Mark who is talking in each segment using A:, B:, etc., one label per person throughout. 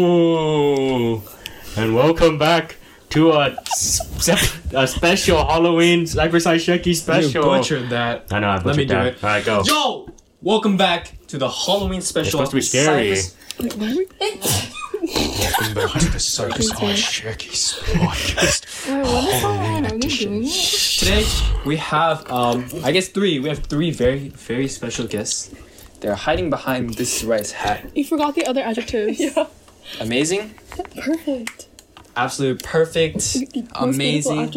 A: Ooh, and welcome back to a, sep- a special Halloween Cyber Side Sheki
B: You
A: special.
B: butchered that.
A: I know, I butchered
B: Let me do
A: that.
B: it.
A: All right, go.
B: Yo! Welcome back to the Halloween special.
A: supposed to be scary.
B: Cypress- Welcome back to the Circus on Shaggy's podcast.
C: Wait, what is that? Are you doing it?
B: Today we have, um, I guess three. We have three very, very special guests. They're hiding behind this rice hat.
C: You forgot the other adjectives. yeah.
B: Amazing,
C: Perfect.
B: absolute perfect, amazing,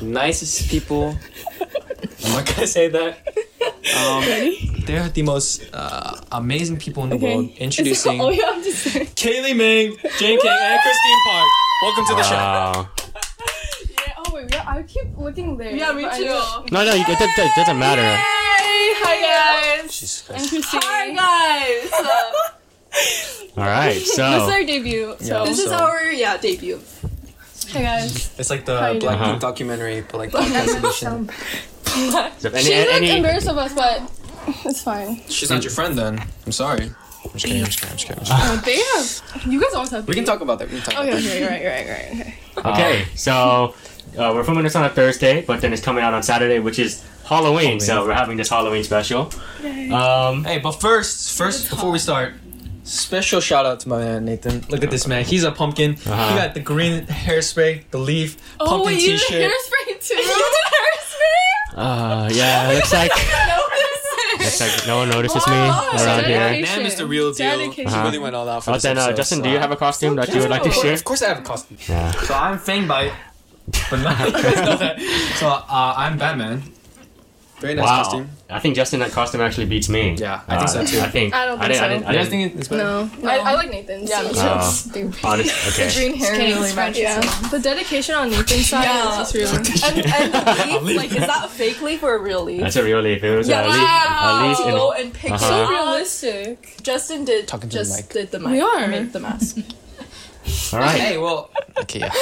B: nicest people. I'm not gonna say that. Um, they're the most uh, amazing people in the world. Introducing.
C: oh yeah, I'm just saying.
B: Kaylee Ming, Jane King, and Christine Park. Welcome to the show.
A: Wow.
C: Yeah, oh wait, yeah, I keep looking there.
D: Yeah, me
C: but I
D: too.
C: don't-
A: No, no, it, it, it doesn't matter.
D: Hey, hi guys.
C: I'm Christine.
D: Hi guys. Uh,
A: All right,
C: This is
A: so
C: our debut. So,
B: Yeah.
D: this is
B: Also-
D: our yeah debut.
C: hey guys.
B: It's like the
C: Hi.
B: Black
A: Uh-huh.
B: Pink documentary, but like podcast edition.
A: so if
C: She's
A: any,
C: like
A: any,
C: embarrassed of us, but it's fine.
B: She's not your friend then. I'm sorry. I'm just kidding. I'm just kidding. I'm just kidding. I'm just kidding.
C: Oh, they have. You guys always have.
B: We can talk about that. We can talk.
C: Okay,
B: About that.
C: okay, right, right, right, okay.
A: okay, so uh, we're filming this on a Thursday, but then it's coming out on Saturday, which is Halloween. So we're having this Halloween special. Um,
B: Hey, but first, first before we start, special shout out to my man Nathan. Look at this man. He's a pumpkin.
A: Uh-huh.
B: He got the green hairspray, the leaf,
C: Oh,
B: pumpkin
C: wait, you did
B: T-shirt.
C: hairspray too? you did hairspray?
A: uh, yeah, it looks like looks like no one notices me
C: Wow, so
A: around
C: dedicated.
A: here.
B: Nam is the real deal.
C: Dedication.
B: He
A: Uh-huh.
B: really went all out for Oh,
A: But
B: this
A: then, uh,
B: episode,
A: Justin,
B: so-
A: do you have a costume that you would like to
B: Of course-
A: share?
B: Of course, I have a costume.
A: Yeah.
B: So I'm Fangbite, but not. so uh, I'm Batman. Very nice
A: Wow.
B: costume.
A: I think Justin that costume actually beats me. Uh,
B: Yeah, I think so too.
A: I think.
C: I don't
A: didn't,
C: think
A: I didn't,
C: so.
A: I
B: You guys
A: didn't-
B: think it's better?
C: I, I like Nathan's.
D: Yeah, me too.
A: Oh.
B: Uh,
C: Stupid.
A: honest- okay.
C: Green hair
D: kidding,
C: really
D: it's fine,
C: matches.
D: it's
C: him. The dedication on Nathan's side
D: Yeah.
C: is just real.
D: And, and the
B: leave
D: leaf, like, is that a fake leaf or a real leaf?
A: That's a real leaf. It was
D: yeah,
A: a leaf. A leaf
D: to
A: in
D: go and pick
A: Uh-huh.
B: Uh,
D: so realistic.
C: realistic.
D: Justin did
B: Talking to the
D: just
B: mic.
D: did the mic.
C: We are.
D: I mean, the mask.
A: All right.
B: Hey, well, okay, yeah.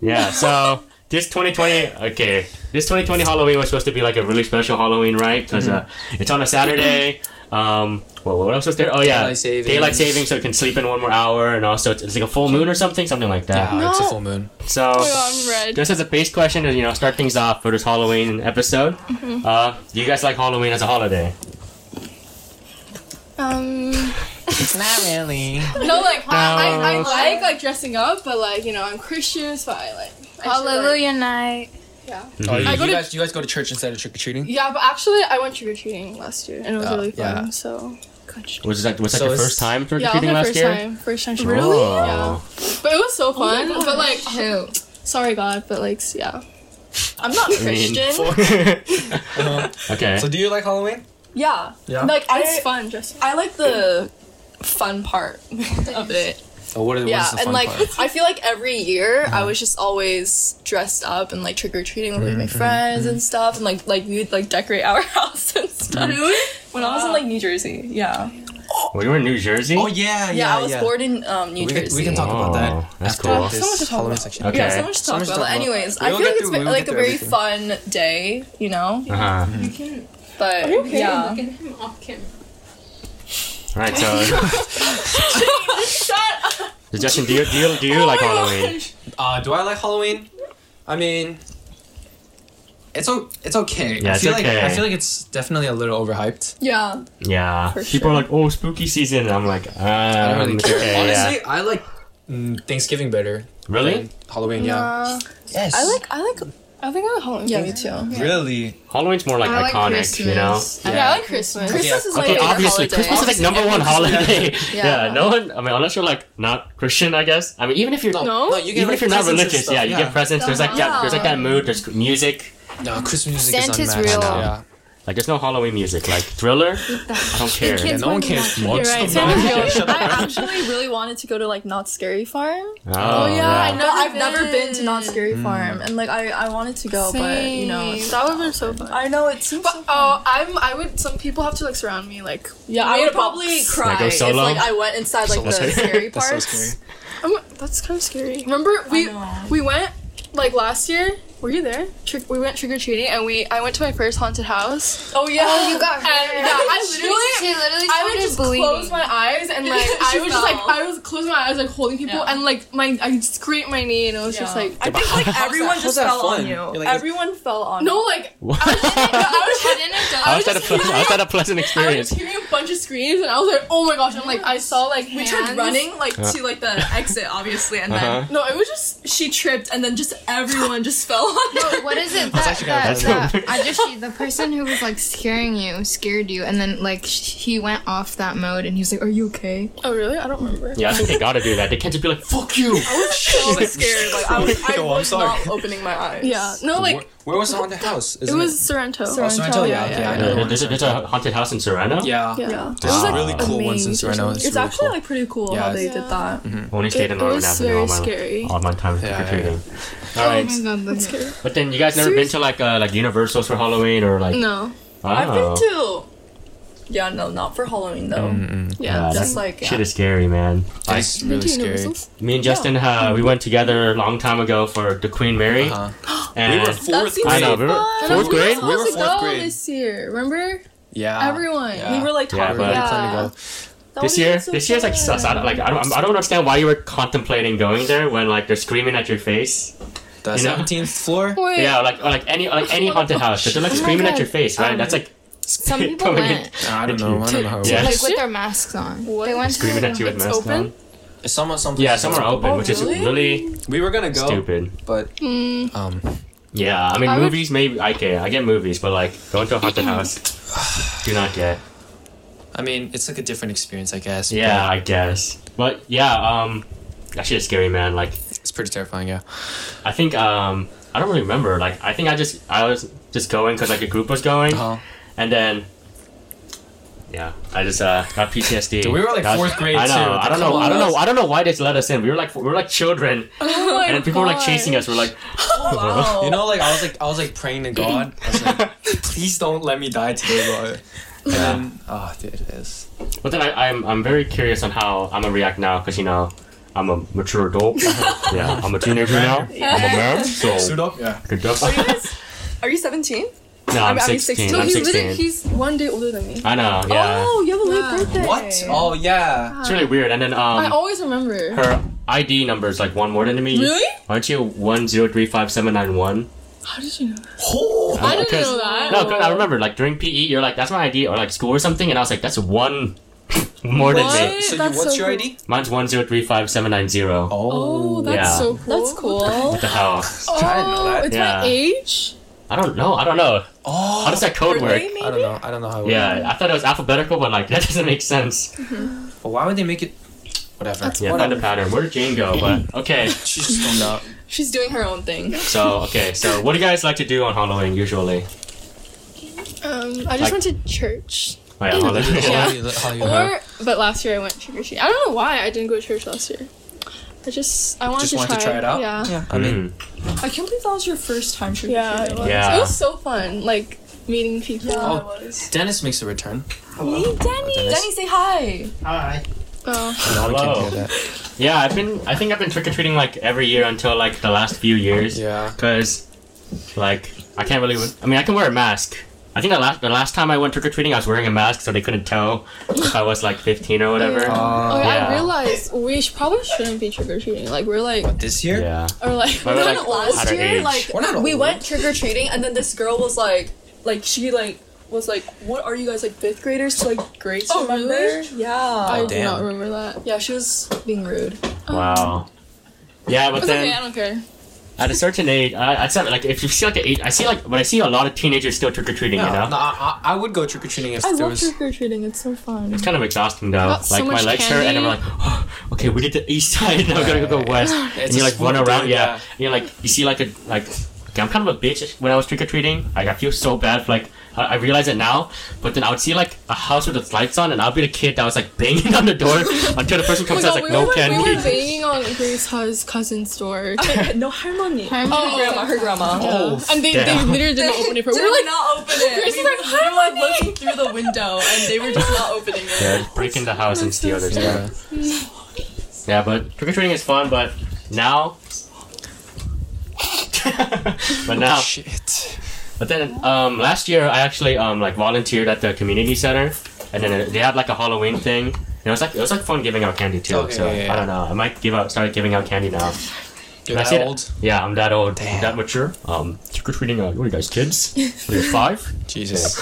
A: Yeah, so this 2020, okay, this 2020 Halloween was supposed to be like a really special Halloween, right? Because
B: Mm-hmm.
A: uh, it's on a Saturday. Um, well, what else was there? Oh yeah,
B: Daylight savings.
A: Daylight savings, so you can sleep in one more hour, and also it's, it's like a full moon or something, something like that.
B: Yeah, it's a
C: No.
B: full moon.
A: So
B: uh,
C: Oh, I'm red.
A: just as a base question, to you know, start things off for this Halloween episode.
C: Mm-hmm.
A: Uh, do you guys like Halloween as a holiday?
C: Um,
B: Not really.
C: no, like I, I
A: No.
C: like like dressing up, but like you know I'm Christian, so I like I should, like-
D: night.
C: yeah,
B: Oh,
A: Mm-hmm.
B: you,
C: I go
B: you
C: to-
B: guys, you guys go to church instead of trick or treating?
C: yeah. But actually, I went trick or treating last year, and it was
B: Uh,
C: really fun.
B: yeah.
C: So. Gotcha.
A: Was that was that
B: So
A: your
B: it's-
A: first time trick or
C: Yeah, it was
A: treating
C: my
A: last
C: first
A: year?
C: time. First time.
A: Oh.
C: Yeah. But it was so fun. but like,
D: Ew.
C: sorry God, but like, yeah. I'm not
A: I mean,
C: Christian.
B: Uh-huh.
A: okay.
B: So do you like Halloween?
D: Yeah,
B: Yeah.
D: like
C: it's
D: I,
C: fun dressing.
D: I like the fun part of it.
B: Oh, what is,
D: yeah
B: what is the fun
D: and like
B: part? Uh-huh.
D: i feel like every year i was just always dressed up and like trick-or-treating with like,
B: Mm-hmm.
D: my friends and stuff and like like we'd like decorate our house and stuff when i was in like new jersey yeah yeah,
A: we were in New Jersey.
B: Oh yeah, yeah,
D: i was born in um new
B: We can,
D: jersey
B: we can talk about
A: Oh,
B: that.
A: that's
B: after
A: cool.
B: This
C: So much to talk
B: Halloween
C: about.
B: section.
A: Okay.
D: yeah, so much to
B: So
D: talk
B: much to
D: about.
B: talk
D: But
B: about.
D: anyways,
B: We
D: I
B: will
D: feel
B: get
D: like it's
B: through- we
D: been
B: will
D: like
B: get
D: a
B: through
D: very
B: everything.
D: fun day, you know.
A: Uh-huh.
D: But yeah,
C: Look at him off camera.
A: Right, so. So, Justin, do you do you, do
D: Oh
A: you like Halloween?
B: Uh, do I like Halloween? I mean, it's o- it's okay.
A: Yeah,
B: I
A: it's
B: feel
A: okay.
B: like I feel like it's definitely a little overhyped.
D: yeah,
A: Yeah,
D: For
A: people are
D: sure.
A: like, "Oh, spooky season." I'm like, um,
B: I don't really care.
A: okay,
B: Honestly,
A: yeah.
B: I like mm, Thanksgiving better.
A: really,
B: than Halloween, yeah.
C: Nah,
B: Yes.
D: I like I like
C: I think I like Halloween.
D: yeah me too.
B: Really?
A: Halloween's more like iconic, you know.
C: Yeah.
B: Yeah.
C: I like Christmas.
D: Christmas is my
A: Okay,
D: favorite
A: obviously,
D: holiday.
A: Christmas is like number one holiday. yeah.
D: Yeah.
A: no one. I mean, unless you're like not Christian, I guess. I mean, even if you're
C: No?
B: you
A: even
B: like,
A: if you're not
B: presents and
A: religious,
B: stuff,
A: yeah, you get presents. There's like that. There's like that mood. There's music.
B: No, Christmas music is
D: Santa's
B: unmatched.
D: real.
B: Yeah.
A: Like, there's no Halloween music. Like Thriller, I don't care.
B: Yeah, no one cares. Monster
C: right,
B: Man.
C: Santa's
B: Yeah,
C: real.
B: shut up.
D: I actually really wanted to go to like Not Scary Farm.
A: Oh,
D: Oh yeah, I
A: yeah.
D: know. I've never
C: been.
D: been to Not Scary Farm, and like I, I wanted to go, but you know, it's-
C: that would have been so fun.
D: I know it seems.
C: but
D: so-
C: oh, I'm. I would. Some people have to like surround me. Like
D: yeah,
C: made
D: I
C: a
D: would
C: box.
D: probably
A: I
D: cry
A: go
D: if
A: solo?
D: like I went inside like the
A: Solo.
D: scary
B: That's
D: parts.
B: so scary.
C: I'm, that's kind of scary. Remember we
D: know.
C: we went like last year Were you there? Trick. We went trick or treating, and we. I went to my first haunted house.
E: Oh yeah.
F: Oh, you got hurt.
C: And yeah, I
F: she
C: literally.
F: literally
C: I would
F: started
C: just
F: bleeding.
C: close my eyes and like I
E: She
C: was just like
E: fell.
C: I was closing my eyes like holding people
E: Yeah.
C: and like my I scraped my knee and it was just
E: Yeah.
C: like
D: I think like everyone
B: how's
D: just
B: that
D: fell
B: fun?
D: on you.
B: You're like-
D: everyone fell on.
C: no
D: you.
C: like
E: I didn't have done.
A: I was at a ple- I was at a pleasant
C: I was
A: experience.
C: hearing a bunch of screams and I was like oh my gosh I'm like I saw like
D: We
C: hands.
D: tried running like to like the exit, obviously, and
A: Uh-huh.
D: then
C: No, it was just
D: she tripped, and then just everyone just fell on. her.
F: No, what is it that,
A: actually
F: that,
A: kinda bad.
F: that I just the person who was like scaring you scared you and then like sh- he went off that mode and he was like are you okay
C: oh really I don't remember.
A: Yeah, I think they gotta do that. They can't just be like, "Fuck you."
D: I was scared. Like I was, I
B: Yo, I'm
D: was not
B: sorry.
D: opening my eyes.
C: Yeah. No, like
B: where, where was the haunted house?
C: it
B: Isn't
C: was Sorrento.
B: Oh, Sorrento. Yeah, okay, I know the
A: Uh,
B: one
A: There's a,
B: in
A: there's a haunted house in Serrano.
B: Yeah.
C: Yeah.
D: It
A: was, like,
B: really cool one since
D: It's,
B: Reno. It's, really
D: actually
B: cool.
D: like pretty cool
B: Yeah, Mm-hmm.
D: how they
B: it's-
D: did that.
A: Only stayed in
C: it
A: Northern
C: was
A: Avenue
C: very
A: all my
C: scary.
A: all my time
B: Yeah,
A: trick or
B: yeah,
A: treating. All right,
F: oh my god that's scary
A: but then you guys never been to like uh, like Universals for Halloween or like
C: No.
D: I've
A: Oh.
D: been to. Yeah, no, not for Halloween though.
B: Mm.
A: Yeah,
C: Yeah.
A: that
D: Just like
A: Shit
D: yeah.
A: is scary, man. I,
B: It's really scary.
A: me and Justin, uh, we went together a long time ago for the Queen Mary,
B: Uh-huh.
A: and
B: We were fourth
C: seems
A: I
B: grade.
A: know, we were fourth grade.
B: We were
C: supposed to
B: fourth
C: go
B: grade.
C: this year. Remember?
B: Yeah.
C: Everyone.
B: Yeah.
D: We were like
A: Yeah,
D: talking
A: but-
D: about
C: Yeah.
B: Time to
A: This year, this year's like sus. I don't, like I don't, I don't understand why you were contemplating going there when like they're screaming at your face.
B: go. The
A: You know?
B: seventeenth floor.
C: Wait.
A: Yeah, like or, like any like any haunted house, they're like
F: Oh my
A: screaming at
F: God.
A: your face, right?
F: Um,
A: That's like
F: some people
A: coming in-
F: went
B: I don't know. I don't know how. It
A: Yeah.
B: yeah.
F: like with their masks on
C: What?
F: they went
A: screaming
F: to
A: at you with
C: It's
A: masks
C: open?
A: on.
B: Some are- some
A: Yeah,
B: places
A: some are open, which is
C: really?
A: really
B: We were gonna Oh, go,
A: stupid.
B: but um,
A: Yeah, I mean
C: I would-
A: movies maybe I can I get movies, but like going to a haunted house, do not get.
B: I mean, it's like a different experience, I guess. but
A: Yeah, I guess. But yeah, um, that shit is scary, man. Like
B: it's pretty terrifying. Yeah.
A: I think um, I don't really remember. Like I think I just I was just going because like a group was going,
B: Uh-huh.
A: and then. Yeah, I just uh, got PTSD.
B: Dude, we were, like,
A: That
B: fourth grade,
A: I know.
B: too.
A: I don't
B: Come
A: know. I don't
B: on.
A: know. I don't know why they let us in. We were like we were like children,
C: Oh my
A: and then people were like chasing us. We're like,
B: You know, like I was
C: Oh.
B: like I was like praying to God. I was like, please don't let me die today, Lord. And then, oh, dude, it is.
A: But then I, I'm I'm very curious on how I'm gonna react now because you know I'm a mature adult. yeah, I'm a teenager now. I'm a man, so
B: Suit up. Yeah.
A: good job.
D: Are you 17?
A: no, I'm
D: I'm-
A: 16.
D: I'm sixteen.
A: I'm
C: He's, literally,
A: 16.
C: he's one day older than me.
A: I know. Yeah,
D: Oh, you have a late
C: Wow.
D: birthday.
B: What? Oh yeah.
A: it's really weird. And then
C: I
D: oh
A: um,
C: always remember.
A: her ID number is like one more than me.
C: Really?
A: Aren't you one zero three five seven nine one?
C: How did you know that?
B: Oh,
C: I didn't know that.
A: No, 'cause I remember like during PE, you're like that's my ID or like school or something, and I was like that's one more than me.
C: What?
B: So you,
C: That's
B: what's
C: so
B: your
C: cool.
B: ID?
A: Mine's one zero three five seven nine zero.
C: Oh, that's
A: Yeah.
C: so cool.
D: That's cool.
A: What the hell?
C: Oh,
B: I didn't know that.
C: it's
A: Yeah.
C: my age.
A: I don't know. I don't know.
B: Oh.
A: How does that code work?
D: Birthday,
B: I don't know. I don't know how. It
A: Yeah, I thought it was alphabetical, but like that doesn't make sense.
B: works. But why would they make it? Whatever.
A: Yeah, find a pattern. Where did Jane go? But okay,
B: She's just stoned out.
D: She's doing her own thing.
A: so okay, so what do you guys like to do on Halloween usually?
C: Um, I
A: Like- Uh-huh.
C: just went to church.
A: Oh, yeah, Halloween.
B: How
C: Yeah.
B: you- how you-
C: Or, but last year I went trick or treat. I don't know why I didn't go to church last year. I just I wanted
B: Just
C: to,
B: wanted
C: try.
B: to try it out?
C: Yeah.
B: Yeah. I mean,
A: Mm.
D: I can't believe that was your first time trick
C: Yeah, it was.
A: Yeah.
C: It was so fun, like meeting people.
A: Hmm.
D: Yeah,
B: Oh.
D: it was.
B: Dennis makes a return.
D: Hey, Denny.
B: Dennis.
D: Denny, say hi.
G: Hi.
C: Oh,
B: No one
A: Hello.
B: can hear that.
A: Yeah, I've been. I think I've been trick or treating like every year until like the last few years.
B: Yeah.
A: Cause, like, I can't really. I mean, I can wear a mask. I think the last the last time I went trick or treating, I was wearing a mask, so they couldn't tell if I was like 15 or whatever.
C: Yeah.
B: Uh,
C: oh yeah,
A: Yeah.
C: I realized we sh- probably shouldn't be trick or treating. Like we're like,
B: this year?
A: Yeah.
C: or like,
A: But we're, like,
D: Remember last
A: at our
D: year,
A: age.
D: like
B: We're not
D: we
B: old.
D: went trick or treating, and then this girl was like, like she like was like, "What are you guys like fifth graders to like grades?"
C: Oh,
D: remember?
C: really? I
D: Yeah,
B: Oh,
C: do not
B: damn.
C: remember that.
D: yeah, she was being rude.
A: Wow. Yeah, but
C: It's
A: then.
C: okay, I don't care.
A: at a certain age, I, I said like if you see like an age, I see like when I see a lot of teenagers still trick or treating,
B: No,
C: Oh.
A: you know,
B: no, I, I I would go trick or treating if
C: I
B: there
C: love
B: was.
C: trick or treating. It's so fun.
A: it's kind of exhausting though.
C: Got so
A: like my
C: much
A: legs hurt, and I'm like,
C: candy.
A: oh, okay, we did the east side, now we gotta go west, and
B: a
A: you like run
B: swoop,
A: around,
B: dude,
A: yeah.
B: yeah.
A: And you're like, you see like a like, okay, I'm kind of a bitch when I was trick or treating. Like I feel so bad for like. I I realize it now, but then I would see like a house with its lights on, and I'll be the kid that was like banging on the door until the person
C: Oh my
A: comes out
C: god,
A: like
C: we,
A: no
C: were,
A: candy.
C: we were banging on Grace's cousin's door.
D: no harmony.
C: Her
D: grandma, her grandma.
B: Oh,
C: uh, And they, they
A: Damn.
C: literally didn't open it for. We were like,
D: not open it.
C: Grace
D: we
C: is like,
D: were like looking through the window, and they were just not opening it.
A: Yeah, break in the house and steal their
B: Yeah.
A: stuff. Yeah, but trick or treating is fun, but now. but now,
B: Shit.
A: but then um, last year I actually um, like volunteered at the community center, and then uh, they had like a Halloween thing. And it was like it was like fun giving out candy too.
B: Okay,
A: so
B: yeah, yeah.
A: I don't know. I might give out start giving out candy now.
B: You're
A: That's
B: that
A: it.
B: old?
A: Yeah, I'm that old.
B: Damn.
A: I'm that mature. Um, trick or treating. Uh, what are you guys, kids? What are you five?
B: Jesus.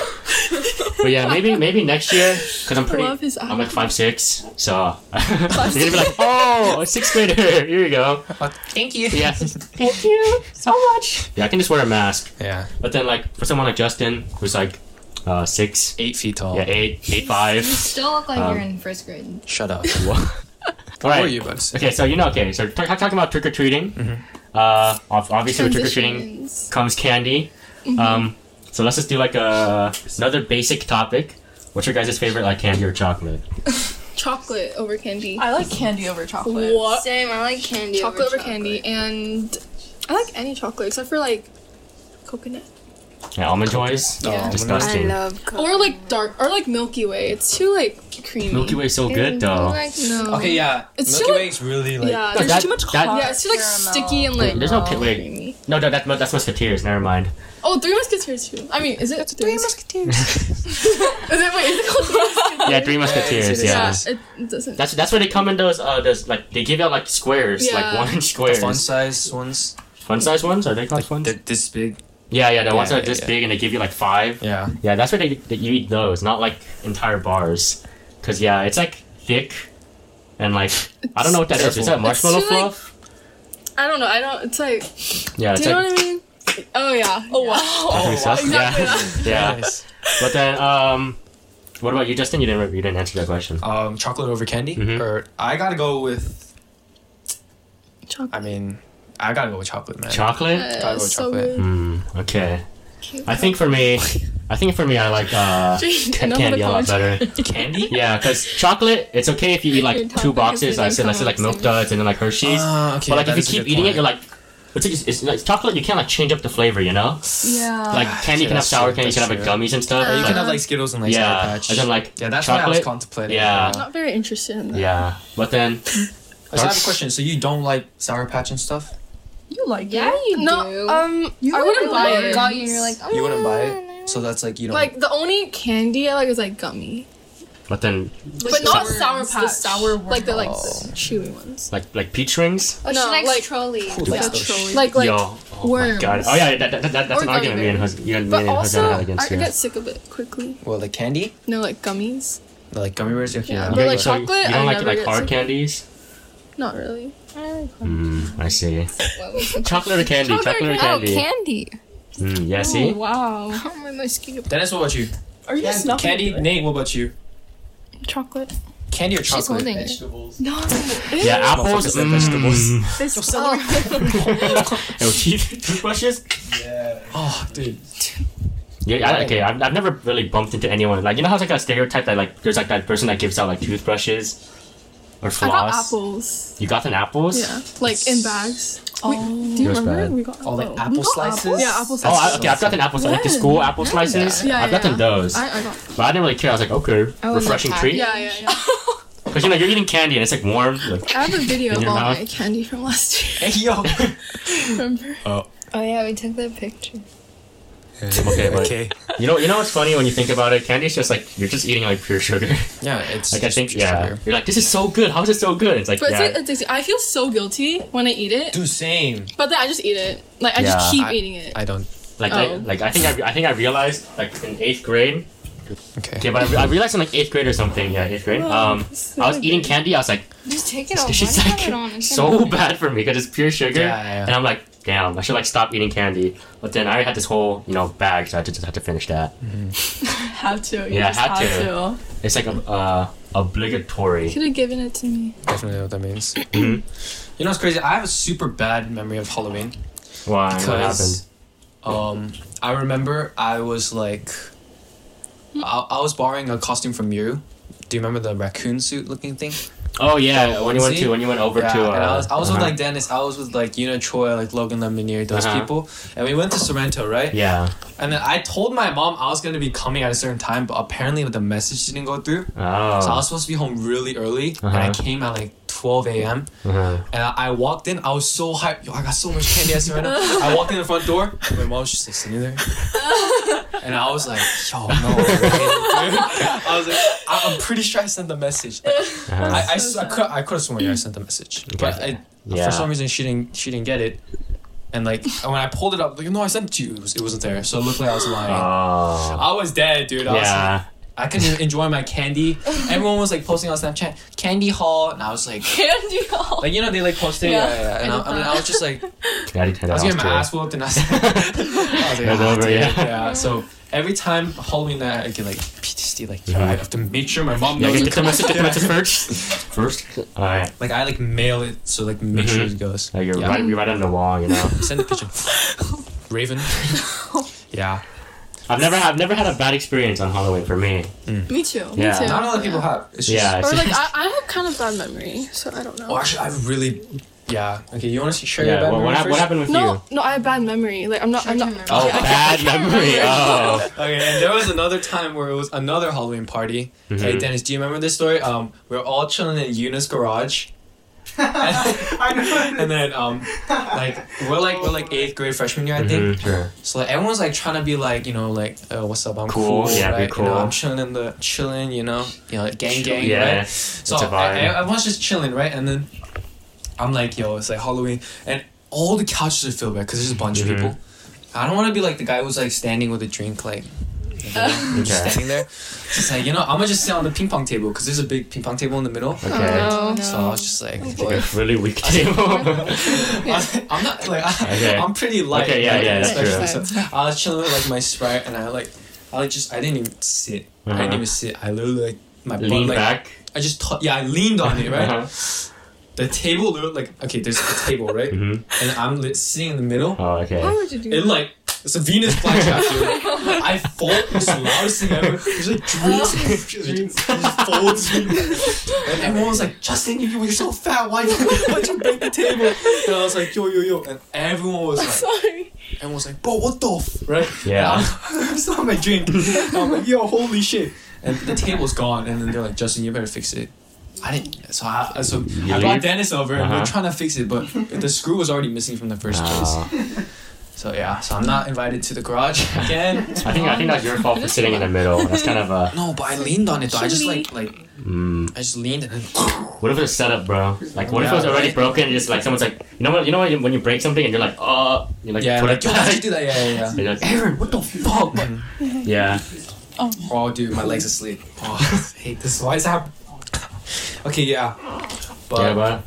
A: But yeah, maybe maybe next year because I'm pretty.
C: love his
A: I'm like five six, so you're gonna be like, oh, a sixth grader. Here you go.
B: Thank you.
A: Yeah, thank you so much. Yeah, I can just wear a mask.
B: Yeah.
A: But then like for someone like Justin, who's like uh six,
B: Eight feet tall.
A: yeah eight, eight five.
F: You still look like
A: Um,
F: you're in first grade.
B: Shut up.
A: All
B: What
A: right.
B: were you about to say?
A: Okay, so you know, okay, so t- talking about trick or treating. Uh, ob- obviously with trick or treating
C: Transitions.
A: comes candy. Um, so let's just do like a another basic topic. What's your guys' favorite like candy or chocolate?
C: Chocolate over candy.
E: I like candy over chocolate.
C: What?
F: Same, I like candy.
C: Chocolate over candy, and I like any chocolate except for like coconut
A: Yeah, almond joys.
B: Oh,
A: Yeah.
B: I'm
F: I
A: Disgusting.
F: love
C: or like dark or like Milky Way. It's too like creamy.
A: Milky Way so good though.
F: Like,
A: um,
F: no.
B: Okay, yeah.
C: It's
B: Milky
C: still-
B: Way's really like.
C: yeah,
A: No,
C: Oh there's
A: that-
C: too much.
A: that-
C: yeah, it's too like
E: Caramel.
C: sticky and like. oh,
A: There's no ca- wait.
C: creamy.
A: No, no, that, that's Musketeers. Never mind.
C: Oh, Three Musketeers too. I mean, is it Three Musketeers? Is it wait? Is it called Three Musketeers?
A: Yeah, Three Musketeers.
B: it is.
A: Yeah,
B: Yes.
C: It, it doesn't.
A: that's that's where they come in those uh those like they give out like squares, like
C: Yeah.
A: one inch
B: The
A: squares.
B: fun size ones.
A: Fun size ones are they called fun?
B: They're this big.
A: Yeah, yeah, the ones
B: Yeah,
A: that are
B: yeah,
A: this
B: yeah.
A: big and they give you like five.
B: Yeah.
A: Yeah, that's where they that you eat those, not like entire bars. Cause yeah, it's like thick, and like I don't know what that is. Is that
B: Careful.
A: marshmallow
C: It's too, like-
A: fluff?
C: I don't know. I don't. It's like.
A: Yeah, it's
C: Do you know
A: like
C: what I mean? Oh yeah. Oh wow.
A: definitely sus.
C: Exactly
A: yeah, yeah.
B: Nice.
A: But then um, what about you, Justin? You didn't you didn't answer that
C: Oh,
A: question.
B: Um, chocolate over candy,
A: Mhm.
B: or I gotta go with.
C: Chocolate.
B: I mean, I gotta go with chocolate, man.
A: Chocolate.
B: Gotta go with
C: uh, so
B: chocolate.
C: good.
A: Hmm. okay. I think for me, I think for me, I like uh,
C: Jane,
A: ca-
C: enough of
A: candy
C: the
A: a lot better.
B: Candy.
A: Yeah, because chocolate, it's okay if you eat
C: Your
A: like
C: top
A: two
C: because
A: boxes.
C: they
A: Like, say,
C: don't
A: let's say
C: come
A: like
C: out
A: milk
C: same.
A: duds and then like Hershey's.
B: Ah, okay,
A: but like
B: that
A: if you
B: is a
A: keep
B: good
A: eating it,
B: point.
A: you're like, it's, it's, it's, like, chocolate. You can't like change up the flavor, you know.
C: Ah.
E: Yeah.
A: Like candy can
B: yeah,
A: have
B: that's
A: sour
B: true,
A: candy, you can have
B: that's
A: like
B: true.
A: gummies and stuff.
B: Or you
A: but-
B: can have like Skittles and like Sour
A: yeah,
B: Patch.
A: and then like
B: yeah, that's what I was
A: chocolate.
B: contemplating.
A: Yeah.
C: Not very interested in that.
A: yeah, but then
B: So I have a question. So you don't like Sour Patch and stuff?
E: you like
F: Yeah,
E: it.
F: you do.
C: No, um, I wouldn't buy
F: Like,
C: it.
F: Got you, and you're like, oh,
B: You wouldn't buy it. So that's like you don't.
C: Like the only candy I like is like gummy,
A: but then
F: "Oh,
C: but not
E: worms,
C: sour
E: the
C: patch.
E: sour
C: like the like
B: worms.
C: chewy ones.
A: like like peach rings.
F: oh, she
C: No,
F: likes
C: like-
F: trolleys.
B: Who likes
C: the
B: those?
C: trolley- like like.
A: Yo, oh my
C: worms.
A: god. Oh yeah, that, that, that, that's
C: Or
A: an
C: gummy
A: argument me and
C: bears.
A: Jose, you and me
C: But
A: and
C: also,
A: Jose had
C: I
A: against
C: I
A: here.
C: get sick of it quickly.
B: Well, like candy,
C: No, like gummies.
B: like gummy bears. Okay,
C: Yeah.
B: yeah.
C: But, like,
A: so you- you
C: chocolate,
A: don't
C: I
A: like
C: never
A: like
C: get
A: hard
C: sick.
A: candies.
C: Not really.
B: Hmm,
A: Mm, I see.
F: What was
A: Chocolate or Hmm. candy? Chocolate, or candy?
F: candy.
A: Mm, yeah, see?
C: Oh, wow.
F: Oh, my mosquito.
B: Dennis, what about you?
E: Are you
B: Candy,
E: snuffing?
B: candy Nate, what about you?
C: Chocolate.
B: Candy or chocolate?
F: holding it.
C: No.
A: Yeah, apples.
B: Motherfuckers said
A: mm.
B: vegetables.
C: Oh,
A: Oh, Yo, teeth, toothbrushes.
B: Oh, dude.
A: Yeah, I, okay. I've, I've never really bumped into anyone like you know how it's like a stereotype that like there's like that person that gives out like toothbrushes or
C: I
A: floss.
C: got apples.
A: You got an apples?
C: Yeah, like in bags. Oh. do you
A: Yours
C: remember?
A: bad.
C: We got
B: Oh, like
C: we
B: apple
C: got
B: slices?
C: apples. Yeah, apple
A: Oh,
C: slices.
A: I, okay. I've gotten apples like the school apple slices.
C: Yeah,
A: I've
C: yeah,
A: gotten
C: yeah.
A: those,
C: I, I got.
A: but I didn't really care. I was like, okay,
F: and the
A: refreshing
F: pack-
A: treat.
C: Yeah, yeah, yeah.
A: Because you know you're eating candy and it's like warm. Like,
C: I have a video
A: In
C: of
A: your
C: all
A: mouth?
C: my candy from last year.
B: Hey yo.
C: Remember?
F: Oh yeah, we took that picture.
A: okay, but you know, you know what's funny when you think about it? Candy's just like you're just eating like pure sugar.
B: Yeah, it's.
A: like I
B: just
A: think,
B: pure
A: yeah,
B: sugar.
A: you're like, this is so good. How is it so good? It's like,
C: But
A: yeah,
C: it's like addictive. I feel so guilty when I eat it,
B: Dude, same.
C: but then I just eat it. Like I just
A: Yeah.
C: keep
B: I-
C: eating it.
B: I don't.
A: like,
C: oh.
A: like, like I think I, I think I realized like in eighth grade
B: Okay.
A: Okay, but I, I realized in like eighth grade or something. Yeah, eighth
F: Oh,
A: grade. Um, I was eating candy. I was like,
F: Just take it off.
A: this is
F: Why do you
A: like
F: have it on? It's
A: so
F: fine.
A: bad for me because it's pure sugar.
B: Yeah, yeah.
A: And I'm like, damn, I should like stop eating candy. But then I already had this whole you know bag, so I just had to finish that.
E: Have to. You
A: Yeah,
E: just
A: had
E: have
A: to. It's like a, uh, obligatory.
C: Could have given it to me.
B: Definitely know what that means. you know what's crazy? I have a super bad memory of Halloween
A: Why? What happened?
B: because, um, I remember I was like, I, I was borrowing a costume from you. Do you remember the raccoon suit looking thing?
A: Oh yeah, when you went
B: onesie?
A: to when you went over
B: Yeah,
A: to. Uh,
B: and I was, I was with
A: uh-huh.
B: like Dennis. I was with like you know Troy, like Logan Lemonier, those
A: Uh-huh.
B: people, and we went to Sorrento, right?
A: Yeah.
B: And then I told my mom I was gonna be coming at a certain time, but apparently the message didn't go through.
A: Oh.
B: So I was supposed to be home really early, and I
A: Uh-huh.
B: came at like 12 a.m.
A: Uh-huh.
B: And I, I walked in. I was so hyped. Yo, I got so much candy. I see right now. I walked in the front door. My mom was just like sitting there. And I was like, yo, no. way, dude. I was like, I, I'm pretty sure I sent the message. Like,
A: Uh-huh.
B: I, I, s- I could I could have sworn I sent the message, but I,
A: Yeah.
B: for some reason she didn't she didn't get it. And like when I pulled it up, like no, I sent it to you. It, was, it wasn't there, so it looked like I was lying.
A: Oh.
B: I was dead, dude. I was like,
A: Yeah.
B: I couldn't enjoy my candy. Everyone was like posting on Snapchat, candy haul, and I was like,
D: Candy all.
B: like you know they like posting, yeah,
D: Yeah.
B: yeah, yeah. and I, I, mean, I was just like, I
A: Daddy had house
B: was getting my
A: too.
B: ass whooped, and I was, I was like,
A: That's
B: ah,
A: over,
B: dude,
A: yeah.
B: yeah. So every time Halloween night, I get like PTSD. Like yo, I have to make sure my mom
A: Mm-hmm. Yeah,
B: knows.
A: get,
B: it
A: get the
B: comes-
A: message, get the
B: yeah.
A: message first. First? Alright.
B: Like I like mail it, so like make sure it goes.
A: Like you're
B: Yeah.
A: right, you're right on the wall, you know.
B: Send a picture. Raven. yeah.
A: I've never, I've never had a bad experience on Halloween for me.
D: Me too.
A: Yeah.
D: Me too.
B: Not a lot of people have. It's just,
A: Yeah.
D: Or
A: it's-
D: like I, I have kind of bad memory, so I don't know.
B: Oh, actually, I really. Yeah. Okay, you want to share your
A: yeah.
B: bad
A: What, what,
B: memory
A: hap- what
B: first?
A: happened with you?
D: no, no, I have bad memory. Like I'm not. I'm not.
F: Short-term
A: Oh, bad memory. Oh.
B: Okay, and there was another time where it was another Halloween party.
A: Mm-hmm.
B: Hey, Dennis, do you remember this story? Um, we were all chilling in Yuna's garage. and, and then um, like we're like we're like eighth grade freshman year, I think.
A: Mhm, Sure.
B: So like everyone's like trying to be like you know like uh, what's up? I'm cool.
A: Cool, yeah, be
B: right? You know,
A: cool.
B: I'm chilling in the chilling. You know, you know, like, gang gang.
A: Yeah.
B: Right? So
A: It's a
B: I, I,
A: vibe.
B: I was just chilling, right? And then I'm like, yo, it's like Halloween, and all the couches are filled, right? Because there's a bunch
A: Mhm.
B: of people. I don't want to be like the guy who's like standing with a drink, like you know, just
A: Okay.
B: standing there. It's Just like you know, I'm gonna just sit on the ping pong table because there's a big ping pong table in the middle.
A: Okay.
F: Oh,
B: So I was just like,
A: Like a really weak table.
B: I'm not like I,
A: Okay.
B: I'm pretty light.
A: Okay, yeah,
B: like,
A: yeah, that's
B: especially-
F: true.
B: So I was chilling with like my sprite, and I like, I like just I didn't even sit. I didn't
A: Uh-huh.
B: even sit. I literally like my butt,
A: Lean
B: like,
A: back.
B: I just t- yeah, I leaned on it, right?
A: Uh-huh.
B: The table literally like okay, there's a table, right?
A: Mhm.
B: And I'm li- sitting in the middle.
A: Oh, okay.
F: would you do
B: It like it's a Venus flytrap, dude. I fold it's the loudest thing ever. It's like dreams, dreams, just folds me. And everyone was like, Justin, you, you're so fat. Why you why'd you break the table? And I was like, yo, yo, yo. And everyone was like,
D: Sorry.
B: everyone was like, bro, what the f-? right?
A: Yeah.
B: And I'm, I'm still on my drink. And I'm like, yo, holy shit. And the table's gone. And then they're like, Justin, you better fix it. I didn't. So I, so I brought
A: leave?
B: Dennis over, and
A: Uh-huh.
B: we're trying to fix it, but the screw was already missing from the first place.
A: Oh.
B: So yeah, so I'm not invited to the garage again.
A: I think I think that's your fault for sitting in the middle. That's kind of a.
B: No, but I leaned on it though. I just
D: Should we-
B: like like
A: Mm.
B: I just leaned and then
A: What if it's set up, bro? Like, what if it was
B: Yeah,
A: already
B: right.
A: broken? And just like someone's like, you know what? You know what? When you break something and you're like, oh, you like
B: yeah,
A: put
B: like
A: it
B: yo, how'd you
A: back.
B: do that? Yeah, yeah, yeah.
A: You're like,
B: Aaron, what the fuck? man?
A: yeah.
B: oh, dude, my legs asleep. Oh, I hate this. Why is that? Okay, yeah. But,
A: yeah, but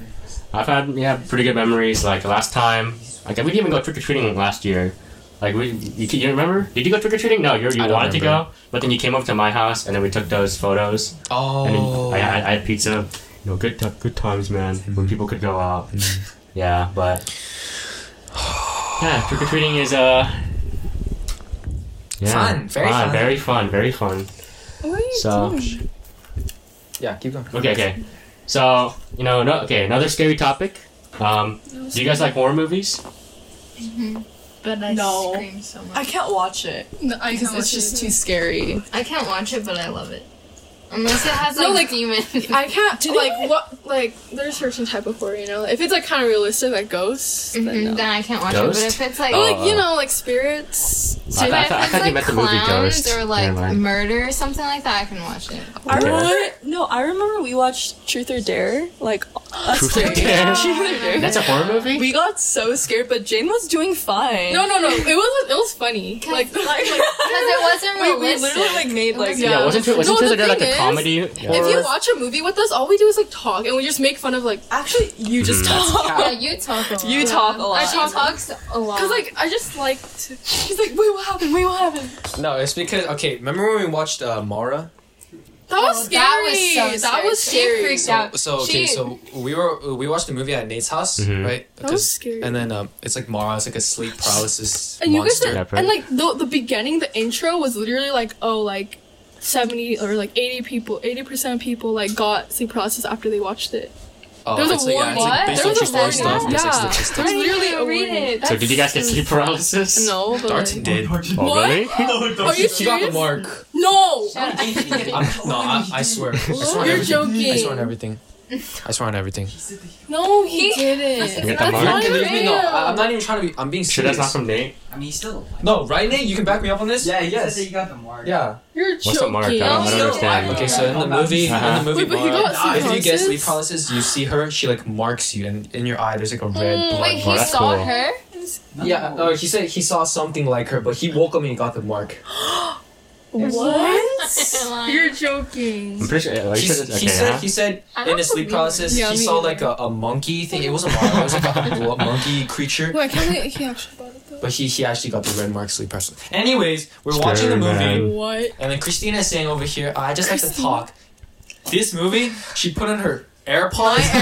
A: I've had yeah pretty good memories. Like last time, like we didn't even go trick or treating last year. Like we, you, you remember? Did you go trick or treating? No, you you
B: I don't
A: wanted to
B: remember.
A: go, but then you came over to my house, and then we took those photos, and
B: oh, Mm-hmm.
A: then I, I, I had pizza. You know, good t- good times, man. When people could go out. Yeah, but yeah, trick or treating is uh. Yeah,
B: Fun, very fun.
A: very fun, very fun.
D: What are you
A: So-
D: doing?
B: yeah, keep going.
A: Okay, okay. So you know, no, okay, another scary topic. Um, do you guys like horror movies?
F: But I
D: No.
F: scream so much.
D: I can't watch it
F: No, I
D: because it's just too scary.
F: I can't watch it, but I love it. Unless it has like,
D: No,
F: demons.
D: I can't like what like there's certain type of horror, you know. If it's like kind of realistic, like ghosts, then
C: Mm-hmm.
F: Mhm,
D: no.
F: Then I can't watch
A: Ghost?
F: it. But if it's like,
A: Oh,
D: Like you know, like spirits.
A: I,
F: but
A: I,
F: if
A: thought- I
F: it's,
A: thought you
F: like
A: meant the movie
F: clowns
A: Ghost.
F: or like
A: Never mind.
F: murder or something like that, I can watch it.
D: I
A: Okay.
D: remember no, I remember we watched Truth or Dare, like us
A: Truth or
D: three.
A: Dare?
D: Truth or Dare.
A: That's a horror movie.
D: we got so scared, but Jane was doing fine.
C: No, no, no. It was it was funny. Like, like, like
F: Because it wasn't
D: we,
F: realistic.
D: we literally like
C: Oh
D: made like
A: yeah, wasn't it? Wasn't
C: No,
A: it
C: the
A: like a
C: thing is,
A: comedy?
C: if you
A: horror?
C: watch a movie with us, all we do is like talk and we just make fun of like
D: actually you
A: Mm.
D: just talk.
F: yeah, you talk a lot.
D: You talk a lot.
F: She talks a lot.
C: because like I just like to, she's like wait what happened wait what happened
B: No, it's because okay. Remember when we watched uh, Mara?
C: Oh, that was scary
F: That was so scary.
C: That was
F: She
C: scary.
F: freaked
B: So,
F: out.
B: so okay,
F: She-
B: so we were we watched the movie at Nate's house,
A: Mhm.
B: right?
D: was
B: 'Cause-
D: scary.
B: And then um, it's like Mara, it's like a sleep paralysis
C: and you guys
B: monster.
C: did,
A: Yeah,
C: and
A: pretty-
C: like the, the beginning the intro was literally like oh like 70 or like 80 people 80% of people like got sleep paralysis after they watched it
B: oh,
C: there was a
B: it's like, yeah,
C: warning.
B: it's like based
C: There
B: on
C: was
B: true
C: a
B: story stuff.
C: warning.
B: It's like
C: Yeah.
B: statistics.
C: There's literally a warning.
A: so did you guys get sleep paralysis?
C: no but
B: Darton
C: like-
B: did.
A: Oh, really?
C: are you
B: She got the
C: serious
B: mark.
C: no
B: I'm- no, I, I swear. I swear on
C: You're
B: everything. I
C: joking.
B: swear on everything. I swear on everything.
C: No, he, didn't.
A: Get the
B: You're
A: mark.
C: not-
B: kidding me? No,
C: real.
B: I- I'm not even trying to be. I'm being
A: Sure,
B: serious.
A: that's not from Nate.
G: I mean, he's still alive.
B: no, right, Nate? You can back me up on this.
G: Yeah, he
B: yes,
G: said that you got the mark.
B: yeah.
C: You're
A: What's the
C: joking.
A: mark? I don't, I don't
C: No.
A: understand.
B: Okay, so in the movie, in
A: Uh-huh.
B: the movie,
C: Wait, but he
B: Barb,
C: got
B: if you get
C: sleep
B: sleep paralysis, you see her. She like marks you, and in your eye, there's like a red
C: Hmm,
F: Mm,
B: blood
F: wait, he
A: blood.
B: mark.
A: That's
F: saw
A: cool.
F: her?
G: No.
B: Yeah, no, he said he saw something like her, but he woke up and he got the mark.
C: What? You're joking.
A: I'm pretty sure. Like,
B: He,
A: you
B: s-
A: Oh, said,
B: he
A: okay,
B: said
A: huh?
B: he said
F: I don't
B: in his sleep
F: believe
B: paralysis,
C: it. Yeah,
B: he
C: me
B: saw
C: either.
B: like a, a monkey thing. It wasn't mark. It was like a blo- monkey creature.
C: Wait, I can't believe he actually bought it though.
B: But he, he actually got the red mark sleep paralysis. Anyways, we're watching the movie.
A: Spider-Man.
C: What?
B: And then Christina is saying over here, I just like to talk. This movie, she put on her AirPods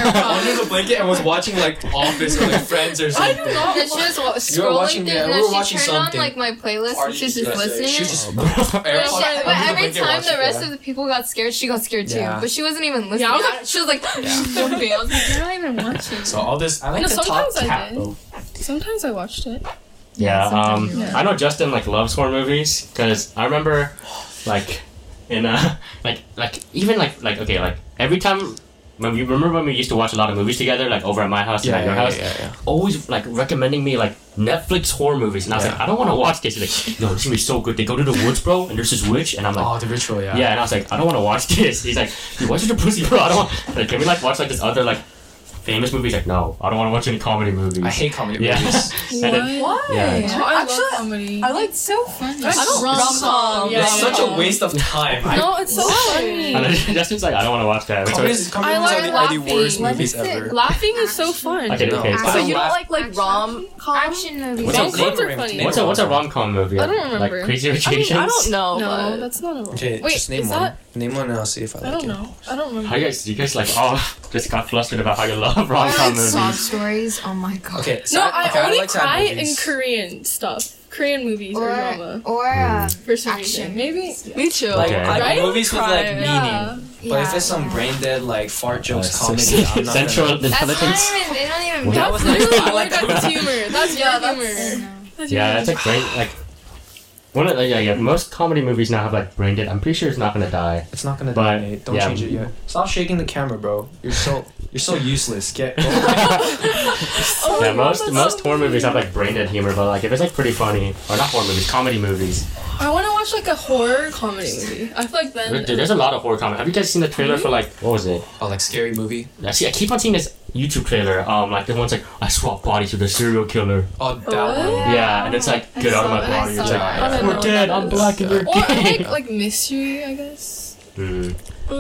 B: under the blanket and was watching like Office or like Friends or
C: I
B: something.
C: do not.
F: That she
C: want-
F: was wa- scrolling
B: You were watching-
F: through
B: yeah,
F: and
B: we
F: then
B: were
F: she
B: watching
F: turned
B: something.
F: on like my playlist and she was just listening.
B: She was
A: Oh.
B: just put her AirPods
F: but, she-
B: under
F: but
B: the
F: every
B: blanket
F: time
B: watching
F: the rest
B: it.
F: of the people got scared, she got scared too.
B: Yeah.
F: But she wasn't even listening.
C: Yeah, I was
F: I- she was like jumping. I was like, you're not even watching.
B: So all this, I like
C: No,
B: to talk
C: sometimes I
B: cat.
C: did.
B: bro.
C: Sometimes I watched it.
A: Yeah, um,
F: sometimes
A: I know Justin like loves horror movies because I remember, like, in uh, like like even like like okay like every time when we remember when we used to watch a lot of movies together like over at my house and at your house, always like recommending me like Netflix horror movies and I was like
B: Yeah.
A: I don't want to watch this. He's like, no, this is gonna be so good. They go to the woods, bro, and there's this witch, and I'm like.
B: Oh, the ritual, yeah.
A: Yeah, and I was like, I don't want to watch this. He's like, you watch the pussy, bro. I don't want. Like, can we like watch like this other like famous movie? He's like, no, I don't want to watch any comedy movies.
B: I hate comedy
A: Yeah.
B: movies.
A: And then-
E: Why?
A: Yeah.
C: Oh, I
E: Actually,
C: love comedy.
E: I like
F: so funny.
E: I don't
C: Rom-com.
E: rom-com.
C: Yeah,
B: it's such a
C: rom-com.
B: waste of time. I-
C: no, it's so funny.
A: and then Justin's like, I don't want to watch that. So
B: comedies,
A: it's-
B: comedies
C: like
B: are, the, are the
C: laughing.
B: worst
F: What
B: movies
F: is it?
B: ever.
C: Laughing is so fun.
A: okay,
B: No.
A: okay.
B: I
E: So
B: don't
E: you don't
B: laugh.
E: like like
F: Action.
E: rom com?
F: Action movies.
A: What's
C: Rom-coms
A: a,
C: are
B: name-
C: funny.
B: name
A: what's a, what's a rom com movie?
C: I don't
A: Like
C: remember.
A: Crazy Rich
E: I mean,
A: Asians.
E: I don't know.
C: No,
E: but-
C: that's not a rom.
B: Okay,
C: Wait,
B: just name
C: is
B: one.
C: that-
B: Name one and I'll see if I like
C: I don't
B: it.
C: know. I don't
A: How
C: remember.
A: you guys? You guys like oh, just got flustered about how you love rom
F: I
A: com
F: like
A: movies.
F: sob stories. Oh my god.
B: Okay,
C: No,
B: sad-
C: I
B: okay,
C: only
B: like sad
C: cry in
B: movies.
C: Korean stuff, Korean movies or,
F: Or
C: drama.
F: or um,
C: For some
F: action.
C: reason, maybe.
E: Me too.
B: Like
A: Okay.
B: I,
C: Right?
B: movies with like
E: Cry.
B: meaning.
C: Yeah.
B: Hmm. But
F: Yeah,
B: if it's some
F: yeah.
B: brain dead like fart jokes
A: Some
B: comedy, I'm not gonna-
A: Central
F: That's
A: intelligence.
F: not even. They don't even.
A: What?
B: That
F: know.
B: was
C: Literally,
B: I like that.
C: that's humor. That's
E: Yeah,
C: yeah,
E: that's-
C: humor. That's
A: Yeah,
C: humor.
A: that's like brain like. One of the, yeah, yeah, most comedy movies now have like brain dead. I'm pretty sure it's not gonna die.
B: It's not gonna
A: But,
B: dominate. Don't
A: yeah.
B: change it yet. Stop shaking the camera, bro. You're so you're so useless. Get over it.
C: Oh
A: yeah,
C: my God,
A: most
C: that's
A: most
C: so
A: horror movies have
C: mean.
A: like brain dead humor, but like if it's like pretty funny or not horror movies, comedy movies.
C: I want to watch like a horror comedy movie. I feel like
A: There-
C: then.
A: There's a lot of horror comedy. Have you guys seen the trailer for like what was it?
B: oh, like scary movie.
A: I see. I keep on seeing this YouTube trailer. Um, like the one's like I swap bodies with a serial killer.
B: Oh, that one.
A: Yeah, and it's like
F: I
A: get out of
F: saw
A: my
F: that.
A: body.
F: I
A: It's like
F: saw
B: that.
C: I don't know
A: we're
C: what
A: dead.
C: that
A: I'm
C: is.
A: black and you're
C: Or I
A: gay.
C: like like mystery, I guess.
A: Mm.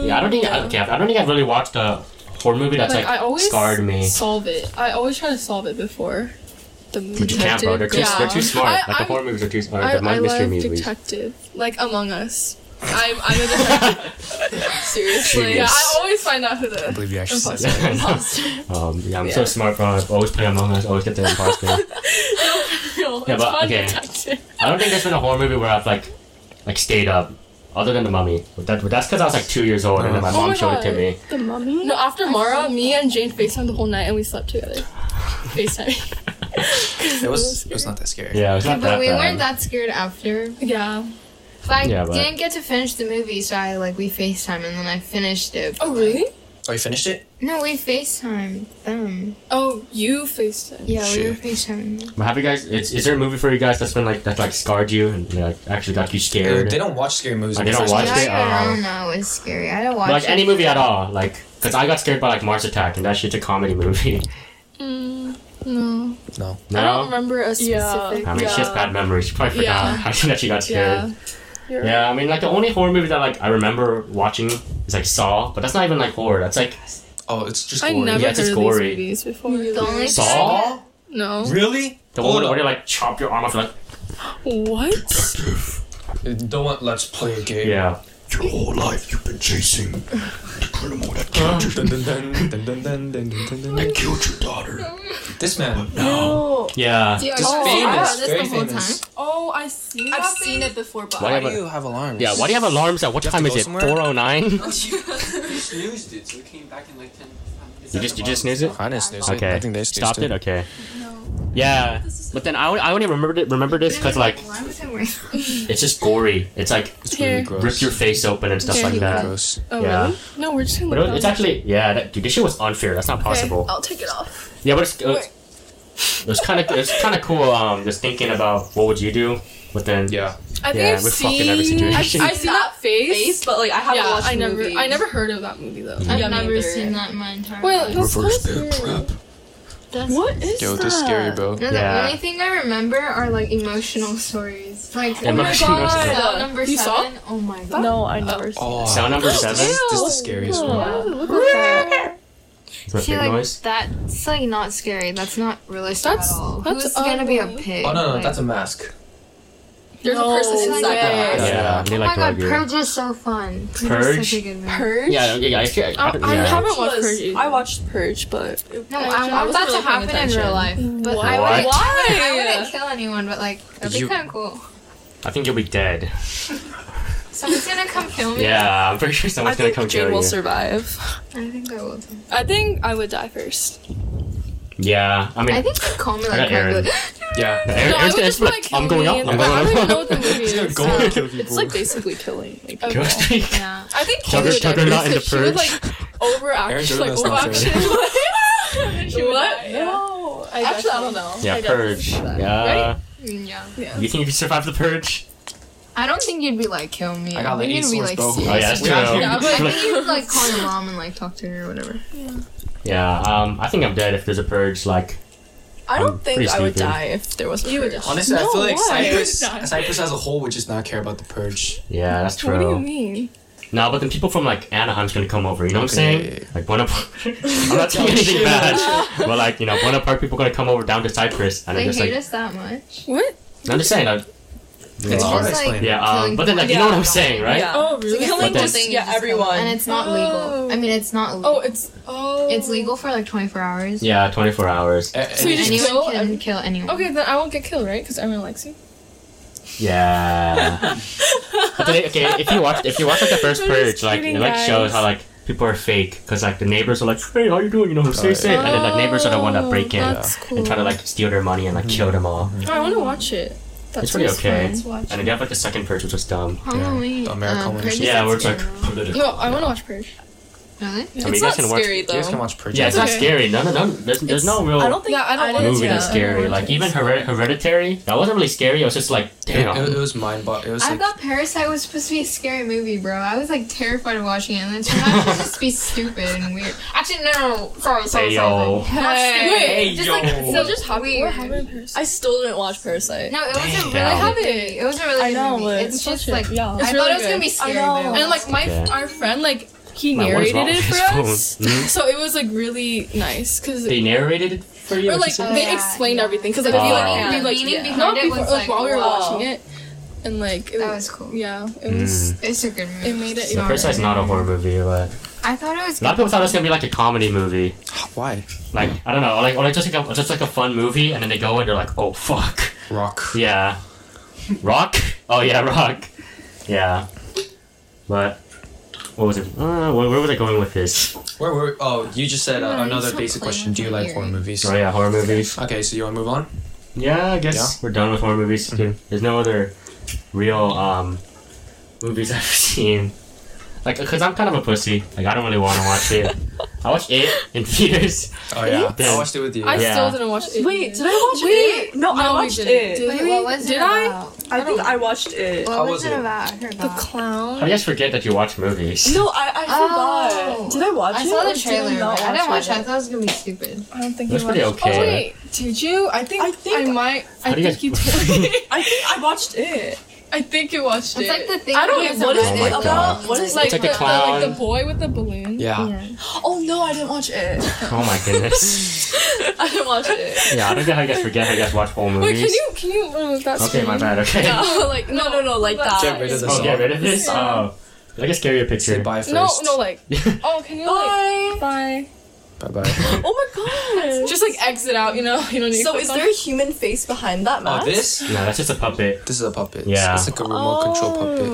A: Yeah, I don't think I, okay, I don't think I've really watched a horror movie that's like,
C: Like, I always
A: scarred me.
C: solve it. I always try to solve it before the movie.
A: But you can't, bro. They're too,
C: Yeah.
A: they're too smart.
C: I,
A: like the
C: I'm-
A: horror movies are too smart. The
C: I, I
A: mystery
C: love
A: movies.
C: detective, like Among Us. I'm, I'm a detective.
E: Seriously.
C: yeah,
A: Yes.
C: I always find out who
B: I
C: the.
B: believe you actually said
C: Impossible.
B: that.
A: um, yeah, I'm so smart, bro. I always play Among Us. Always get the imposter.
C: No,
A: Yeah,
C: it's
A: but-
C: called
A: okay.
C: detective.
A: I don't think there's been a horror movie where I've like, like stayed up, other than the Mummy. But that, but that's because I was like two years old and then my
C: Oh
A: mom
C: my
A: showed it to
C: God.
A: me.
D: The mummy?
C: No, after Mara, me and Jane FaceTimed the whole night and we slept together. FaceTime.
B: It was it was not that scary.
A: Yeah, it's
F: Okay,
A: not
F: but
A: that
F: we
A: bad.
F: weren't that scared after.
C: Yeah.
F: Like,
A: Yeah, but-
F: didn't get to finish the movie, so I like we Facetime and then I finished it.
C: Oh really?
B: Oh, you finished it?
F: No, we Facetime them.
C: Oh, you FaceTime.
F: Yeah, we were
B: Shit.
F: Facetiming.
A: But have you guys? It's, is there a movie for you guys that's been like that like scarred you and like actually got you scared?
B: They don't watch scary movies.
A: Oh, they don't
B: It's
A: watch
B: actually-
A: it?
F: I
A: Uh,
F: don't know. It was scary. I don't watch
A: But, like any
F: it.
A: movie at all, like because I got scared by like Mars Attack and that shit's a comedy movie.
C: Mm, no.
B: No.
C: I don't
A: No,
C: remember a specific.
A: I mean she has bad memories. She probably
C: Yeah.
A: forgot how she- that she got scared.
C: Yeah.
A: Yeah. I mean like the only horror movie that like I remember watching is like Saw, but that's not even like horror. That's like
B: Oh, it's just
C: I
B: gory.
C: never
A: Yeah,
C: heard
A: it's
C: of these
A: gory.
C: movies before.
F: The only
A: Saw.
C: No.
B: Oh, Really?
A: The one
B: Hold
A: where
B: up.
A: they like chop your arm off, like
C: What?
B: Don't want let's play a game.
A: yeah.
B: Your whole life you've been chasing the criminal that killed your that killed your daughter. This man.
D: No.
A: Yeah.
F: Yeah,
B: Just
F: oh, I
B: famous,
F: thought this
B: very
F: the whole
B: famous.
F: time.
C: Oh, I see.
E: I've seen it before, but
A: Why
B: Why
A: do
B: do
A: you
B: you have alarms?
A: Yeah, why do you have alarms at what
B: You have to
A: time
B: go
A: is it?
B: somewhere?
A: 409?
G: You snoozed, dude, so it came back in like 10 minutes.
A: You just you just snooze it?
B: I didn't snooze
A: Okay.
B: I think they snoozed
A: Stopped it? Okay. Yeah, but then I only, I only remembered it, remember this because like
F: why was I wearing?
A: it's just gory. It's like
B: It's really
C: Here.
B: gross.
A: rip your face open and stuff
C: There
A: like
C: you
A: that.
B: Gross.
C: Oh
A: Yeah.
C: really? No, we're just gonna
A: But
C: look
A: it, it's
C: down.
A: actually yeah, that, dude, this shit was unfair. That's not possible.
D: I'll take it off.
A: Yeah, but it's, it was, it was kind of it's kind of cool. Um, just thinking about what would you do, but then
B: Yeah.
C: I think
A: yeah,
C: I've
A: we're
C: seen.
A: fucked in every situation.
C: I've, I've seen that face.
E: Face, but like I haven't
C: yeah,
E: watched
C: I
E: the
C: never,
E: movie.
C: I never heard of that movie though.
F: I've
E: Yeah, me
F: never
E: neither.
F: seen that in my entire
C: Wait,
F: life.
C: that's
B: Reverse
C: kind of
B: bear
C: scary.
B: trap.
F: That's-
C: What is
B: Yo,
C: that?
B: this is scary, bro.
F: No, the
A: Yeah.
F: only thing I remember are like emotional stories. Like
A: Oh my Emotional God. stories.
F: Cell number
C: You saw?
F: seven. Oh my god.
D: No, I
C: Uh,
D: never. seen
B: Oh,
A: Sound number
B: this,
A: seven.
B: This is the scariest one.
C: Why does it look like that?
A: Is that
F: See,
A: big
F: like,
A: noise?
F: That's like not scary. That's not realistic
C: That's-
F: at all.
C: that's
F: Who's gonna be a
C: ugly.
F: pig?
B: Oh no, no,
F: Like-
B: that's a mask.
C: There's
E: No
C: a person
F: way.
C: inside that.
A: Yeah,
C: mask.
B: Yeah.
A: they
F: Oh my
A: like
F: god,
A: to argue.
F: Purge is so fun. Purge,
A: Purge?
F: is such a good movie.
E: Purge.
A: Yeah, yeah, yeah. yeah,
C: I- I
A: yeah.
C: haven't watched
E: Was-
C: Purge. either.
E: I watched Purge,
F: No,
E: but I
F: I,
E: actually- I
F: want
E: was
F: that
E: really
F: to happen
E: paying
F: in real life. But I
A: What?
F: wouldn't, I
E: Why?
F: wouldn't kill anyone, but like, that'd be
B: You-
F: kind of cool.
A: I think you'll be dead.
F: Someone's gonna come film me.
A: Yeah, I'm pretty sure someone's gonna come
E: Jane
A: kill
E: will
A: you.
E: survive.
F: I think I will too.
C: I think I would die first.
A: yeah, I mean,
F: I think they call me
A: I
F: like,
A: got Aaron.
F: Aaron.
B: Yeah.
A: Aaron-
C: No, I
A: Aaron's
C: would
A: gonna-
C: just be like,
A: I'm
C: kill
A: going
C: me.
A: up. I'm
C: Like, I don't
A: going
C: even know
A: up.
C: what the movie is.
B: Go and kill people.
D: It's like basically killing.
A: Kill
D: Like,
A: me.
F: yeah.
C: I think
A: Tucker-
C: Kayla would die
A: Tucker not
C: first
A: in the
C: 'cause she would,
A: Purge.
C: like overaction, like
B: Aaron Jordan is not
C: overaction.
D: She would
C: What?
D: die, yeah.
C: No, I
D: Actually, I
C: definitely-
D: don't know.
A: Yeah,
D: I definitely
A: purge.
D: see that.
A: Yeah.
F: Yeah.
A: You think you can survive the purge?
F: I don't think you'd be like, kill me.
B: I got
F: think
B: the eight
F: you'd be
B: swords,
F: like,
B: bro.
F: serious.
A: Oh yeah, that's true.
F: I
A: You're
F: think
A: like-
F: you would like call your mom and like talk to her or whatever.
A: yeah, um, I think I'm dead if there's a purge. Like,
D: I
A: I'm
D: don't
A: pretty
D: think I would
A: stupid.
D: die if there was. A
E: You would
D: purge.
B: Honestly, I
C: No,
B: feel like
C: why?
B: Cyprus,
C: No.
B: Cyprus as a whole would just not care about the purge.
A: yeah, that's true.
C: What do you mean?
A: No, but then people from like Anaheim's gonna come over. You know what I'm
B: Okay.
A: saying? Like Bonaparte. I'm not saying anything bad, but like you know, Bonaparte people gonna come over down to Cyprus, and
F: They
A: they're
F: hate
A: just like,
F: us that much.
C: What?
A: I'm just saying, like,
B: It's
A: yeah,
B: hard to
F: Just,
B: explain.
A: yeah, um,
F: killing
A: but then like, you know
E: Yeah.
A: what I'm saying, right?
E: Yeah.
C: Oh, really?
A: But
E: Killing
A: then-
E: just yeah
F: Just kill them.
E: everyone.
F: And it's not
C: Oh.
F: legal. I mean, it's not legal.
C: Oh, it's oh.
F: it's legal for like 24 hours.
A: Yeah, 24 hours.
B: A-
C: So you
B: and-
C: just-
F: Anyone
C: kill
F: can
C: every-
F: kill anyone.
C: Okay, then I won't get killed, right? Because everyone likes you.
A: Yeah. but then, okay, if you watch, if you watch like the first
C: I'm just
A: purge, like
C: kidding,
A: it like shows
C: guys.
A: how like people are fake, because like the neighbors are like, hey, how you doing? You know, stay safe, and then like neighbors are the one that break in
C: Oh,
F: That's cool.
A: and try to like steal their money and like kill them all.
C: I want to watch it. That
A: It's pretty
C: sounds
A: okay.
C: fun. Let's watch
A: And
C: it.
A: then you have like the second purge, which was dumb.
F: Halloween.
B: The American
F: uh,
B: one.
F: Purge is
A: Yeah, where it's like
F: scary.
A: political.
C: No, I want to watch Purge.
F: Really?
A: I mean,
E: It's
A: you guys
E: not
A: can watch.
E: scary
B: you guys can
E: though.
B: watch purge.
A: Yeah, it's not
C: Okay.
A: scary. No, no, no. There's, there's no real
E: I don't think uh,
C: Yeah, I don't
E: I
C: want
E: wouldn't-
A: movie that's
E: yeah.
A: scary.
C: don't
A: Like even Hered- Hereditary, that wasn't really scary. It was just like,
B: It,
A: damn.
B: it- it was mind bog. It was
F: I
B: like,
F: thought Parasite was supposed to be a scary movie, bro. I was like terrified of watching it, and then it turned out to just be stupid and weird. Actually, no, no, no. sorry, sorry,
A: Hey,
F: sorry.
A: yo.
F: sorry. Not stupid.
A: Hey,
F: just like
A: yo.
F: so
C: What just happened?
F: weird.
C: What happened in Paris?
E: I still didn't watch Parasite.
F: No, it was
A: Damn.
F: a really good
C: Happened.
F: movie. It was a really
D: I know,
F: good
D: but
F: movie. It's
D: it's
F: just
D: such a-
F: like
D: yeah.
F: I
C: It's
F: thought
C: really
F: it was gonna
C: good.
F: be scary.
E: know.
F: but it
C: And
F: wasn't.
C: like my
A: Okay.
C: our friend, like he
A: Man, what is wrong
C: narrated it
A: with
C: for
A: his
C: us,
A: phone? Hmm?
C: so it was like really nice because
A: They narrated it for you.
C: or
A: It's
C: like
A: just
E: uh,
A: like-
C: they
F: Yeah,
C: explained
F: yeah.
C: everything because
A: The
C: like, we,
A: meaning-
C: like,
F: the
C: we, like
F: meaning
C: yeah.
F: behind
C: not
F: it
C: before,
F: was,
C: like,
F: like,
C: while we were
F: wow.
C: watching it, and like it
F: that was cool.
C: yeah, it
A: Mm.
C: was
F: It's a good movie.
C: it made it.
A: the first side's not a horror movie, but
F: I thought it was.
A: a lot of people thought it was gonna be like a comedy movie.
B: why?
A: Like I don't know, or like or like just like a, just like a fun movie, and then they go and they're like, oh fuck,
B: Rock.
A: yeah, rock. Oh yeah, rock. Yeah, but what was it? Uh, where, where was I going with this?
B: Where were? Oh, you just said uh,
F: No,
B: another
F: it's not
B: basic
F: playing
B: question.
F: with
B: Do you
F: my
B: like horror
F: ear.
B: movies?
A: Oh yeah, horror movies.
B: Okay, so you want to move on?
A: Yeah, I guess Mm-hmm.
B: Yeah.
A: we're done with horror movies. There's no other real um, movies I've seen. Like, cause I'm kind of a pussy. Like, I don't really want to watch it. I watched it in theaters.
B: Oh yeah,
A: Yeah.
B: I watched it with you.
C: I
A: Yeah.
C: still didn't watch it.
D: Wait, did I watch
C: Wait,
D: it? No,
C: no,
D: I
C: we
D: watched
C: didn't.
D: it.
C: Did-
F: Wait,
C: Wait,
F: what was
C: did
F: it
C: I?
F: about?
D: I think I watched it.
F: What
B: How
F: was,
B: was
F: it
B: it?
F: about? I forgot.
C: The clown.
A: How do you guys forget that you watch movies?
D: No, I, I
F: Oh.
D: forgot. Did I watch
F: I
D: it?
F: saw
D: or
F: the
D: did
F: trailer.
D: not
F: but I didn't watch
D: it?
F: it. I thought it was gonna be stupid.
C: I don't think
A: That's
C: you
A: pretty
C: watched-
A: okay.
C: Oh wait, did you? I think
D: I
C: I,
D: think-
C: might. I
A: How do you
C: think you
A: guys-
C: did.
D: I think I watched it.
C: I think you watched it.
F: It's like the thing.
D: I don't
F: that
D: know what is
F: about
A: it about.
F: It's
D: What is
C: like,
A: It's like
C: the,
A: a
C: like
A: clown.
C: the boy with the balloon.
B: yeah.
F: Yeah.
D: Oh no, I didn't watch it.
A: Oh my goodness.
C: I didn't watch it.
A: Yeah, I don't get how you guys forget how you guys watch whole movies.
C: Wait, can you can you remove that?
A: Okay, my bad. Okay.
C: No, like no, no, no, like that.
B: Get rid of the
A: Oh,
B: song.
A: get rid of this. Oh, I guess carry a
B: Say
A: picture.
B: bye first.
C: No, no, like
A: yeah,
C: oh, can you like bye?
B: Bye bye.
D: Oh my god.
C: Just like exit out, you know? You don't need.
E: So
C: to
E: is
C: click on
E: there a
C: it.
E: human face behind that
B: oh,
E: mask?
B: this?
A: no, that's just a puppet.
B: This is a puppet.
A: Yeah.
B: It's like a remote control puppet.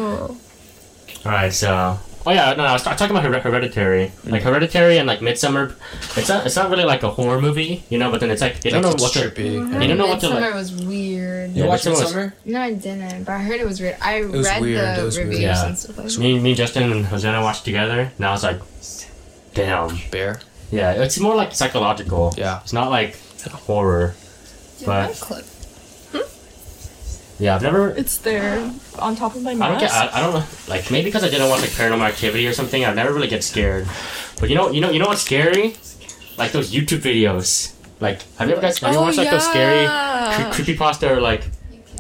A: All right, so Oh yeah, no, no I was ta- talking about Her- Hereditary, like Hereditary and like Midsummer. It's not, it's not really like a horror movie, you know. But then it's like you don't know what to.
B: trippy.
A: You don't know what to,
F: Midsummer was weird.
A: Yeah,
B: You watched
A: this one was-
B: Midsummer?
F: No, I didn't, but I heard it was weird. I
B: was
F: read
B: weird, it
F: the
B: was weird.
F: reviews
A: Yeah.
F: and stuff like that.
A: Me, me, Justin, and Jose and I watched together, and I was like, damn.
B: Bear.
A: Yeah, it's more like psychological.
B: Yeah.
A: It's not like horror, but
F: Clip.
A: yeah, I've never.
C: It's there on top of my
A: I don't
C: mask.
A: get. I, I don't know. Like maybe because I didn't watch like Paranormal Activity or something. I never really get scared. But you know, you know, you know what's scary? Like those YouTube videos. Like, have you ever guys have you
C: Oh,
A: watched like those scary
C: yeah.
A: creepy pasta or like?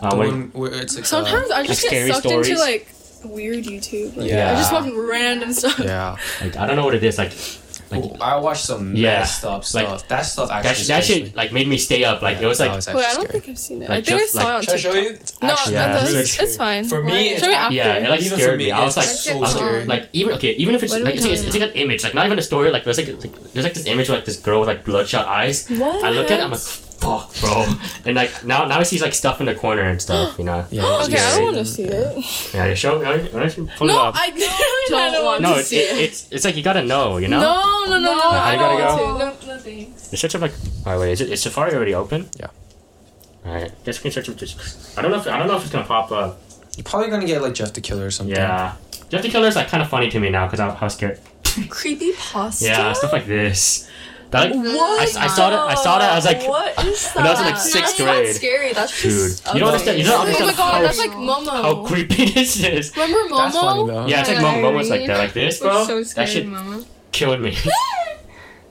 A: Uh,
B: The
A: when-
B: one where it's like, uh,
C: Sometimes I
A: like
C: just get
A: scary
C: sucked
A: stories?
C: into like weird YouTube. Like,
B: Yeah.
C: I just watch random stuff.
B: yeah.
A: like, I don't know what it is. Like Like-
B: Ooh, I watched some
A: Yeah.
B: messed up
A: Like,
B: stuff. that stuff actually.
A: that. sh- That
B: scares me.
A: shit like made me stay up. Like
B: Yeah,
A: it was
B: that
A: like.
C: Wait, I don't
B: actually
C: think I've seen it.
A: Like,
C: I think
A: just,
C: I saw
A: like-
B: scary.
C: it on TikTok.
B: you? It's
C: No,
B: actually-
A: Yeah,
C: no,
A: it's
C: that's-
A: really
C: it's fine.
B: For me,
C: Show me
B: it's
C: after.
A: Yeah, it like
B: Even for
A: scared
B: me,
A: me. I was
B: it's
A: like,
B: so
A: I was like-
B: scary.
A: like even okay, even if it's
F: What are
A: like
F: we
A: it's, it's,
F: doing?
A: it's like an image, like not even a story. Like there's like, it's, like there's like this image of like this girl with like bloodshot eyes.
C: What?
A: I look at it, I'm like, fuck, bro. and like now now I see like stuff in the corner and stuff, you know.
B: Yeah,
C: Okay, I
B: scary.
C: don't want to see it.
A: Yeah, you show. I, I actually pull
C: No,
A: it up.
C: I don't,
E: Don't
C: want
A: no,
C: to
A: it,
C: see
A: it,
C: it.
A: it's it's like you gotta know, you know.
C: No, no, no, no.
A: I
C: I don't
A: gotta
C: want to.
E: No, no thanks.
A: It's such a like. Oh wait, is, it, is Safari already open?
B: Yeah.
A: All right, guess we can search up just. I don't know if I don't know if it's gonna pop up.
B: You're probably gonna get like Jeff the Killer or something.
A: Yeah. Jeff the Killer's like kind of funny to me now because I, I was scared.
E: Creepy pasta.
A: Yeah, stuff like this. That, like,
E: What?
A: I, I saw that. I saw that. I was like,
E: what is that?
A: when I was in, like, sixth
E: that's not
A: grade.
E: scary. That's
A: dude,
E: just.
A: you don't understand. You don't
C: Oh
A: understand
C: my god, that's
A: how,
C: like Momo.
A: how creepy this is.
C: Remember Momo?
B: That's funny though.
A: Yeah, it's like Momo was like that, like this, bro.
F: so
A: that
F: scary,
A: shit
F: Mama.
A: killed me.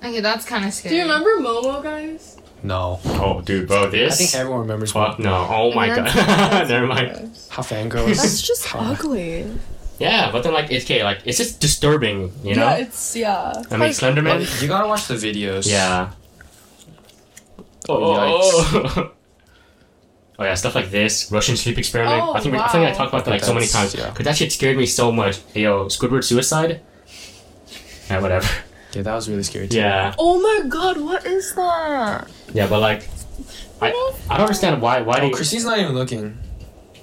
F: Okay, that's kind of scary.
C: Do you remember Momo, guys?
B: No.
A: oh, dude, bro,
B: I
A: this.
B: think everyone remembers
A: Fuck no! Oh my
F: That's-
A: god! Never mind.
B: how fangirls.
E: That's just
B: how-
E: ugly.
A: Yeah, but then like it's okay, like it's just disturbing, you know.
E: it's yeah.
A: I mean,
B: Well,
A: Slenderman.
B: you gotta watch the videos.
A: Yeah. Oh, oh, oh. Oh, yeah, stuff like this, Russian sleep experiment.
C: Oh,
A: I think we, I think I
C: wow.
A: talked about that like so many
B: That's-
A: times.
B: yeah.
A: Cause that shit scared me so much. Yo, Squidward suicide. Yeah, whatever.
B: Yeah, that was really scary too.
A: Yeah,
C: Oh my god, what is that?
A: yeah, but like, I I don't understand why why do
B: Oh,
A: you?
B: Christine's not even looking.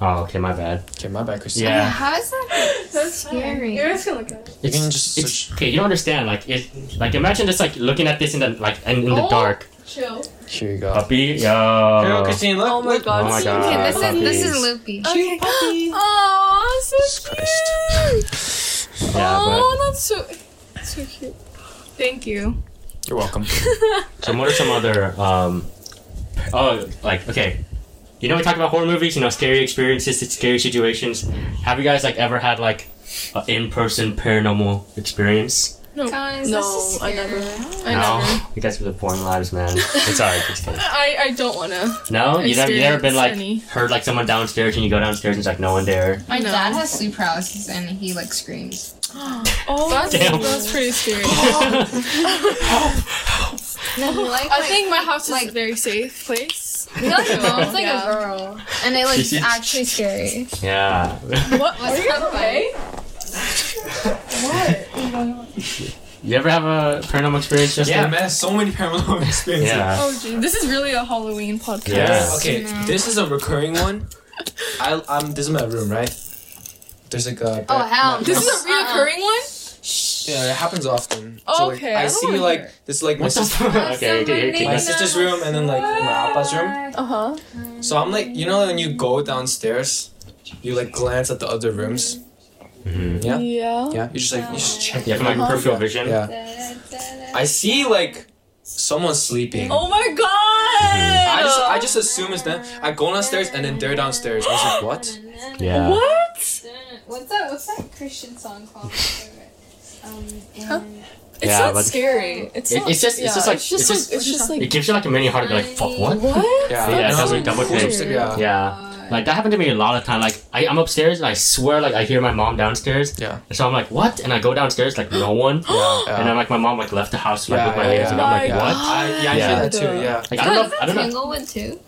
A: Oh, okay, my bad.
B: Okay, my bad, Christine.
F: Yeah,
A: Yeah,
F: how is that
C: That's
F: scary?
C: You're just gonna look at it.
B: You can
A: it's,
B: just
A: it's
B: search-
A: okay. You don't understand. Like it, like imagine just like looking at this in the like in, in the
C: Oh.
A: dark.
C: Chill.
B: Here you go.
A: Puppy, yo.
B: Here
A: uh,
B: you go, Christine. Look.
E: Oh my
B: look.
E: god.
A: Oh my
E: see?
A: god.
F: Okay, this is this
A: Puppies.
F: is loopy.
C: Okay. Aw, so cute.
A: Yeah,
C: oh, that's so, so cute. Thank you.
B: You're welcome.
A: but so what are some other um oh like okay. You know we talked about horror movies, you know, scary experiences, it's scary situations. Have you guys like ever had like an in person paranormal experience?
F: Guys,
E: No,
F: this is
E: I
F: scary.
C: I know.
A: You guys with the porn lives, man. It's alright, just kidding.
C: I, I don't wanna.
A: No? You never you never been like
C: Experience
A: heard like someone downstairs and you go downstairs and it's like no one there.
F: My
C: No.
F: dad has sleep paralysis and he like screams.
C: Oh, that's,
A: Damn.
C: that's pretty scary.
F: No, he like
C: I think my house is
F: like-
C: a very safe place.
F: he like moans like
C: Yeah.
F: a girl, and it like is actually scary.
A: yeah.
C: What?
F: What's happening?
A: you ever have a paranormal experience just
B: yeah, man. So many paranormal experiences.
A: Yeah.
C: Oh, gee. This is really a Halloween podcast.
A: Yeah.
B: Okay, this is a recurring one. I, I'm. This is my room, right? There's like a.
F: Oh hell!
C: This
F: no.
C: is a reoccurring one?
B: Yeah, it happens often. like,
C: Okay, I
B: I
C: don't
B: see
C: wanna
B: like
C: hear
B: this like my,
A: What the
B: sis-
A: fuck? Okay, okay, okay.
B: my
A: that's-
B: sister's room and then like my papa's room.
C: Uh huh.
B: So I'm like, you know, when you go downstairs, you like glance at the other rooms.
A: Mhm.
B: Yeah,
C: Yeah.
B: yeah. You just like you just check.
A: Yeah, from like
C: Uh-huh.
B: it out.
A: peripheral vision.
B: Yeah. I see like someone sleeping.
C: Oh my god!
A: Mm-hmm.
B: I just I just assume it's them. I go downstairs and then they're downstairs. I was like, what?
A: Yeah.
C: What?
F: What's that? What's that Christian song called? Um, and
C: It's
A: Yeah,
C: not
A: but-
C: scary. It's,
A: It-
C: not,
A: it's just- it's
C: yeah,
A: just like-
C: it's just
A: it's
C: like
A: just-
C: it's just like
A: It gives you like a mini heart to be like, fuck, what?
C: what?
B: Yeah,
A: Yeah, it
B: no,
A: sounds like double
B: cool.
A: take.
B: Yeah.
F: uh,
A: Yeah. Like that happened to me a lot of time. Like I, I'm upstairs and I swear like I hear my mom downstairs.
B: Yeah.
A: And so I'm like, what? And I go downstairs, like no one.
B: yeah.
A: And then like my mom like left the house like
B: Yeah,
A: with my
B: yeah,
A: hands and
B: yeah.
A: I'm like,
B: Yeah.
A: what?
B: I, yeah, I
A: Yeah.
B: hear that too. Yeah.
A: Like I don't know if, I don't know.
F: Tanglewood too.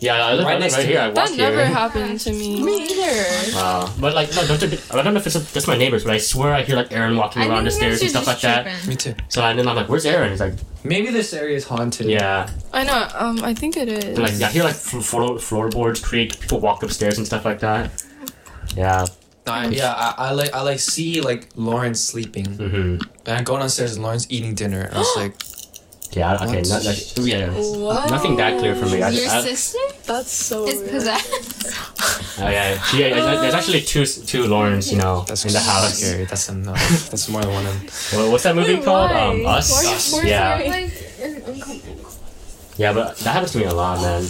A: Yeah, I live
B: Right
A: right,
B: next
A: right
B: to
A: here, I
B: you.
A: walk
C: That never
A: here.
C: happened to me. Me either.
A: Wow. But like no, don't you, I don't know if it's just my neighbors, but I swear I hear like Aaron walking
F: I
A: around the
F: think you guys
A: stairs and
F: are
A: stuff like
F: just
A: that.
F: tripping.
B: Me too.
A: So and then I'm like, where's Aaron? He's like,
B: Maybe this area is haunted.
A: yeah.
C: I know. Um, I think it is.
A: And, like I hear like fl- floor, floorboards creak, people walk upstairs and stuff like that. Yeah.
B: I, yeah, I, I like I like see like Lauren sleeping,
A: hmm
B: and I go downstairs and Lauren's eating dinner. And I was like,
A: Yeah. Okay.
B: What?
A: Not, that- yeah.
E: What?
A: Nothing that clear for me. I,
F: Your
A: I,
F: sister
E: That's so
F: is
E: weird.
F: possessed.
A: Oh, yeah, she, yeah, yeah, there's actually two two Laurens, you know,
B: that's
A: in the house.
B: Scary. That's enough. That's more than one. Of them.
A: Well, what's that movie
E: Wait,
A: called?
E: why?
A: Um,
E: Why
A: Us.
E: is- why is
A: yeah,
E: there-
F: Like, an
A: Uh,
F: uncomfortable-
A: yeah, but that happens to me a lot, man.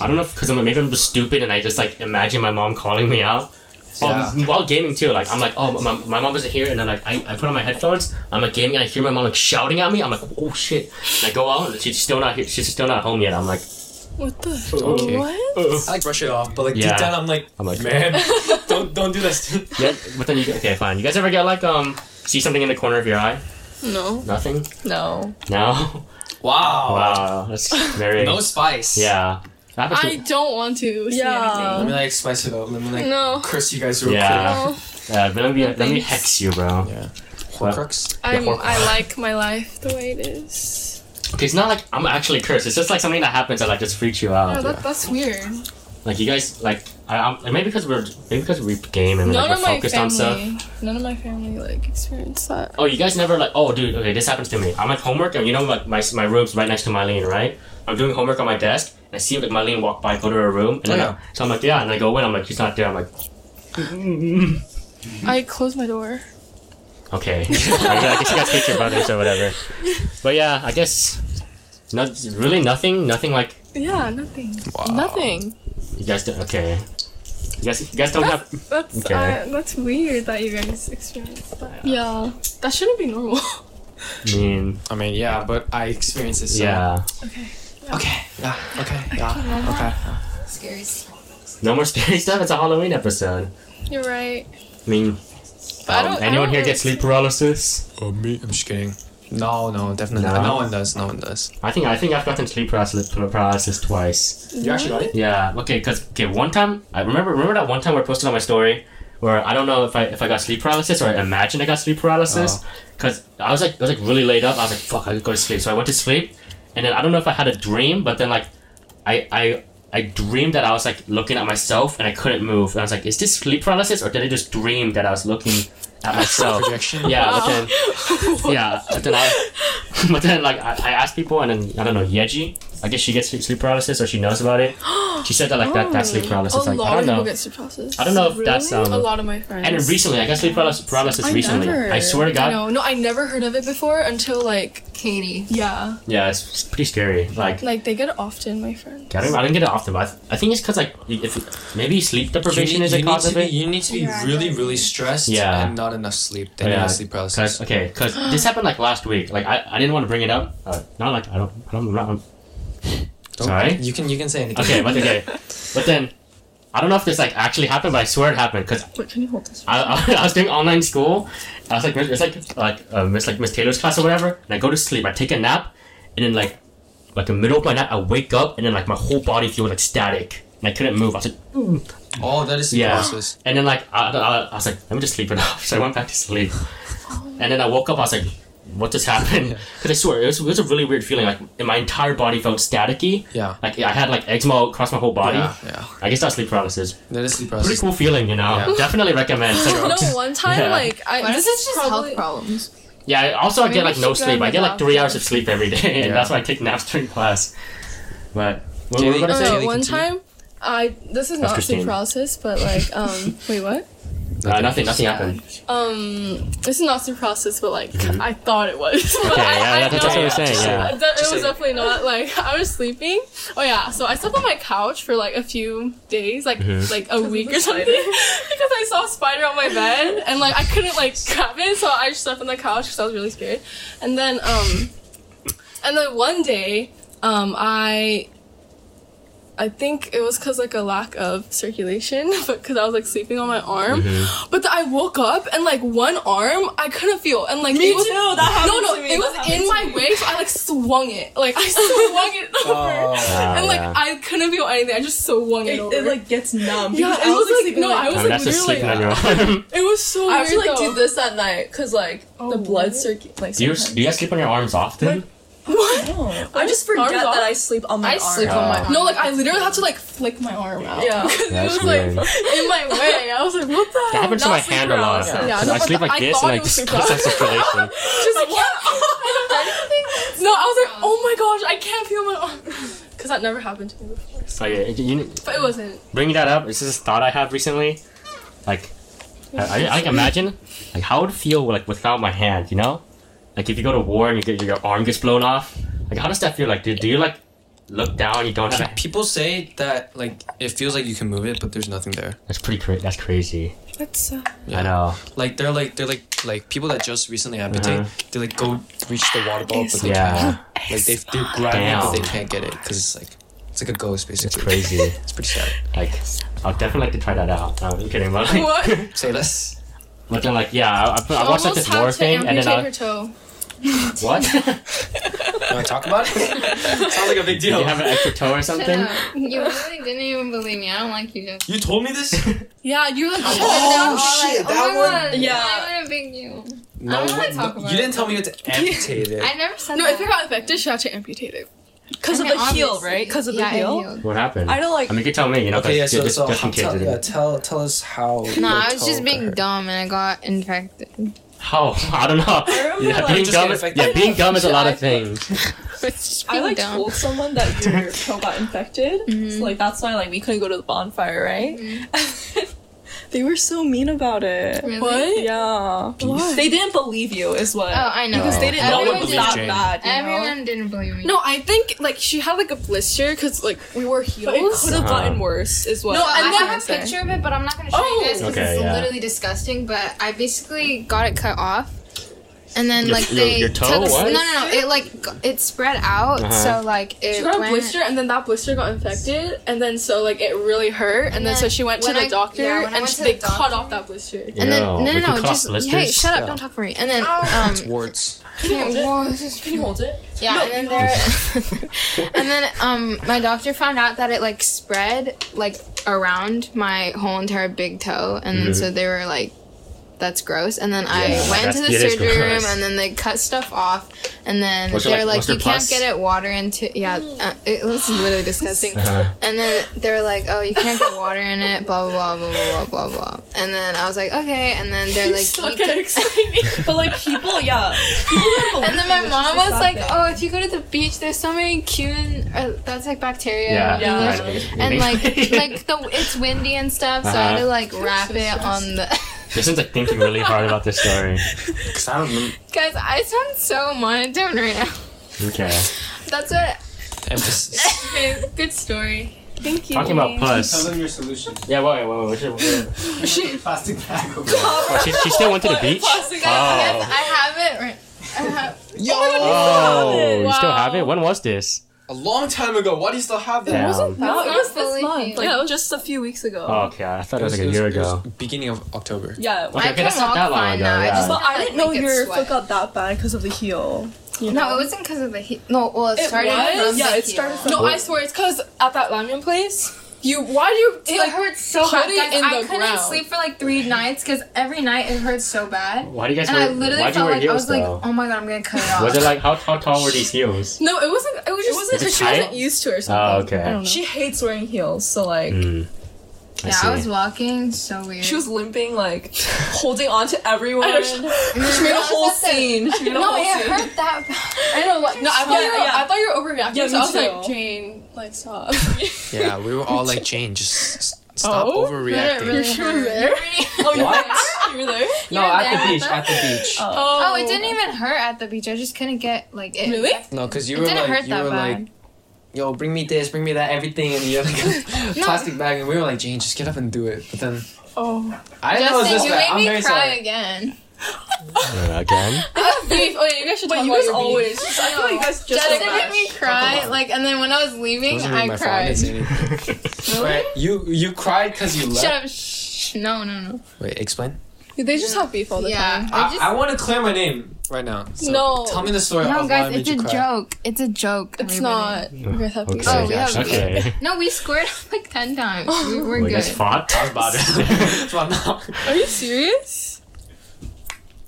A: I don't know if because I'm maybe I'm just stupid and I just like imagine my mom calling me out.
B: Yeah.
A: Oh, while gaming too, like I'm like, oh, my, my mom isn't here, and then like I, I put on my headphones, I'm like gaming, and I hear my mom like shouting at me. I'm like, oh shit! And I go out, and she's still not here. She's still not home yet. I'm like,
C: What the?
B: Okay.
E: What?
A: "Ugh."
B: I like brush it off, but like
A: Yeah.
B: deep down, I'm like,
A: I'm like-
B: man, don't don't do this.
A: yeah. But then you okay, fine. You guys ever get like um see something in the corner of your eye?
C: No.
A: Nothing.
E: No.
A: No.
B: Wow.
A: Wow, that's very
B: No spice.
A: Yeah. That happens to-
C: I don't want to see
E: Yeah.
B: Let me like spice it up. Let me like
C: No.
B: curse you guys real
A: Yeah.
C: anything. No.
A: Yeah, but let me let me
C: Thanks.
A: hex you, bro.
B: quick. Yeah. Horcrux.
C: I'm,
A: horrible.
C: I like my life the way it is.
A: Okay, it's not like I'm actually cursed. It's just like something that happens that like just freaks you out.
F: Oh, that, that's weird.
A: Like you guys, like I, I'm, and maybe because we're maybe because we game and like
C: None
A: we're
C: of my
A: focused on stuff.
C: family, none of my family like experienced that.
A: Oh, you guys never like. Oh, dude. Okay, this happens to me. I'm at homework, and you know, like my my room's right next to Mylene, right? I'm doing homework on my desk, and I see like Mylene walk by, go to her room, and then
B: Oh,
A: I-
B: yeah.
A: so I'm like, yeah, and I go in. I'm like, she's not there. I'm like,
C: I close my door.
A: okay. I guess you guys hate your brothers or whatever. But yeah, I guess not really nothing. Nothing like
C: Yeah, nothing.
B: Wow.
C: Nothing.
A: you guys. Don't, okay. You guys, you guys don't have.
C: That's
A: Okay.
C: uh, that's weird that you guys experienced that. Yeah, that shouldn't be normal.
A: I mean,
B: I mean, yeah, but I experienced this. so-
A: yeah.
B: Okay. Yeah. Okay. Yeah. Okay.
F: Scary. stuff.
A: No more scary stuff. It's a Halloween episode.
C: You're right.
A: I mean,
C: I
A: um,
C: don't- I
A: anyone
C: don't
A: here
C: really
A: get sleep paralysis?
B: Oh, me? I'm just kidding. No, no, definitely
A: No?
B: not. No one does. No one does.
A: I think I think I've gotten sleep paralysis, paralysis twice.
B: You actually got it?
A: Yeah. Okay. Cause okay, one time I remember remember that one time where I posted on my story where I don't know if I if I got sleep paralysis or I imagined I got sleep paralysis. Cause I was like I was like really laid up. I was like fuck I could go to sleep. So I went to sleep, and then I don't know if I had a dream, but then like I I. I dreamed that I was like looking at myself and I couldn't move. And I was like, "Is this sleep paralysis, or did I just dream that I was looking at myself?"
B: Projection?
A: Yeah, but then yeah, but then I, but then like I, I asked people, and then I don't know Yeji. I guess she gets sleep- sleep paralysis, or she knows about it. She said that like that that's sleep paralysis.
C: a
A: Like,
C: lot
A: I don't
C: of
A: know.
C: people get sleep paralysis.
A: I don't know if that's um.
C: a lot of my friends.
A: And then recently, I got sleep paralysis, paralysis
C: I
A: recently.
C: never-
A: I swear to God,
C: No, no, I never heard of it before until like
F: Katie.
C: yeah,
A: yeah, it's, it's pretty scary. Like.
C: like they get it often, my friend.
A: I don't, I don't get it often, but I, th- I think it's because like you- if maybe sleep deprivation is a cause
B: to
A: of
B: be,
A: it.
B: you need to be
E: Yeah, I
B: really,
E: know.
B: really stressed
A: Yeah.
B: and not enough sleep. Then you
A: Yeah,
B: have sleep
A: Cause,
B: paralysis.
A: okay, because this happened like last week. Like I, I didn't want to bring it up. Uh, not like I don't I don't, I'm not,
B: Don't-
A: sorry?
B: You can you can say anything.
A: Okay, but okay, but then I don't know if this like actually happened, but I swear it happened because
C: Wait, can you hold this?
A: I, I, was doing online school. I was like, it's like like uh, Miss like Miss Taylor's class or whatever, and I go to sleep. I take a nap, and then like like in the middle of my nap, I wake up, and then like my whole body feels like static, and I couldn't move. I was like,
B: Oh, that is sleep
A: Yeah.
B: paralysis.
A: and then like I, I, I was like, let me just sleep it off. So I went back to sleep, and then I woke up. I was like, what just happened? Because I swear it was, it was a really weird feeling. Like my entire body felt staticky.
B: Yeah.
A: Like I had like eczema across my whole body.
B: Yeah, yeah.
A: I guess that's sleep paralysis.
B: That is sleep
A: Pretty
B: paralysis.
A: cool feeling, you know.
B: Yeah.
A: Definitely recommend. It's
C: No,
A: like-
C: one time
A: Yeah.
C: like I
F: Why
C: this is
F: does it just
C: just probably,
F: health problems?
A: yeah, I- also I
C: Maybe
A: get like
C: we
A: no
C: should go
A: sleep.
C: to
A: I get like
C: the
A: three
C: doctor.
A: hours of sleep every day, and
B: Yeah.
A: that's why I take naps during class. But what were
B: Daily-
A: we gonna
C: No, no,
A: say?
B: Daily
C: one
B: continue.
C: time I this
A: That's
C: is not
A: Christine.
C: sleep paralysis, but like um wait what?
A: Uh, nothing, nothing happened.
C: Um, this is not sleep paralysis, but like I thought it was.
A: Mm-hmm.
C: But
A: Okay,
C: I-
A: yeah,
C: I
A: yeah, that's
C: know-
A: what I was saying.
B: just
A: Yeah,
C: Uh, that-
B: Just
C: it was
B: say-
C: definitely not like I was sleeping. Oh yeah, so I slept on my couch for like a few days, like
A: Mm-hmm.
C: like a week or something, because I saw a spider on my bed and like I couldn't like grab it, so I just slept on the couch because I was really scared. And then um, and then one day um I. I think it was because like a lack of circulation, but because I was like sleeping on my arm.
A: Mm-hmm.
C: But then I woke up and like one arm I couldn't feel, and like
E: Me
C: it was-
E: too. That
C: no,
E: happened
C: no,
E: to me.
C: it
E: That
C: was
E: happened
C: in
E: to
C: my
E: me.
C: way, so I like swung it. Like I swung it over.
B: Oh.
A: Wow,
C: and like
A: yeah.
C: I couldn't feel anything. I just swung it,
E: It,
C: over.
E: it like gets numb.
C: yeah,
E: because
C: it was, like
E: sleeping,
C: no, I
A: I mean,
C: was like
A: that's just
C: literally.
A: sleeping on your arm.
C: it was so
E: I was
C: weird
E: like do
C: though.
E: this at night because like
C: Oh,
E: the
C: what?
E: blood circuit. Like
A: do you
E: sometimes-
A: do you guys sleep on your arms often?
D: What? I just forget
C: Arms off?
D: that I sleep on
C: I
D: my arm.
C: sleep
A: on
C: on
A: my
C: my
A: Wow.
C: arm. No, like I literally had to like flick my arm out.
D: Yeah.
C: it
A: That's
C: was like
A: weird.
C: in my way. I was like, what the
A: That
C: hell?
A: happens to
C: oh, Not
A: my
C: sleep
A: hand a lot.
C: paralysis. Yeah,
A: 'Cause
C: no,
A: I
C: but
A: sleep like
C: I
A: this
C: thought
A: and I
C: it was
A: just
C: sleep
A: cause that circulation.
C: She's like, what? no, I was like, oh my gosh, I can't feel my arm. Because that never happened to me before.
A: So yeah, you- you-
C: But it wasn't.
A: bringing that up, it's just a thought I have recently. Like, I, I, I like imagine like how it would feel like without my hand. You know, like if you go to war and you get your arm gets blown off. Like how does that feel? Like do, do you like look down? You don't have.
B: Pe-
A: A,
B: People say that like it feels like you can move it, but there's nothing there.
A: that's pretty crazy. That's crazy.
E: That's uh,
A: I know.
B: Like they're like they're like like people that just recently amputate. They like go reach the water ball, but they
A: Uh-huh. Yeah,
B: can't. Like they they grab it, but
A: Damn.
B: they can't get it because it's like it's like a ghost
A: it's
B: basically.
A: crazy.
B: It's pretty sad.
A: Like I'd definitely like to try that out. No, I'm kidding, but like,
C: What?
B: Say less.
A: but then like yeah, I, I, I watched like
C: almost
A: this
C: had
A: war
C: to
A: thing and
C: amputate
A: then I,
C: her toe.
A: what?
B: You want to talk about it? Sounds like a big
A: Do
B: deal.
A: you have an extra toe or
F: Shut
A: something?
F: up. You really didn't even believe me. I don't like you, Jeff.
B: You told me this?
C: Yeah, you're like,
F: shit, that one. God,
D: Yeah.
F: I would big you.
B: No,
F: don't wanna talk
B: no,
F: about
B: you
F: it.
B: didn't tell me you had to amputate it.
F: I never said
C: no,
F: that.
C: if it got infected, she had to amputate it.
D: Because
F: I
D: of
F: mean,
D: the heel,
F: obviously.
D: right? Because of the
F: yeah,
D: heel.
F: I healed.
A: What happened?
D: I don't like.
A: I mean, you can tell me, you know, 'cause
B: Okay, yeah,
A: you-
B: so,
A: just,
B: so
A: just in case
B: tell,
A: it
B: yeah,
A: didn't.
B: tell, tell us how. your
F: No, I was
B: toe
F: just being
B: got hurt.
F: dumb and I got infected.
A: How? Oh, I don't know.
D: remember,
A: Yeah,
D: like,
A: being
B: just
A: dumb.
B: get
A: Is,
B: affected.
A: yeah, being dumb is a lot of things.
F: It's just
D: I
F: being
D: like
F: dumb.
D: told someone that your, your toe got infected. So like that's why like we couldn't go to the bonfire, right? Mm-hmm. they were so mean about it.
F: Really?
C: What?
D: Yeah. They didn't believe you, is what.
F: Oh, I know.
D: Because they didn't
F: No
D: know
F: one
D: it was
F: believed
D: that
B: Jane.
D: bad. You know?
F: Everyone didn't believe me.
C: No, I think like she had like a blister because like we wore
D: But it
C: heels.
D: could have
A: Uh-huh.
D: gotten worse, is what.
C: No,
F: I
C: and
F: have a
C: then-
F: picture of it, but I'm not gonna show
C: Oh.
F: you guys because
A: Okay,
F: it's
A: yeah.
F: literally disgusting. But I basically got it cut off, and then
A: Your-
F: like
A: your-
F: they
A: your toe?
F: took-
A: What?
F: no, no, no. It like g- it spread out,
A: Uh-huh.
F: so like it
C: She got a
F: went.
C: blister, and then that blister got infected, and then so like it really hurt, and,
F: And
C: then, so
F: then
C: she went to
F: when
C: the
F: I-
C: doctor,
F: yeah, when
C: and
F: I went
C: she,
F: to
C: they
F: the
C: cut
F: doctor-
C: off that blister.
F: And then no,
A: we
F: no,
A: can
F: no,
A: cut
F: just
A: off blisters.
F: hey, shut up!
B: Yeah.
F: Don't talk for me. And then um,
B: Warts.
F: yeah, well, this is
C: Can you hold it?
F: Yeah, and then there, and then um, my doctor found out that it like spread like around my whole entire big toe, and then so they were like, "That's gross." And then
A: Mm-hmm. Yeah,
F: I went
A: that's-
F: to the
A: it is
F: surgery room,
A: gross.
F: and then they cut stuff off, and then
A: Was it,
F: they're
A: like-
F: like,
A: was
F: "You
A: there
F: can't
A: pus?"
F: get it water into." Yeah, uh, it was literally disgusting.
A: Uh-huh.
F: And then they were like, "Oh, you can't get water in it." Blah blah blah blah blah blah blah. And then I was like, "Okay." And then they're like, "You
D: Okay,
F: can-
D: exciting. but like people, yeah. People didn't believe
F: and then my
D: you,
F: mom
D: which is
F: was
D: the
F: like,
D: sad
F: "Oh, if you go to the beach, there's so many cute, uh, that's like bacteria,
A: Yeah.
F: and,
D: Yeah.
F: like- and like like the it's windy and stuff, so
A: Uh-huh.
F: I had to like wrap it on the."
A: Jason's like thinking really hard about this story.
B: Because I don't remember.
F: Guys, I sound so monotone right now.
A: Okay.
F: That's what.
B: Emphasis.
F: Okay, good story.
D: Thank you.
A: Talking about
G: Tell
A: pus.
G: them your solution.
A: Yeah, wait, wait, wait. wait, wait, wait.
G: Plastic bag over
A: Oh, she, she still went to the beach?
F: Guys, guys,
A: Oh.
F: I have it. Right, I have.
A: Oh, you still
C: Wow.
A: have it? When was this?
B: A long time ago. Why do you still have that?
A: Damn.
D: No, it was
F: Believe
D: this month.
F: you.
D: Like
C: Yeah, it was-
D: just a few weeks ago.
A: Oh, okay. I thought it was like a
B: was-
A: year
B: it was
A: ago.
B: beginning of October.
D: yeah.
A: Okay,
F: I
A: okay,
F: can
A: that's not
F: walk
A: that long
F: fine
A: ago,
F: now. I
A: yeah.
F: just
D: But
F: have to,
D: I
F: like,
D: didn't know
F: make it
D: your
F: sweat.
D: foot got that bad because of the heel. You
F: No,
D: know?
F: it wasn't because of the heat. No, well, it
D: It
F: started
D: was?
F: from
D: Yeah,
F: the
D: it started
F: heel.
D: from-
C: No, I swear it's because at that ramen place, you why do you
F: It
C: like
F: hurt so
C: put
F: bad.
C: it
F: Guys,
C: in
F: I
C: the
F: couldn't
C: ground.
F: sleep for like three nights because every night it hurt so bad.
A: Why do you guys
F: And I
A: wear,
F: literally
A: why'd you
F: felt
A: wear
F: like I
A: heels
F: was like,
A: though?
F: oh my god, I'm gonna cut it off.
A: was it like, how, how tall were these heels?
C: No, it wasn't. It was just
A: Is
D: wasn't-
A: it
C: she wasn't
A: tight?
C: used to it or something.
A: Oh, okay.
C: I don't know.
D: She hates wearing heels, so like
A: Mm. I
F: yeah,
A: see.
F: I was walking so weird.
D: she was limping, like holding on to everyone.
C: I know, she-
F: And then
D: She made a
F: I was
D: whole
F: just like-
D: scene. She made a
F: No,
D: whole
F: it
D: scene.
F: hurt that bad.
C: I don't know. Like, no, I thought
D: Yeah,
C: you were,
D: yeah.
C: I thought you were overreacting.
D: Yeah,
C: so I
D: me
C: was like,
D: too.
C: Jane, like stop.
B: Yeah, we were all like, Jane, just s- stop
C: Oh?
B: overreacting.
F: Really
C: she
F: hurt.
C: was there?
D: Oh, you
B: What?
D: were- You were there?
B: No,
F: You're
B: at the
F: there.
B: beach. At the beach.
F: Oh, it didn't even hurt at the beach. I just couldn't get like it.
C: Really?
B: No, because you
F: It
B: were
F: didn't
B: like,
F: hurt
B: you
F: that
B: were
F: bad.
B: like, yo, bring me this, bring me that, everything, and you had like a
F: No.
B: plastic bag, and we were like, Jane, just get up and do it. But then
C: Oh.
B: I didn't know it was
F: Justin,
B: this
F: you
B: bad.
F: made
B: I'm
F: me
B: very
F: cry
B: sorry.
F: again.
A: Uh, again?
C: Beef. Oh, yeah, you guys should
D: But
C: talk
D: you
C: about
D: guys
C: your beef.
D: always. I feel like you guys just.
F: Justin
D: like
F: made
D: that.
F: me cry. Like, and then when I was
B: It
F: leaving,
B: wasn't really
F: I
B: my fault. I
F: cried.
B: didn't say anything. Wait, you you cried because you left.
F: Shut up. Shh. No, no, no.
B: Wait, explain.
C: They just have beef all the
F: Yeah,
C: time.
F: I
B: I,
F: just.
B: I want to clear my name right now. So
C: No.
B: Tell me the story.
F: No,
B: of why
F: guys,
B: it
F: it's
B: made
F: a
B: you cry.
F: joke. It's a joke.
C: It's
F: everybody.
C: not. You guys have beef.
F: Oh,
A: Okay.
F: we have
A: okay.
F: No, we squared up like ten times. We were
A: Well, you
F: good.
A: guys fought?
B: I was about to. That's why I'm not-
C: Are you serious?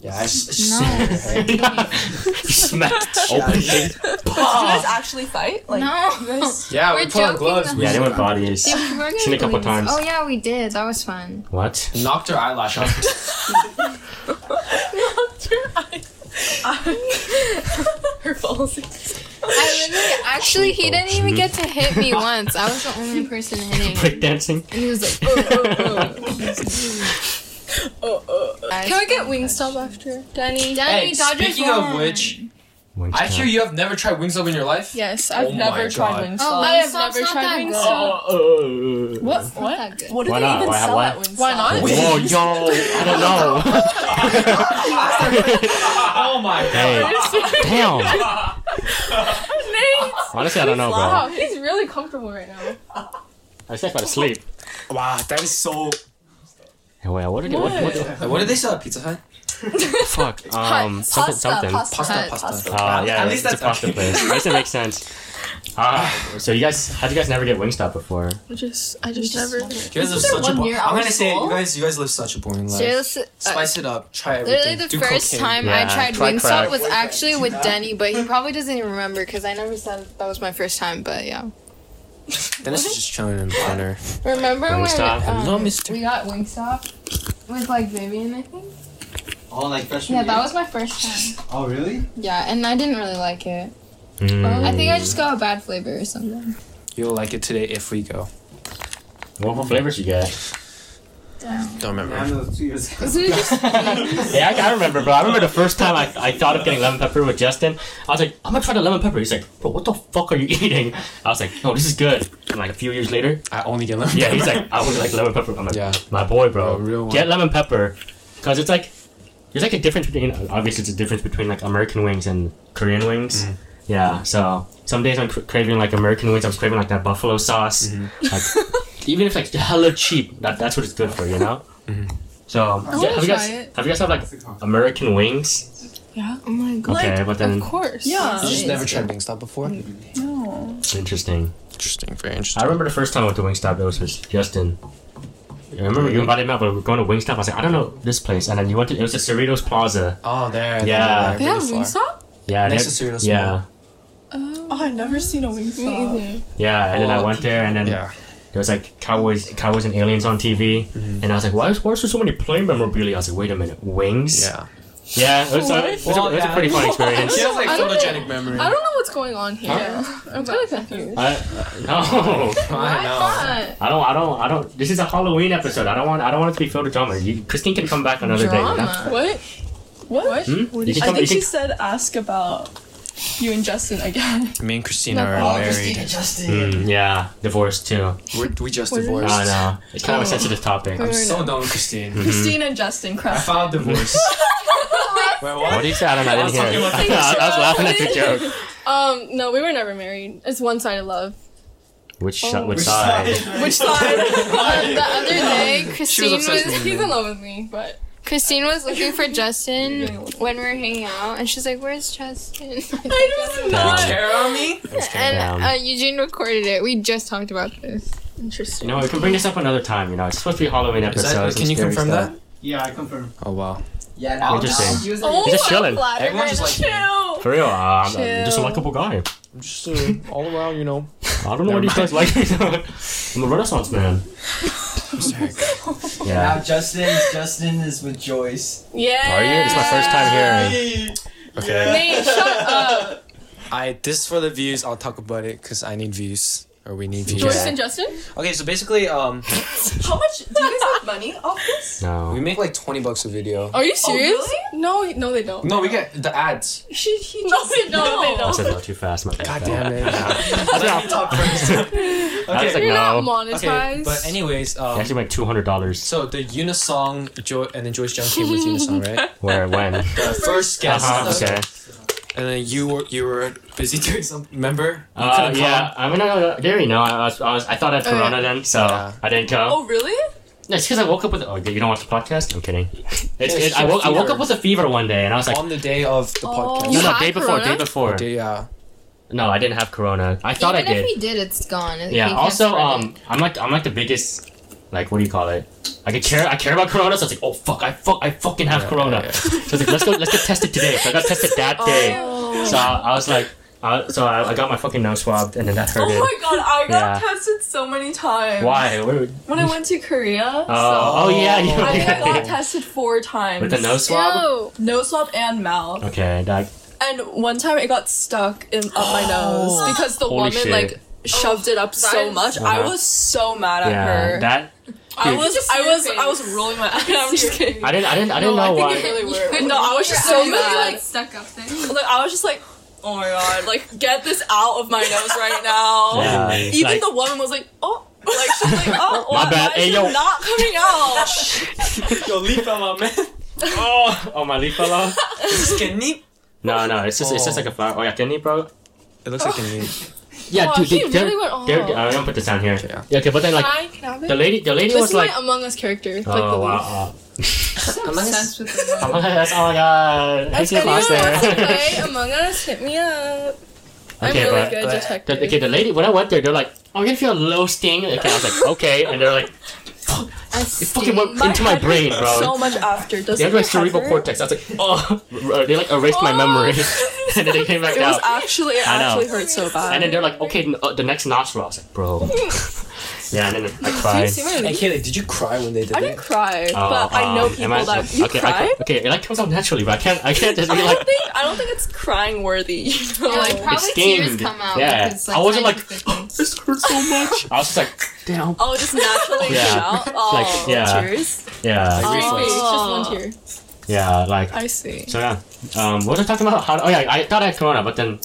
B: Yeah, I s-
F: No.
A: Smacked open.
D: Did you guys actually fight? Like,
F: No.
D: you guys-
B: yeah, we
F: We're
B: put on
F: joking,
B: gloves.
F: though.
B: We
A: Yeah, they went bodies.
F: Dude, we were
A: Seen it a couple
F: gonna do
A: times.
F: this. Oh yeah, we did. That was fun.
A: What?
B: knocked her eyelash off.
D: her falls.
F: I literally, actually, he didn't even get to hit me once. I was the only person hitting him.
A: Breakdancing.
F: And he was like, oh,
E: Can we get Wingstop after?
F: Danny,
B: hey,
F: Danny, Dodgers
B: speaking
F: won."
B: of which, I hear you have never tried Wingstop in your life.
D: Yes,
B: I've Oh
D: I've
B: my
D: never
B: never tried
D: tried
B: God.
D: Wingstop.
F: Oh,
D: I have
F: Wingstop's
D: never
F: not
D: tried
F: that
D: Wingstop.
A: Oh, uh,
D: What?
F: that good.
D: What? What do
A: Why
D: they
A: not?
D: even
A: Why-
D: sell
A: why-
D: at Wingstop?
C: Why not?
A: Whoa, yo! Oh, I don't know.
B: Oh my
A: Hey, damn.
C: Nate!
A: Honestly, I don't know,
C: Wow,
A: bro.
C: he's really comfortable right now.
A: I just about to sleep.
B: Wow, that is so.
A: Hey, wait, what did what? what, what
B: What did they sell at Pizza Hut?
A: fuck. Um, something, something.
E: pasta.
B: Pasta,
E: Hut.
B: pasta.
A: Uh, yeah,
B: At least
A: it's a
B: that's
A: pasta
B: okay. Ah.
A: place. At least it makes sense. Uh, so you guys, how'd you guys never get Wingstop before?
C: I just, I just never.
B: You guys live such a
D: one
B: bo-
D: near
B: I'm
D: our
B: gonna say
D: school?
B: you guys, you guys live such a boring life.
F: Seriously, uh,
B: Spice it up. Try everything.
F: literally the
B: Do
F: first
B: cocaine.
F: time
A: Yeah,
F: I tried
A: try
F: Wingstop
A: crack.
F: was actually with Danny, but he probably doesn't even remember because I never said that was my first time. But yeah,
B: Dennis is just chilling in the corner.
F: remember
A: Wingstop.
F: when um,
B: Hello, mister.
F: we got Wingstop with like Vivian, I think.
G: Oh, like freshman
F: Yeah, that
G: year?
F: was my first time.
G: Oh, really? Mm.
F: Yeah, and I didn't really like it.
A: Hmm.
F: I think I just got a bad flavor or something.
B: You'll like it today if we go.
A: What, what flavors you got?
B: Don't
G: Yeah, I
B: remember.
G: know, it was two years ago.
F: This was just
A: Yeah, I, I remember, bro. I remember the first time I, I thought of getting lemon pepper with Justin. I was like, I'm gonna try the lemon pepper. He's like, bro, what the fuck are you eating? I was like, no, this is good. And like a few years later,
B: I only get lemon.
A: yeah, he's like, I would like lemon pepper. I'm like,
B: Yeah.
A: my boy, bro.
B: A real one.
A: Get lemon pepper, because it's like there's like a difference between obviously it's a difference between like American wings and Korean wings.
B: Mm-hmm.
A: Yeah, so some days I'm cra- craving like American wings. I'm craving like that buffalo sauce.
B: Mm-hmm.
A: Like, even if like hella cheap, that, that's what it's good for, you know.
B: Mm-hmm.
A: So have
C: wanna
A: you guys
C: try it.
A: have you guys had like American wings?
F: oh my god.
A: Okay, but then
C: Of course.
D: Yeah.
B: You just never tried Wingstop before?
A: interesting.
B: Interesting, very
A: I
B: interesting.
A: remember the first time I went to Wingstop. It was with Justin. I remember you invited me out, but we were going to Wingstop. I was like, I don't know this place, and then you went to it was the Cerritos Plaza.
B: Oh, there.
A: Yeah.
B: there,
C: They have
B: really far.
C: Wingstop?
A: Yeah,
B: Next
A: that-
B: to Cerritos
A: Yeah,
D: Oh, I've never seen a Wingstop.
A: yeah, and then I
B: Oh,
A: went there, and then
B: Yeah.
A: There was like cowboys, cowboys and aliens on TV, and I was like, why is, why is there so many plane memorabilia? I was like, wait a minute, wings?
B: Yeah.
A: yeah. It was, a, it was a-
B: Well,
A: it was
B: yeah.
A: a pretty fun
B: She
A: experience.
B: has like
C: I don't
B: photogenic memory.
C: I don't know what's going on here. I'm kind of confused.
A: I, no,
B: I know.
A: I don't, I don't, I don't. This is a Halloween episode. I don't want, I don't want it to be filled with drama. You, Christine can come back another
F: Drama.
C: What?
D: What?
A: day. you know? Hmm? You can
D: I
A: come, you
D: think she
A: can,
D: said ask about you and Justin again.
A: Hmm.
B: Me and Christina
F: No,
B: are
G: Oh, Christina
B: married.
G: Justin.
A: Mm, yeah, divorce too.
B: We're, we just
D: What is-
B: divorced.
A: I know. It's kind of a sensitive topic. Mm-hmm.
B: I'm so done with Christine.
D: Christine and Justin
B: I
D: Crest.
B: filed divorce. Wait,
A: What
B: what?
A: do you say? I don't know. I didn't
B: I
A: hear.
B: was
A: it. I,
B: talking
A: was laughing at your joke.
C: Um, no, we were never married. It's one sided love.
A: Which, si- which
G: Which
A: side?
G: side?
C: Which side? Um,
F: Uh, the other day, Christine was,
B: obsessed with me.
C: He's in love with me, but
F: Christine was looking for Justin when we were hanging out, and she's like, "Where's Justin?"
C: I was not.
A: Down.
F: and
A: down.
F: uh, Eugene recorded it. We just talked about this.
A: You
C: Interesting.
A: know, we can bring this up another time. You know, it's supposed to be a Halloween
B: Is
A: episode.
B: that-
A: some
B: can you
A: scary
B: confirm
A: stuff.
B: that?
G: Yeah, I confirm.
B: Oh wow.
G: Yeah, now
A: Interesting.
G: now- Use it.
C: Oh,
A: He's just
C: I'm
A: chilling.
C: flattered
B: Everyone
C: right
B: just
C: now.
A: For real, uh, I'm, I'm just a
C: Chill.
A: likable guy.
B: I'm just all around, you know.
A: I don't know what you guys like. I'm a Renaissance man.
G: Now
A: Yeah.
G: Justin, Justin is with Joyce.
C: Yeah.
A: Are you? It's my first time here.
B: Okay.
C: Nate, shut up.
B: I this for the views. I'll talk about it because I need views or we need views.
C: Joyce and Justin?
B: Okay, so basically, um,
D: How much do you guys have money off this?
B: we
A: No.
B: make like twenty bucks a video.
C: Are you serious?
D: really?
C: No, no, they don't.
B: No, we get the ads.
D: She, he
C: No, they don't. They
A: I
C: don't.
A: said no too fast. My bad.
B: God damn it.
G: Top first.
A: I was like,
C: You're not
A: no.
C: monetized.
B: Okay, but anyways,
A: I
B: um,
A: actually went two hundred dollars.
B: so the Unisong Joy and then Joyce Jung came with Unisong, right?
A: Where when?
B: The first guest,
A: Uh-huh, okay.
B: and then you were you were busy doing something. Remember? You
A: Uh,
B: couldn't come.
A: yeah, I mean, I, I didn't know. I was, I was, I thought I had Corona then, so
B: Yeah.
A: I didn't come.
D: Oh, really?
A: No, it's because I woke up with. Oh, you don't watch the podcast? I'm kidding. It's,
B: Yeah,
A: it, I woke, I woke
B: fever.
A: up with a fever one day, and I was like,
B: on the day of the podcast.
A: no,
C: You
A: no,
C: had
A: day before,
C: Corona?
A: day before.
B: Day, yeah.
A: No, I didn't have Corona. I thought
F: Even
A: I did.
F: if he did, it's gone. He
A: Yeah.
F: can't
A: Also,
F: spread it.
A: um, I'm like I'm like the biggest like what do you call it? Like I care, I care about Corona. So I was like, oh fuck, I fuck, I fucking have Corona. So I was like, let's go, let's get tested today. So I got tested that day. So I, I was like, I, so I, I got my fucking nose swabbed, and then that hurted.
D: Oh my god, I got
A: Yeah.
D: tested so many times.
A: Why? Where,
D: When I went to Korea,
A: oh, oh yeah, you
D: I think I got
A: yeah.
D: tested four times.
A: with the nose swab.
D: Nose swab and mouth.
A: Okay, that
D: And one time it got stuck in up my nose because the
A: Holy shit.
D: woman like shoved it up
E: that
D: so
E: is-
D: much. I
A: Uh-huh.
D: was so mad at
A: yeah,
D: her.
A: that
D: I
A: dude.
D: was
E: just
D: I
E: see your
D: was I was rolling my eyes. I'm just kidding.
A: I didn't, I didn't, I didn't know
D: I
A: why.
D: think it really were. No, I was just so mad.
E: like stuck up there.
D: Like I was just like, oh my god, like get this out of my nose right now.
A: Yeah,
D: Oh, Even
A: like-
D: the woman was like, oh. Like she's like, oh,
A: My
D: why-
A: bad. Hey,
D: why is it
A: yo.
D: not coming out.
B: Yo, leaf fella, man.
A: oh, oh my leaf fell off.
B: This is Kenny.
A: No, no, it's just, it's just
B: Oh.
A: like a flower. Oh yeah, kidney, bro.
B: It looks like Kenny.
A: Yeah,
C: Oh,
A: dude,
C: he
A: they, they're,
C: really went off.
A: they're, I'm gonna put this down here.
B: Okay, yeah.
A: Yeah, okay, but then like
C: I can have it.
A: the lady, the lady
C: This
A: was
C: is
A: like,
C: my Among Us character. Like
A: oh
C: the leaf.
A: wow,
E: Obsessed with the
A: oh, that's, oh my god, I
C: If
A: see a
C: anyone wants
A: monster.
C: to play Among Us, hit me up. I'm
A: Okay,
C: really
A: but-
C: good
A: but-
C: detective.
A: The, okay, the lady when I went there, they're like, "I'm gonna feel a low sting." Okay, I was like, "Okay," and they're like, "Fuck, "It fucking went into my
D: head
A: brain,
D: hurts
A: bro."
D: So much after. Does
A: they have
D: it
A: my cerebral
D: hurt?
A: cortex. I was like, "Oh," they like erased my memory, and then they came back
D: Oh. It was
A: out.
D: actually it
A: I know.
D: actually hurt so bad.
A: And then they're like, "Okay, n- uh, the next nostril." I was like, "Bro," yeah, and then I cried.
B: Hey, Kaylee, did you cry when they did
D: I
B: that?
D: didn't cry,
A: Oh,
D: but I know
A: um,
D: people
A: am I-
D: that you
A: okay, I
D: cried.
A: ca- okay, it like comes out naturally, but I can't. I can't just be
D: I
A: like.
D: don't think I don't think it's crying worthy. You know, like
F: like probably tears
A: stinged.
F: come out.
A: Yeah.
F: because, like,
A: I wasn't like,
F: scientific-
A: this hurts so much. I was just like, damn.
D: oh, just naturally
A: Yeah.
D: shout. Oh,
A: Like, yeah.
D: tears.
A: Yeah,
D: Oh.
C: Reflex, just one tear.
A: yeah, like.
D: I see.
A: So yeah, um, what was I talking about? How, oh yeah, I thought I had corona, but then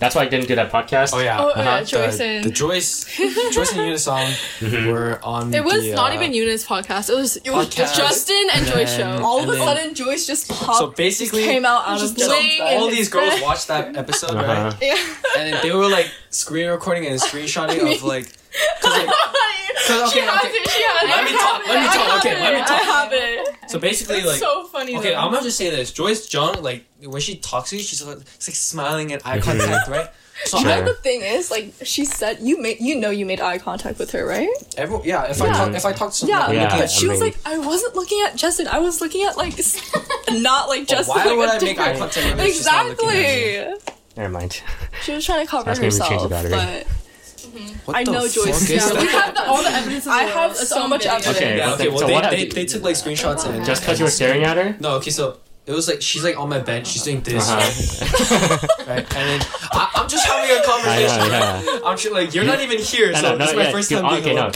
A: that's why I didn't do that podcast.
B: Oh yeah,
C: Oh, yeah,
B: The-
C: Joyce
B: The,
C: and-
B: Joyce, Joyce and Unisong
A: Mhm.
B: were on.
C: It was
B: the,
C: not
B: uh,
C: even Eunice's podcast. It was it was
B: Podcast.
C: Justin and Joy's
B: then-
C: show.
D: All
B: and
D: of a
B: then-
D: sudden, Joyce just popped.
B: So
D: just
B: basically,
D: came out out of
C: just
D: nowhere.
C: bling
B: all
C: and
B: these girls watched that episode,
A: Uh-huh.
B: right? And then they were like screen recording and screenshotting of like, cause like, 'cause, okay, okay.
C: She has
B: Let me talk. Let me talk. Okay, let me
C: I
B: talk.
C: have it.
B: So basically,
C: It's
B: like,
C: so funny.
B: okay,
C: though.
B: I'm gonna just say this. Joyce Jung, like, when she talks to you, she's like, she's, like smiling and eye
A: Mhm.
B: contact, right? So
A: Sure.
B: I,
D: The thing is, like she said, you made you know you made eye contact with her, right?
B: every, yeah, if I
A: Yeah.
B: talk, if I talk to someone,
D: Yeah,
B: I'm
A: Yeah,
B: looking
A: I
B: at
D: But she was
A: mean-
D: like, I wasn't looking at Justin. I was looking at like, s- not like
B: Well,
D: Justin.
B: why
D: like,
B: would
D: a
B: I make eye
D: different-
B: contact with her if she's not looking at me?
D: Exactly.
A: Never mind.
D: She was trying to cover
A: That's gonna be change the
D: herself,
A: battery.
D: but
B: What
D: I
B: the
D: know Joyce.
B: fuck is
D: Yeah,
B: that?
D: we have the, all the
C: evidence.
D: I have so much evidence.
A: Okay,
B: Yeah,
A: but
B: okay,
A: then-
B: well,
A: so
B: they,
A: what?
B: they, they took like screenshots and
A: just because you were staring at her.
B: No, okay, so it was like she's like on my bench, she's doing this,
A: Uh-huh.
B: right? And then I, I'm just having a conversation.
A: I know,
B: I'm just like, you're not even here,
A: No,
B: so
A: no, no,
B: this is my
A: yeah,
B: first
A: dude,
B: time being
A: okay, no.
B: alone.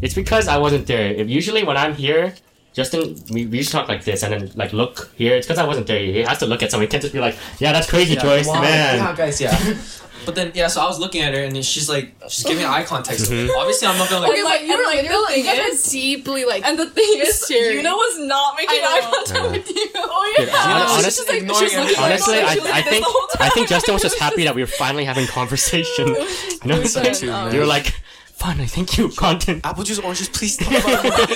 A: It's because I wasn't there. If usually when I'm here, Justin, we, we used to talk like this and then like look here. It's because I wasn't there. He has to look at someone. He can't just be like, yeah, that's crazy,
B: Yeah,
A: Joyce,
B: wow,
A: man.
B: Yeah, guys, yeah. But then, yeah, so I was looking at her and then she's like, she's giving eye contact. So
A: Mhm.
B: Obviously, I'm not gonna like,
C: Okay, but you
D: and,
C: were
D: Oh, like,
C: like,
D: the
C: you're like,
D: thing
C: you guys
D: is-
C: are deeply like.
D: And the thing is,
C: Scary.
D: Yuna was not making
C: I
D: eye
C: know.
D: contact
A: Yeah.
D: with you.
C: oh
A: Dude,
C: yeah.
B: I
A: hon-
B: was
A: honest-
B: just ignoring
D: she's looking
B: everything.
D: at
A: honestly,
D: She
A: I,
D: was like
A: I
D: this
A: think
D: the whole
A: I
D: time.
A: think Justin was just happy that we were finally having conversation. you know, it's like,
B: Too, man.
A: you were like, finally, thank you, content.
B: apple juice, oranges, please talk about it.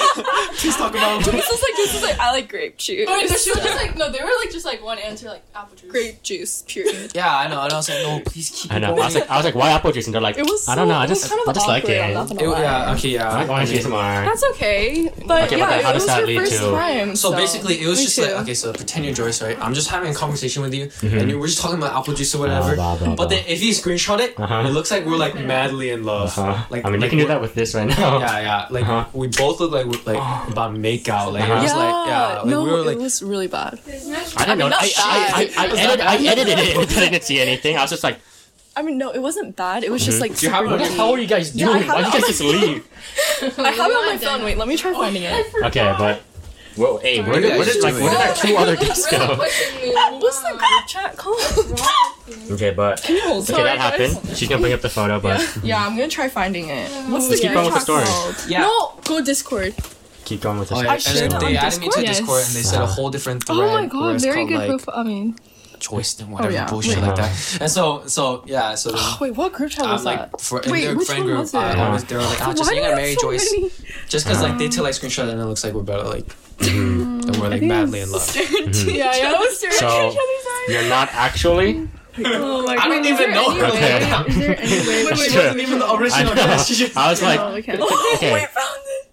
B: please talk about it.
D: This is like this is like I like grape juice.
C: Wait, no, she was just like no. They were like just like one answer like apple juice.
D: grape juice. Period.
B: Yeah, I know. And I was like, no, please keep
A: I
B: it
A: know. I
B: going.
A: was like, I was like, why apple juice? And they're like,
D: It was. So,
A: I don't know. I
D: it was
A: just,
D: kind of
A: I just like
D: awkward,
A: it.
D: I'm not
A: I
D: gonna
B: It-
D: lie.
B: yeah, okay, yeah.
A: like orange
B: I mean-
A: juice more.
D: That's okay, but
A: Okay, but
D: yeah,
A: then how
D: it
A: does
D: was
A: that
D: your
A: lead
D: first
A: to-
D: time.
B: So basically, it was
D: Me
B: just
D: too.
B: like okay, so pretend you're Joyce, right? I'm just having a conversation with you, and you, we're just talking about apple juice or whatever.
A: Mm-hmm. Blah, blah, blah,
B: but then if you screenshot it,
A: Uh-huh.
B: it looks like we're like madly in love.
A: Uh-huh.
B: Like
A: I mean, you
B: like
A: can do
B: we're-
A: that with this right now.
B: Yeah, yeah. Like
A: Uh-huh.
B: we both look like we're like about to make out. Like it
A: Uh-huh.
B: was
D: yeah,
B: like yeah, like
D: no,
B: we were
D: it
B: like
D: was really bad.
A: I don't know.
D: not
A: I, I, I, I, edit, I edited it. but I didn't see anything. I was just like,
D: I mean, no, it wasn't bad. It was just
A: Mm-hmm.
D: like
B: you have
D: super
A: what the
D: weak.
A: hell are you guys
D: Yeah, I
A: doing?
D: have
A: Why
D: it
A: did you guys
D: on
A: just leave?
D: I have it on my phone. Wait, let me try
B: Oh,
D: finding it.
A: Okay, but. Whoa, hey, where did, where did, like, where did our two other guests go?
D: What's the group chat called?
A: Okay, but. Okay, that happened. She's gonna bring up the photo, but
D: yeah, I'm gonna try finding it. What's the
A: Just keep
D: group
A: going with the story.
D: chat called?
B: yeah.
C: No, go Discord.
A: keep going with the
B: Oh,
A: story.
B: yeah, and then
D: shared it
B: they
D: on
B: added me to
D: Discord?
B: Discord and they said a
A: Yes.
B: whole different thread.
C: Oh my
B: where
C: god,
B: it's
C: very
B: called,
C: good
B: like,
C: profile. I mean,
B: Joyce and whatever
D: yeah.
B: bullshit like that. And so, so yeah, so then
D: Wait, what group chat
B: I'm
D: was
B: like
D: that?
B: for, in
D: Wait,
B: their
D: which
B: friend
D: one
B: group,
D: was it?
B: I always they're like, oh, just you
D: Why do you
B: gotta
D: have
B: marry
D: so
B: Joyce,
D: many?
B: just because like they took like screenshot and it looks like we're better like, and we're like madly in love.
D: Yeah, yeah, I was staring
A: Mm-hmm.
D: at
A: So-
D: each other's eyes.
A: You're not actually.
D: Oh my
B: I
D: god.
B: don't even know her.
A: Okay.
B: Like, I
A: Sure.
B: wasn't even the
A: I, know.
B: original. guest. She just-
A: I was like,
D: Oh,
A: okay,
D: I found it.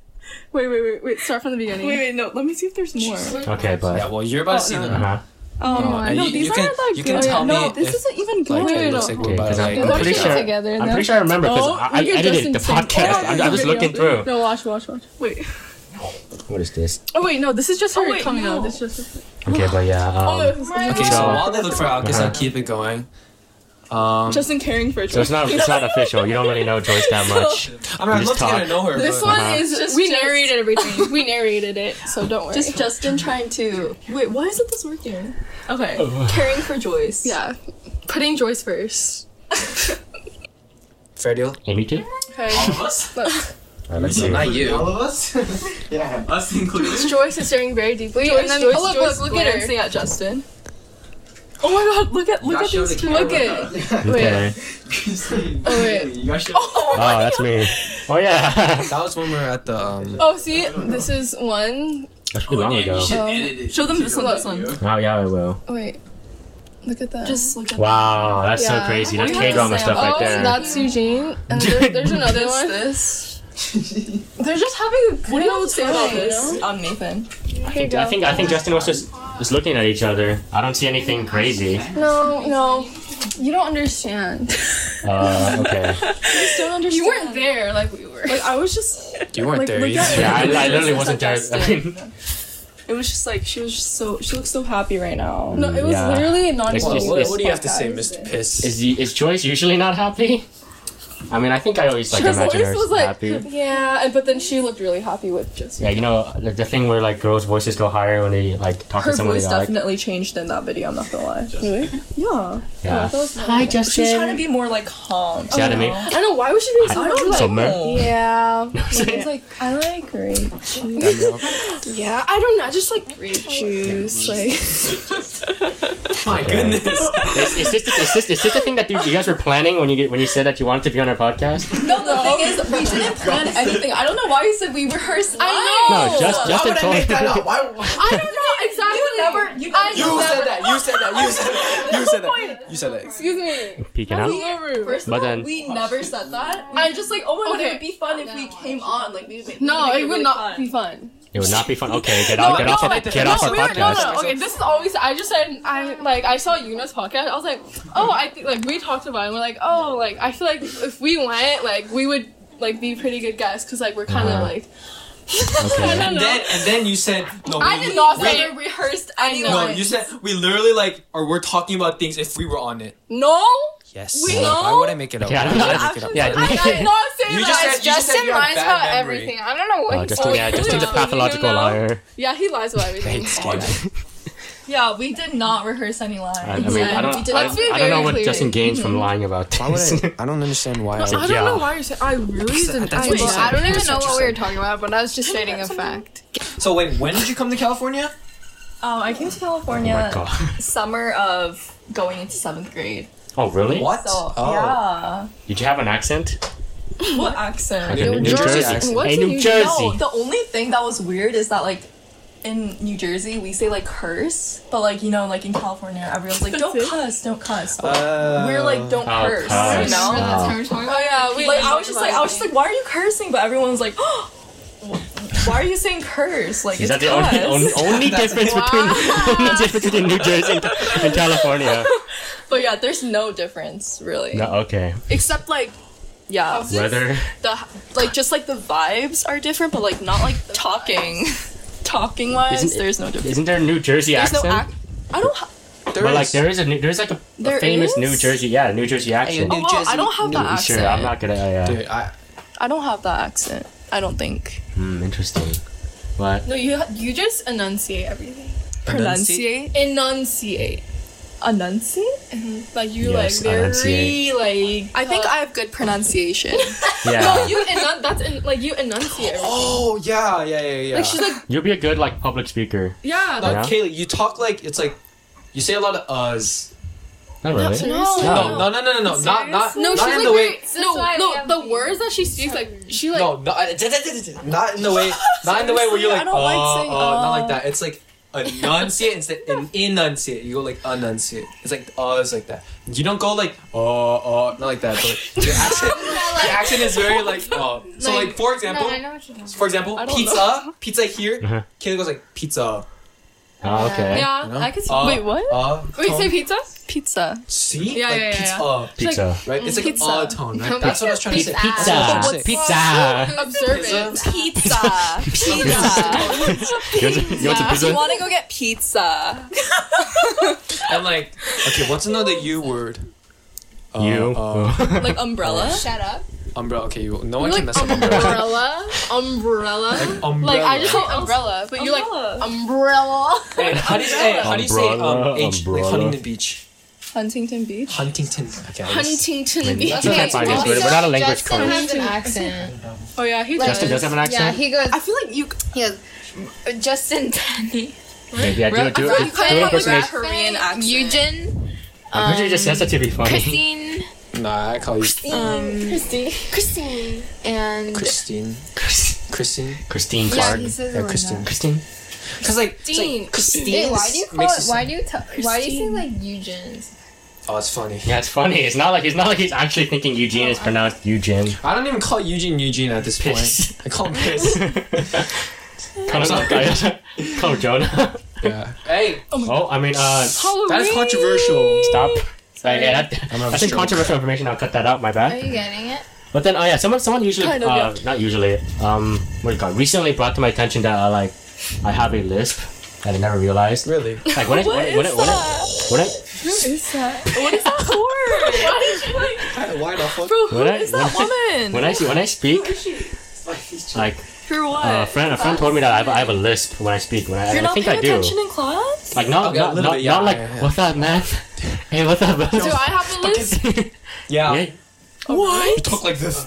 C: Wait, wait, wait, wait. Start from the beginning.
D: Wait, wait, no. Let me see if there's more.
A: Okay, but
B: Yeah, well, you're about to see
C: Oh, no.
B: them.
A: uh-huh.
C: Oh,
B: No, and
C: no,
B: you-
C: these
B: you
C: aren't
B: can-
C: that
B: you
C: good.
B: can tell
C: no,
B: me
C: this
B: if-
C: isn't even good.
B: Like,
C: no,
B: it
C: no,
B: looks
C: no.
B: like
A: Okay,
B: we're about
A: 'cause
B: to,
A: I'm,
B: like,
A: I'm
C: Watch
A: pretty
C: it
A: sure.
F: together,
A: I'm
F: though.
A: pretty sure I remember because
C: No,
A: I, I
C: you can
A: edited the
C: just insane-
A: podcast.
C: Oh,
A: I'm, I'm just
C: video.
A: looking through.
C: No, watch, watch, watch.
D: Wait.
A: What is this?
C: Oh wait, no, this is just her
D: wait,
C: coming
D: no.
C: out. This is just.
A: Okay, but yeah.
C: Oh, no,
A: Um,
C: this is-
B: Okay, so
A: So-
B: while they look for Alcus,
A: Uh-huh.
B: I'll keep it going. Um,
C: Justin caring for a
A: so it's not it's not official. You don't really know Joyce that much.
B: I mean, I'd
A: Just
B: love to get
A: talk.
B: to know her.
C: This
B: but,
C: one
A: Uh-huh.
C: is just we narrated everything. We narrated it, so don't worry.
D: Just Justin trying to. Wait, why isn't this working?
C: okay.
D: Caring for Joyce.
C: Yeah, putting Joyce first.
B: Fair deal.
A: Amy too.
C: Okay.
G: All of us?
A: I like you.
B: Not
G: All
B: you.
G: of us? yeah. Us included.
C: Joyce is staring very deeply,
D: Joyce,
C: and then
D: Joyce,
C: oh look,
D: Joyce
C: look, look at her.
D: glancing at Justin.
C: Oh my God, look at look
G: Y'all
C: at
G: show
C: these
G: the
C: two.
G: camera.
C: Look at.
A: Okay.
G: oh,
C: wait.
G: You guys should.
A: Oh, that's me. Oh yeah.
B: That was when we were at the. Um,
C: Oh, see, this is one.
A: That's pretty long ago.
D: Show them this one, this one.
A: Oh yeah, I will.
C: Wait, look at that.
D: Just look at
A: Wow, that's so
C: Yeah.
A: crazy. That's
D: We have
A: K drama
D: the same-
A: stuff right
C: oh,
A: there.
C: that's Eugene, and there, there's another
D: this.
C: one.
D: This.
C: They're just having a
D: What do you have
C: good
D: to say about
C: time.
D: this? I'm Nathan.
A: I think, I think I think Justin was just just looking at each other. I don't see anything crazy.
C: No, no, you don't understand.
A: Uh, okay.
D: Don't understand.
C: You weren't there like we were.
D: Like I was just.
B: you weren't
D: Like,
B: there
D: look
B: either.
D: at-
A: Yeah, I, I literally wasn't there. I mean,
D: It was just like she was just so. She looks so happy right now.
C: No, it was
A: Yeah.
C: literally a non.
A: It's
B: Well,
A: just-
B: what,
A: it's-
B: what do you have to say, Mr. Piss?
A: is the, is Joyce usually not happy? I mean, I think I always like imagine her
C: was like,
A: happy.
C: yeah, and but then she looked really happy with just.
A: Yeah, you know the, the thing where like girls' voices go higher when they like talk
D: Her
A: to someone
D: voice
A: they like.
D: definitely changed in that video. I'm not gonna lie.
C: Really?
D: Yeah.
A: Yeah.
C: Hi,
D: She was trying to
C: Justin.
D: be Oh more like calm.
A: See how they
C: I
A: make-
C: don't know why was she being so
D: I don't
C: like,
A: So mer-
D: know.
C: Yeah.
D: It's like I like grape juice.
B: That milk?
C: Yeah, I don't know. I just like grape
D: juice. Like
B: My goodness.
A: Is, is, this, the- is, this, is this the thing that you, you guys were planning when you get, when you said that you wanted to be on our podcast?
D: no, the thing is, we didn't plan anything. I don't know why you said we rehearsed.
C: I know.
A: No, just,
G: Why
A: Justin
G: would I
A: told
G: make that up?
A: me.
G: Why? why-
C: I don't know exactly.
D: You never. You
C: I
D: never.
C: know.
B: You said that. You said that. You said that. You said that. You said that.
C: Excuse me.
A: Peeking out.
D: First of
A: But
D: all,
A: then-
D: we never said that. I'm just like, oh my god,
C: Okay.
D: it would be fun if we came on. Like we would.
C: No,
D: make
C: it would
D: really
C: not
D: fun.
C: be fun.
A: It would not be fun. Okay, get out, get off, our- get off our
C: we were- no,
A: podcast.
C: no, okay. This is always. I just said I like. I saw Yuna's podcast. I was like, oh, I think like we talked about it. And we're like, oh, like I feel like if we went, like we would like be pretty good guests because like we're kind of
A: Uh-huh.
C: like. I
A: Okay.
C: don't
B: And
C: know.
B: then, and then you said no.
C: I
B: we-
C: did not
B: we-
C: say
D: Never rehearsed anyone.
B: No, you said we literally like, or we're talking about things if we were on it.
C: no.
B: Yes.
C: We-
B: Why would I make it up?
A: Yeah,
B: Why would I make it up?
A: Yeah,
C: I am not saying
B: You
C: that.
B: just said- you just said
F: Justin
B: you had
F: lies
B: bad
F: about
B: memory.
F: everything. I don't know what
A: Oh,
F: he's
A: Justin, yeah,
C: Oh,
A: Justin's a
C: no,
A: pathological
C: no, no.
A: liar.
C: yeah, he lies about everything.
B: Thanks, dude.
D: Yeah, we did not rehearse any lines.
A: I, I mean, I
D: We
A: don't,
D: did
A: I,
D: not-
C: be
A: I don't know
C: very
A: what
C: clear.
A: Justin gains from lying about
B: Why would
A: this.
B: I? I don't understand why.
C: I
B: I,
C: don't
A: Yeah.
C: know why you're saying. I really didn't.
B: that's
C: I,
B: what you
F: I
B: said.
F: don't even
B: That's
F: know
B: what you
F: what we were
B: said.
F: talking about, but I was just stating a fact.
B: so wait, when did you come to California?
D: Um, I came to
A: Oh
D: California
A: my god.
D: summer of going into seventh grade.
A: Oh really?
B: What?
D: So
B: oh.
D: yeah,
A: Did you have an accent?
D: what
A: Like
D: accent?
A: a New, New
B: Jersey
A: Jersey.
B: accent.
A: Hey,
C: What's a
A: New
C: New-
A: Jersey.
D: No, the only thing that was weird is that like in New Jersey we say like curse, but like you know like in California everyone's like don't
C: it.
D: cuss, don't cuss. But
B: Uh,
D: we're like don't
A: Oh,
D: curse,
A: cuss.
D: you know?
A: Wow.
C: oh yeah, we.
D: Like I was just like I was just like why are you cursing? But everyone's like "Oh, why are you saying curse? Like
A: Is that
D: it's
A: the only,
D: cuss.
A: only, only difference between only difference between New Jersey and, and California?
D: But yeah, there's no difference really,
A: No, okay.
D: except like yeah.
A: Weather.
D: the like just like the vibes are different, but like not like talking, talking wise.
A: Isn't it-
D: There's no difference.
A: Isn't there a New Jersey
D: There's
A: accent?
D: no act. I don't. Ha-
B: there
A: but like
B: is-
A: there is a new, there's like a, a
D: There
A: famous
D: is?
A: New Jersey yeah New Jersey accent.
D: oh, wow, I don't have that accent.
A: Sure, I'm not gonna. Uh, yeah.
B: Dude, I,
D: I don't have that accent. I don't think.
A: Hmm, interesting. But
C: No, you you just enunciate everything.
B: Enunciate?
C: Enunciate.
D: Enunciate?
C: Like you
A: Yes,
C: like very
A: enunciate.
C: like.
D: I think I have good pronunciation.
A: yeah,
C: you enun- that's en- like you enunciate. everything.
B: oh yeah, yeah, yeah, yeah.
C: Like she's like
A: you'll be a good like public speaker.
C: yeah.
B: no,
C: Like,
A: Yeah.
B: Kaylee, you talk like it's like you say a lot of uhs.
A: Not really.
C: no.
B: No, no, no, no, no, not not
C: No,
B: not
C: she's
B: in
C: like
B: the way.
C: very, no, no. The words that she speaks, like she like
B: No, no, I- not in the way. Not in the way where you're
D: Seriously,
B: like
D: I don't like
B: uh,
D: saying
B: uh, not
D: uh.
B: like that. It's like enunciate instead and enunciate. You go like enunciate. It's like oh, it's like that. You don't go like oh, oh, not like that. But your accent, your accent is very like oh. So like, for example,
F: No, I know what you're talking
B: for example,
C: I don't
B: pizza, pizza here.
A: Uh-huh.
B: Kayla goes like pizza.
A: Oh, okay.
C: Yeah,
B: You know?
C: I could. See,
B: Uh,
C: wait, what?
B: Uh,
C: wait,
B: tone.
C: say pizza.
E: Pizza.
B: See,
C: Yeah,
B: like
C: yeah, yeah,
B: pizza,
A: Pizza.
B: right? It's like uh,
E: Pizza.
B: a tone, right?
F: No,
B: That's what I was trying to say. That's what I was
A: Pizza.
B: trying to say.
A: Pizza.
C: Observant.
E: Pizza. pizza.
A: You want to- you want to
E: Do you
A: pizza?
E: want to go get pizza?
B: And like, okay, what's another U word? Uh,
A: You.
B: uh,
E: Like umbrella?
A: Oh,
F: about. Shut up.
B: umbrella. Okay, you. No one
C: Like
B: can mess up umbrella.
C: umbrella. Umbrella.
B: umbrella.
C: Like I just say
B: Hey,
C: umbrella, but you like
F: Oh,
D: Umbrella.
C: umbrella.
B: how do you say? How do you say? Um,
A: Umbrella,
B: H, like
A: umbrella.
B: Huntington Beach.
E: Huntington Beach.
B: Huntington. Okay. I guess.
C: Huntington
A: Maybe.
C: Beach.
A: That's Okay, fine, yes, we're- we're not a language
F: Justin
A: college.
F: has an accent.
C: Oh yeah, he
F: Like-
A: Justin does have an
F: Yeah,
A: accent.
F: he goes.
E: I feel like you
F: He goes. "Uh, Justin Denny.
A: Maybe I do. Do
F: I feel
A: do
F: like you
A: an
F: couldn't
A: impersonation.
F: have a
E: Korean
F: Korean
E: accent.
F: accent. Eugen.
A: I'm pretty sure just says that to be funny.
F: Christine.
B: Nah, I call you
F: Um,
C: Christine.
F: Christine. And
B: Christine. Christine.
A: Christine
F: yeah,
A: Clark.
F: he says it
B: Yeah,
F: like
B: Christine.
F: that.
A: Christine.
B: Cause like, it's
C: Dean.
B: like Christine.
F: Wait, why do you call
B: makes
F: it?
B: us-
F: Why do you tell? Why do you say like Eugen's?
B: Oh, it's funny.
A: Yeah, it's funny. It's not like it's not like he's actually thinking Eugene is pronounced Eugene.
B: I don't even call Eugene Eugene at this
A: Piss.
B: point. I call him piss.
A: Call him Call him Jonah.
B: yeah. Hey,
A: Oh, I mean, uh,
C: Halloween.
B: that is controversial.
A: stop. Like, yeah, that,
B: I'm
A: that's some controversial information. I'll cut that out. My
F: Are
A: bad.
F: you getting it?
A: But then, oh yeah, someone, someone usually,
E: Kind of,
A: uh, not usually, um, what do you call it? Recently brought to my attention that I like, I have a lisp that I never realized.
B: Really?
A: Like when it, when it, when it, when it, when it,
B: Why the fuck?
A: when I, when I-
E: woman.
A: when I see when I speak, like
E: For what?
A: uh, a friend a friend told me that I have, I have a lisp when I speak. When I,
E: You're
A: I
E: not
A: think
E: paying
A: I do.
E: attention in class?
A: Like not
B: Okay, a
A: not,
B: little
A: not,
B: bit, yeah,
A: not like
B: yeah, yeah.
A: what's up, man? hey, what's up, man?
C: Do I have a list?
B: Yeah.
A: Yeah.
E: What?
B: Talk like this.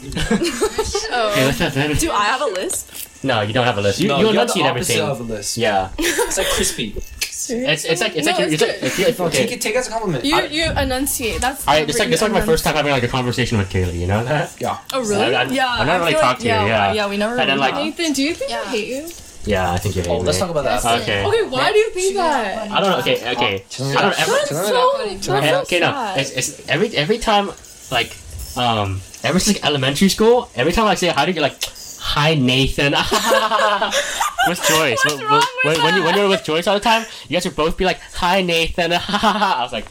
D: Oh.
A: Hey, what's up, man?
E: Do I have a list?
A: No, you don't have a lisp. You
B: no,
A: you
B: you're the
A: enunciate
B: opposite
A: everything.
B: of a list.
A: yeah,
B: It's like crispy.
A: it's it's like it's
C: No,
A: like you-
C: it's
A: it's like if you if-
B: Take
A: okay.
B: it. Take it as a compliment.
C: You
A: I-
C: you enunciate. That's.
A: I, it's like it's like my
C: enunciate.
A: first time having like a conversation with Kaylee. You know that?
B: yeah.
C: Oh really?
A: I, I,
E: Yeah,
A: I
E: I
A: never really
E: feel
A: talked to you. Yeah.
E: Yeah, we never
A: And then,
E: really
A: like-
E: talked.
C: Nathan, do you think I hate you?
A: Yeah, I think you hate
B: Oh,
A: me.
B: let's talk about that.
A: Uh, Okay.
C: Okay, why do you think that?
A: I don't know. Okay, okay.
B: Oh,
A: I don't ever.
C: That's so.
A: Okay,
C: That's so
A: okay, no.
C: sad.
A: It's, it's every every time, like, um, ever since like, elementary school, every time I say hi to you, like, hi Nathan. with Joyce, when, when, when, you when you were with Joyce all the time, you guys would both be like, hi Nathan. I was like,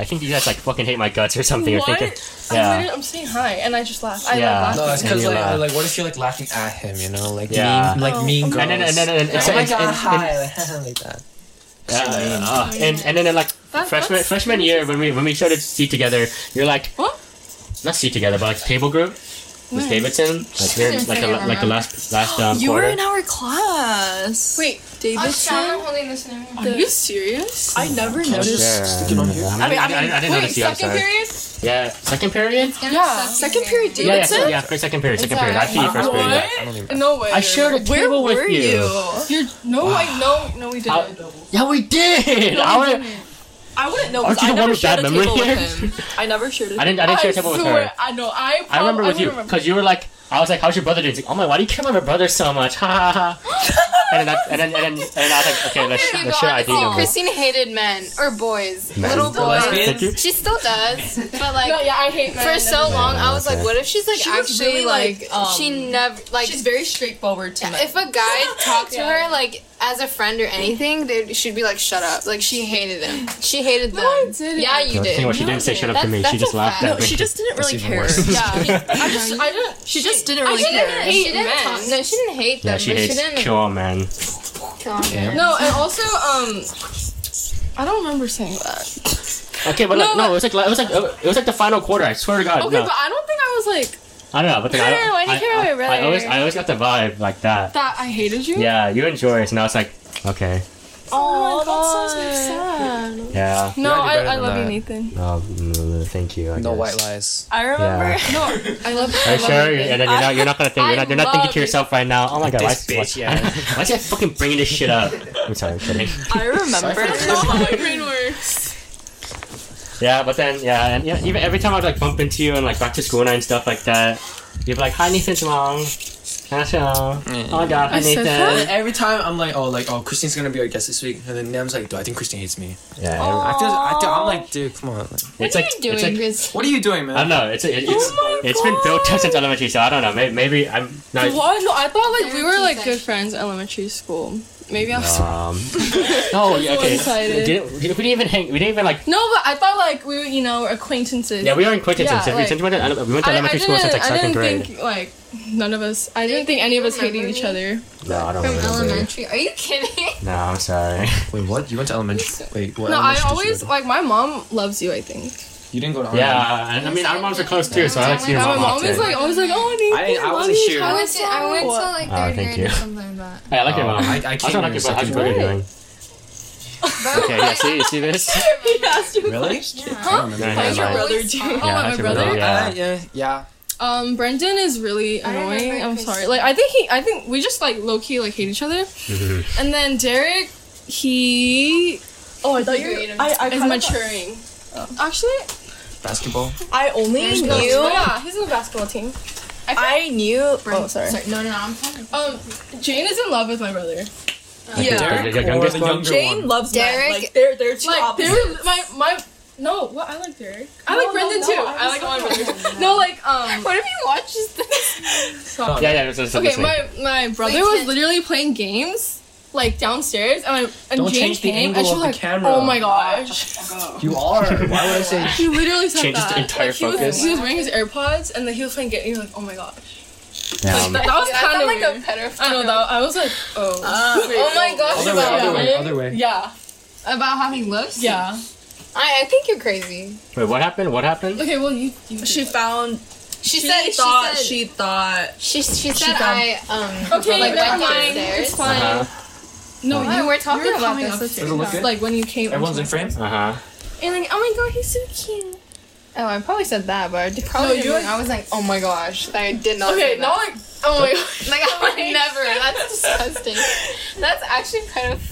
A: I think you guys like fucking hate my guts or something. You're
C: What?
A: thinking,
C: I'm,
A: yeah,
C: literally- I'm saying hi, and I just laugh. I
A: Yeah.
C: love
B: No,
C: laughing.
B: it's because
A: Yeah.
B: like, uh, like, what if you're like laughing at him? You know, like
A: Yeah.
B: mean, like mean girls.
A: and then and then and,
B: oh
A: it's
B: my
A: it's-
B: god,
A: it's-
B: hi, like that.
A: Yeah, uh, and and then like freshman
C: that's-
A: freshman year when we when we started seat together, you're like
C: What?
A: Not seat together, but like table group with Davidson. Like they're like a, like the last last um,
E: You were
A: quarter.
E: in our class.
C: Wait,
E: Davidson?
F: holding this in my
C: are you serious?
E: I never noticed.
B: Sticking on here.
A: I, mean, I, I, didn't- I didn't
C: Wait,
A: notice you. I'm
C: second
A: sorry.
C: period?
A: Yeah, second period.
C: Yeah.
E: Second period
A: Yeah, yeah,
E: Davidson?
A: so, yeah, first- second period, second period. I see you first period.
C: What?
B: I don't even.
C: No way.
A: I shared a
E: Where
A: table
E: were
A: with you.
E: you?
C: You're no, I no, no, we didn't.
A: I- Yeah, we did. I,
C: we
A: wa-
E: I wouldn't know
A: Aren't you
E: because I
A: the one
E: never
A: with
E: shared
A: bad
E: a
A: memory
E: table with
A: here?
E: him. I never shared a
A: I didn't. I didn't share a table with
C: swear,
A: her.
C: I know. I, prob-
A: I remember with you
C: remember.
A: because you were like, I was like, "How's your brother doing?" He's like, "Oh my, why do you care about my brother so much?" Ha ha ha. and then, I, and then, and then, and then I was like, "Okay, let's,
F: People,
A: let's share ID
F: honestly,
A: number."
F: Christine hated men or boys,
A: Men.
F: little boys.
A: Thank you.
F: She still does, but like.
C: No, yeah, I hate men.
F: For so long, I was like,
A: okay.
F: "What if she's like
E: She was
F: actually
E: really,
F: like,
E: like, um,
F: she never like
E: She's very straightforward to me.
F: if a guy talked to her like as a friend or anything, they she'd be like, "Shut up!" Like she hated him. She hated them.
C: I didn't.
F: Yeah, you
A: The thing
F: did.
A: was, she didn't say shut up to
F: That's-
A: me.
F: that's
A: She just
F: a
A: laughed
F: fact.
A: at
E: No,
A: me.
E: she just didn't really
B: even
E: care.
B: worse.
F: Yeah,
C: I just, I didn't.
E: She just didn't
F: I
E: really
F: didn't
E: care.
F: hate. She didn't talk. No, she didn't hate them.
A: Yeah, she
F: but
A: hates
F: she didn't
A: Cure, man.
F: kill him.
C: No, and also, um, I don't remember saying that.
A: Okay, but
C: No,
A: like, no, it was like it was like it was like the final quarter. I swear to God,
C: Okay,
A: no,
C: but I don't think I was like
A: I don't know. But like, I,
C: Why do you
A: I,
C: care about
A: I,
C: your
A: I always
C: brother?
A: I always got the vibe like that.
C: that. I hated you.
A: Yeah, you and Joyce, and I was like, okay,
C: Oh,
E: God.
C: that sounds sad.
A: yeah.
C: No,
B: gotta do
C: I,
B: better
C: I
B: than
C: love you,
B: that.
C: Nathan.
A: Um, mm, thank you. I
B: No
A: guess.
B: white lies.
E: I remember.
A: Yeah.
C: No, I love.
A: Are
C: I
A: you
C: love
A: sure?
C: Nathan.
A: And then you're not you're not gonna think you're not, you're not thinking
C: love
A: to yourself right now. Oh my God,
B: This
A: why,
B: bitch,
A: why,
B: yeah.
A: why is he fucking bringing this shit up? I'm sorry, I'm kidding.
E: I remember.
C: Oh, how my brain works.
A: Yeah, but then yeah, and yeah, even every time I'd like bump into you and like back to school night and stuff like that, you'd be like, "Hi, Nathan's mom." Asha. Oh god, I
C: I
A: hate
C: said
A: that.
B: Every time I'm like, oh, like, oh, Christine's gonna be our guest this week, and then Nam's like, dude, I think Christine hates me.
A: Yeah,
B: I feel, I feel, I'm like, dude, come on. Like,
A: Oh, it's
F: what
A: like,
F: are you doing,
A: it's like
F: Chris?
B: what are you doing, man?
A: I don't know. It's
C: Oh
A: it, it's it's been built up since elementary, so I don't know. Maybe, maybe I'm not.
C: What? No, I thought like we were
F: Therapy
C: like good
F: session.
C: friends in elementary school. Maybe I was.
A: Um, no, yeah, okay.
C: One-sided.
A: Didn't, we didn't even hang. We didn't even like.
C: No, but I thought like we were, you know, acquaintances.
A: Yeah, we are in acquaintances.
C: Yeah,
A: since we,
C: like-
A: since we, went to, we went to
C: I, I
A: elementary school since
C: didn't,
A: like
C: I
A: second
C: didn't
A: grade.
C: think like none of us. I didn't think any of us hated
F: remember
C: each
F: me?
C: other.
A: no, I don't
F: From
A: remember.
F: elementary? Are you kidding?
A: No, I'm sorry.
B: Wait, what? You went to elementary? Wait, what?
C: No, I
B: elementary did you
C: always
B: go to?
C: like my mom loves you. I think.
B: You didn't go to.
A: yeah, and I mean our moms are close too, so I like to see your
C: Yeah, my
A: mom
C: mom
A: often.
C: is like always like oh Nikki,
B: I- I
C: love
B: wasn't
C: you,
B: sure.
F: I
C: child,
F: went to I went to
C: so-
F: like
A: Oh,
F: third
A: thank
F: grade
A: you.
F: or something like that.
A: Hey, I like your
B: Oh,
A: mom.
B: I- I
A: Also,
B: came in
A: like your mom.
B: second
A: How's your brother
C: grade.
A: doing?
F: But
A: Okay, yeah, see, you see this?
C: He asked you a
B: Really?
C: question.
B: I don't remember.
A: Yeah,
C: How's your
A: yeah,
C: brother
F: yeah.
C: doing?
A: Yeah,
C: oh, my
A: how's your
C: brother.
A: brother?
B: Yeah, yeah, yeah.
C: Um, Brendan is really
F: I remember
C: annoying. I'm
F: Chris.
C: sorry. Like, I think he, I think we just like low key like hate each other. And then Derek, he
D: Oh, I thought Oh.
C: you were-
D: I, I
C: is
D: kinda-
C: maturing. Actually,
B: Basketball.
D: I only
F: There's
D: knew.
C: oh, yeah, he's in the basketball team.
D: I knew. Oh, sorry.
F: No, no, no. I'm fine.
C: Um, Jane is in love with my brother.
D: Yeah.
A: The- the youngest
B: the
A: one?
B: younger
D: Jane
B: one?
D: loves Derek.
F: Derek-
D: Like they're they're two
C: Like, they
D: opposites.
C: were my my. No, what I like Derek. I
D: No,
C: like
D: no,
C: Brendan
D: no,
C: too.
D: I
C: I, like all my
D: was-
C: brothers. No, like um.
F: What if you watch this?
C: stop.
A: Yeah, yeah, it's, it's
C: Okay,
A: okay,
C: my my brother
F: Wait,
C: was
F: can-
C: literally playing games like downstairs, and I and
B: Don't
C: Jane
B: change the
C: came,
B: angle
C: and she
B: of
C: was
B: the
C: like,
B: camera.
C: "Oh my gosh!"
B: You are. Why would I say?
C: He literally said
A: Changes the
C: that.
A: entire
C: like, he was,
A: focus.
C: He was wearing his AirPods, and then he was playing games. And he was like, "Oh my gosh!"
A: Um,
C: That was
F: Dude, I
C: kind of
F: sound like
C: like
F: a pedophile.
C: I know that. I was like, "Oh, wait,
F: oh my gosh.
B: Other way,
F: about
B: other way,
F: that.
B: other way.
C: yeah,
F: About how he looks?
C: yeah."
F: I, I think you're crazy.
A: wait, what happened? What happened?
C: Okay, well, you. you
D: she found.
F: She,
D: She,
F: said
D: thought.
F: she
D: She thought.
F: said she, she said
D: found-
F: I um
C: okay,
F: like
C: never
F: went
C: mind. It's
F: downstairs.
C: fine.
A: Uh-huh,
C: No,
F: Why?
C: you,
F: We're talking
C: you were
F: about
C: coming
F: this.
C: upstairs.
B: Does it look good?
C: Like when you came.
B: Everyone's in
C: upstairs.
B: frame.
A: Uh huh.
C: And like, oh my god, he's so cute.
F: Oh, I probably said that, but I did- probably
C: you
F: didn't.
C: were-
F: I was like, oh my gosh, I did not.
C: Okay,
F: say
C: not
F: that.
C: like. Oh my god.
F: Like I would never. That's disgusting. That's actually kind of.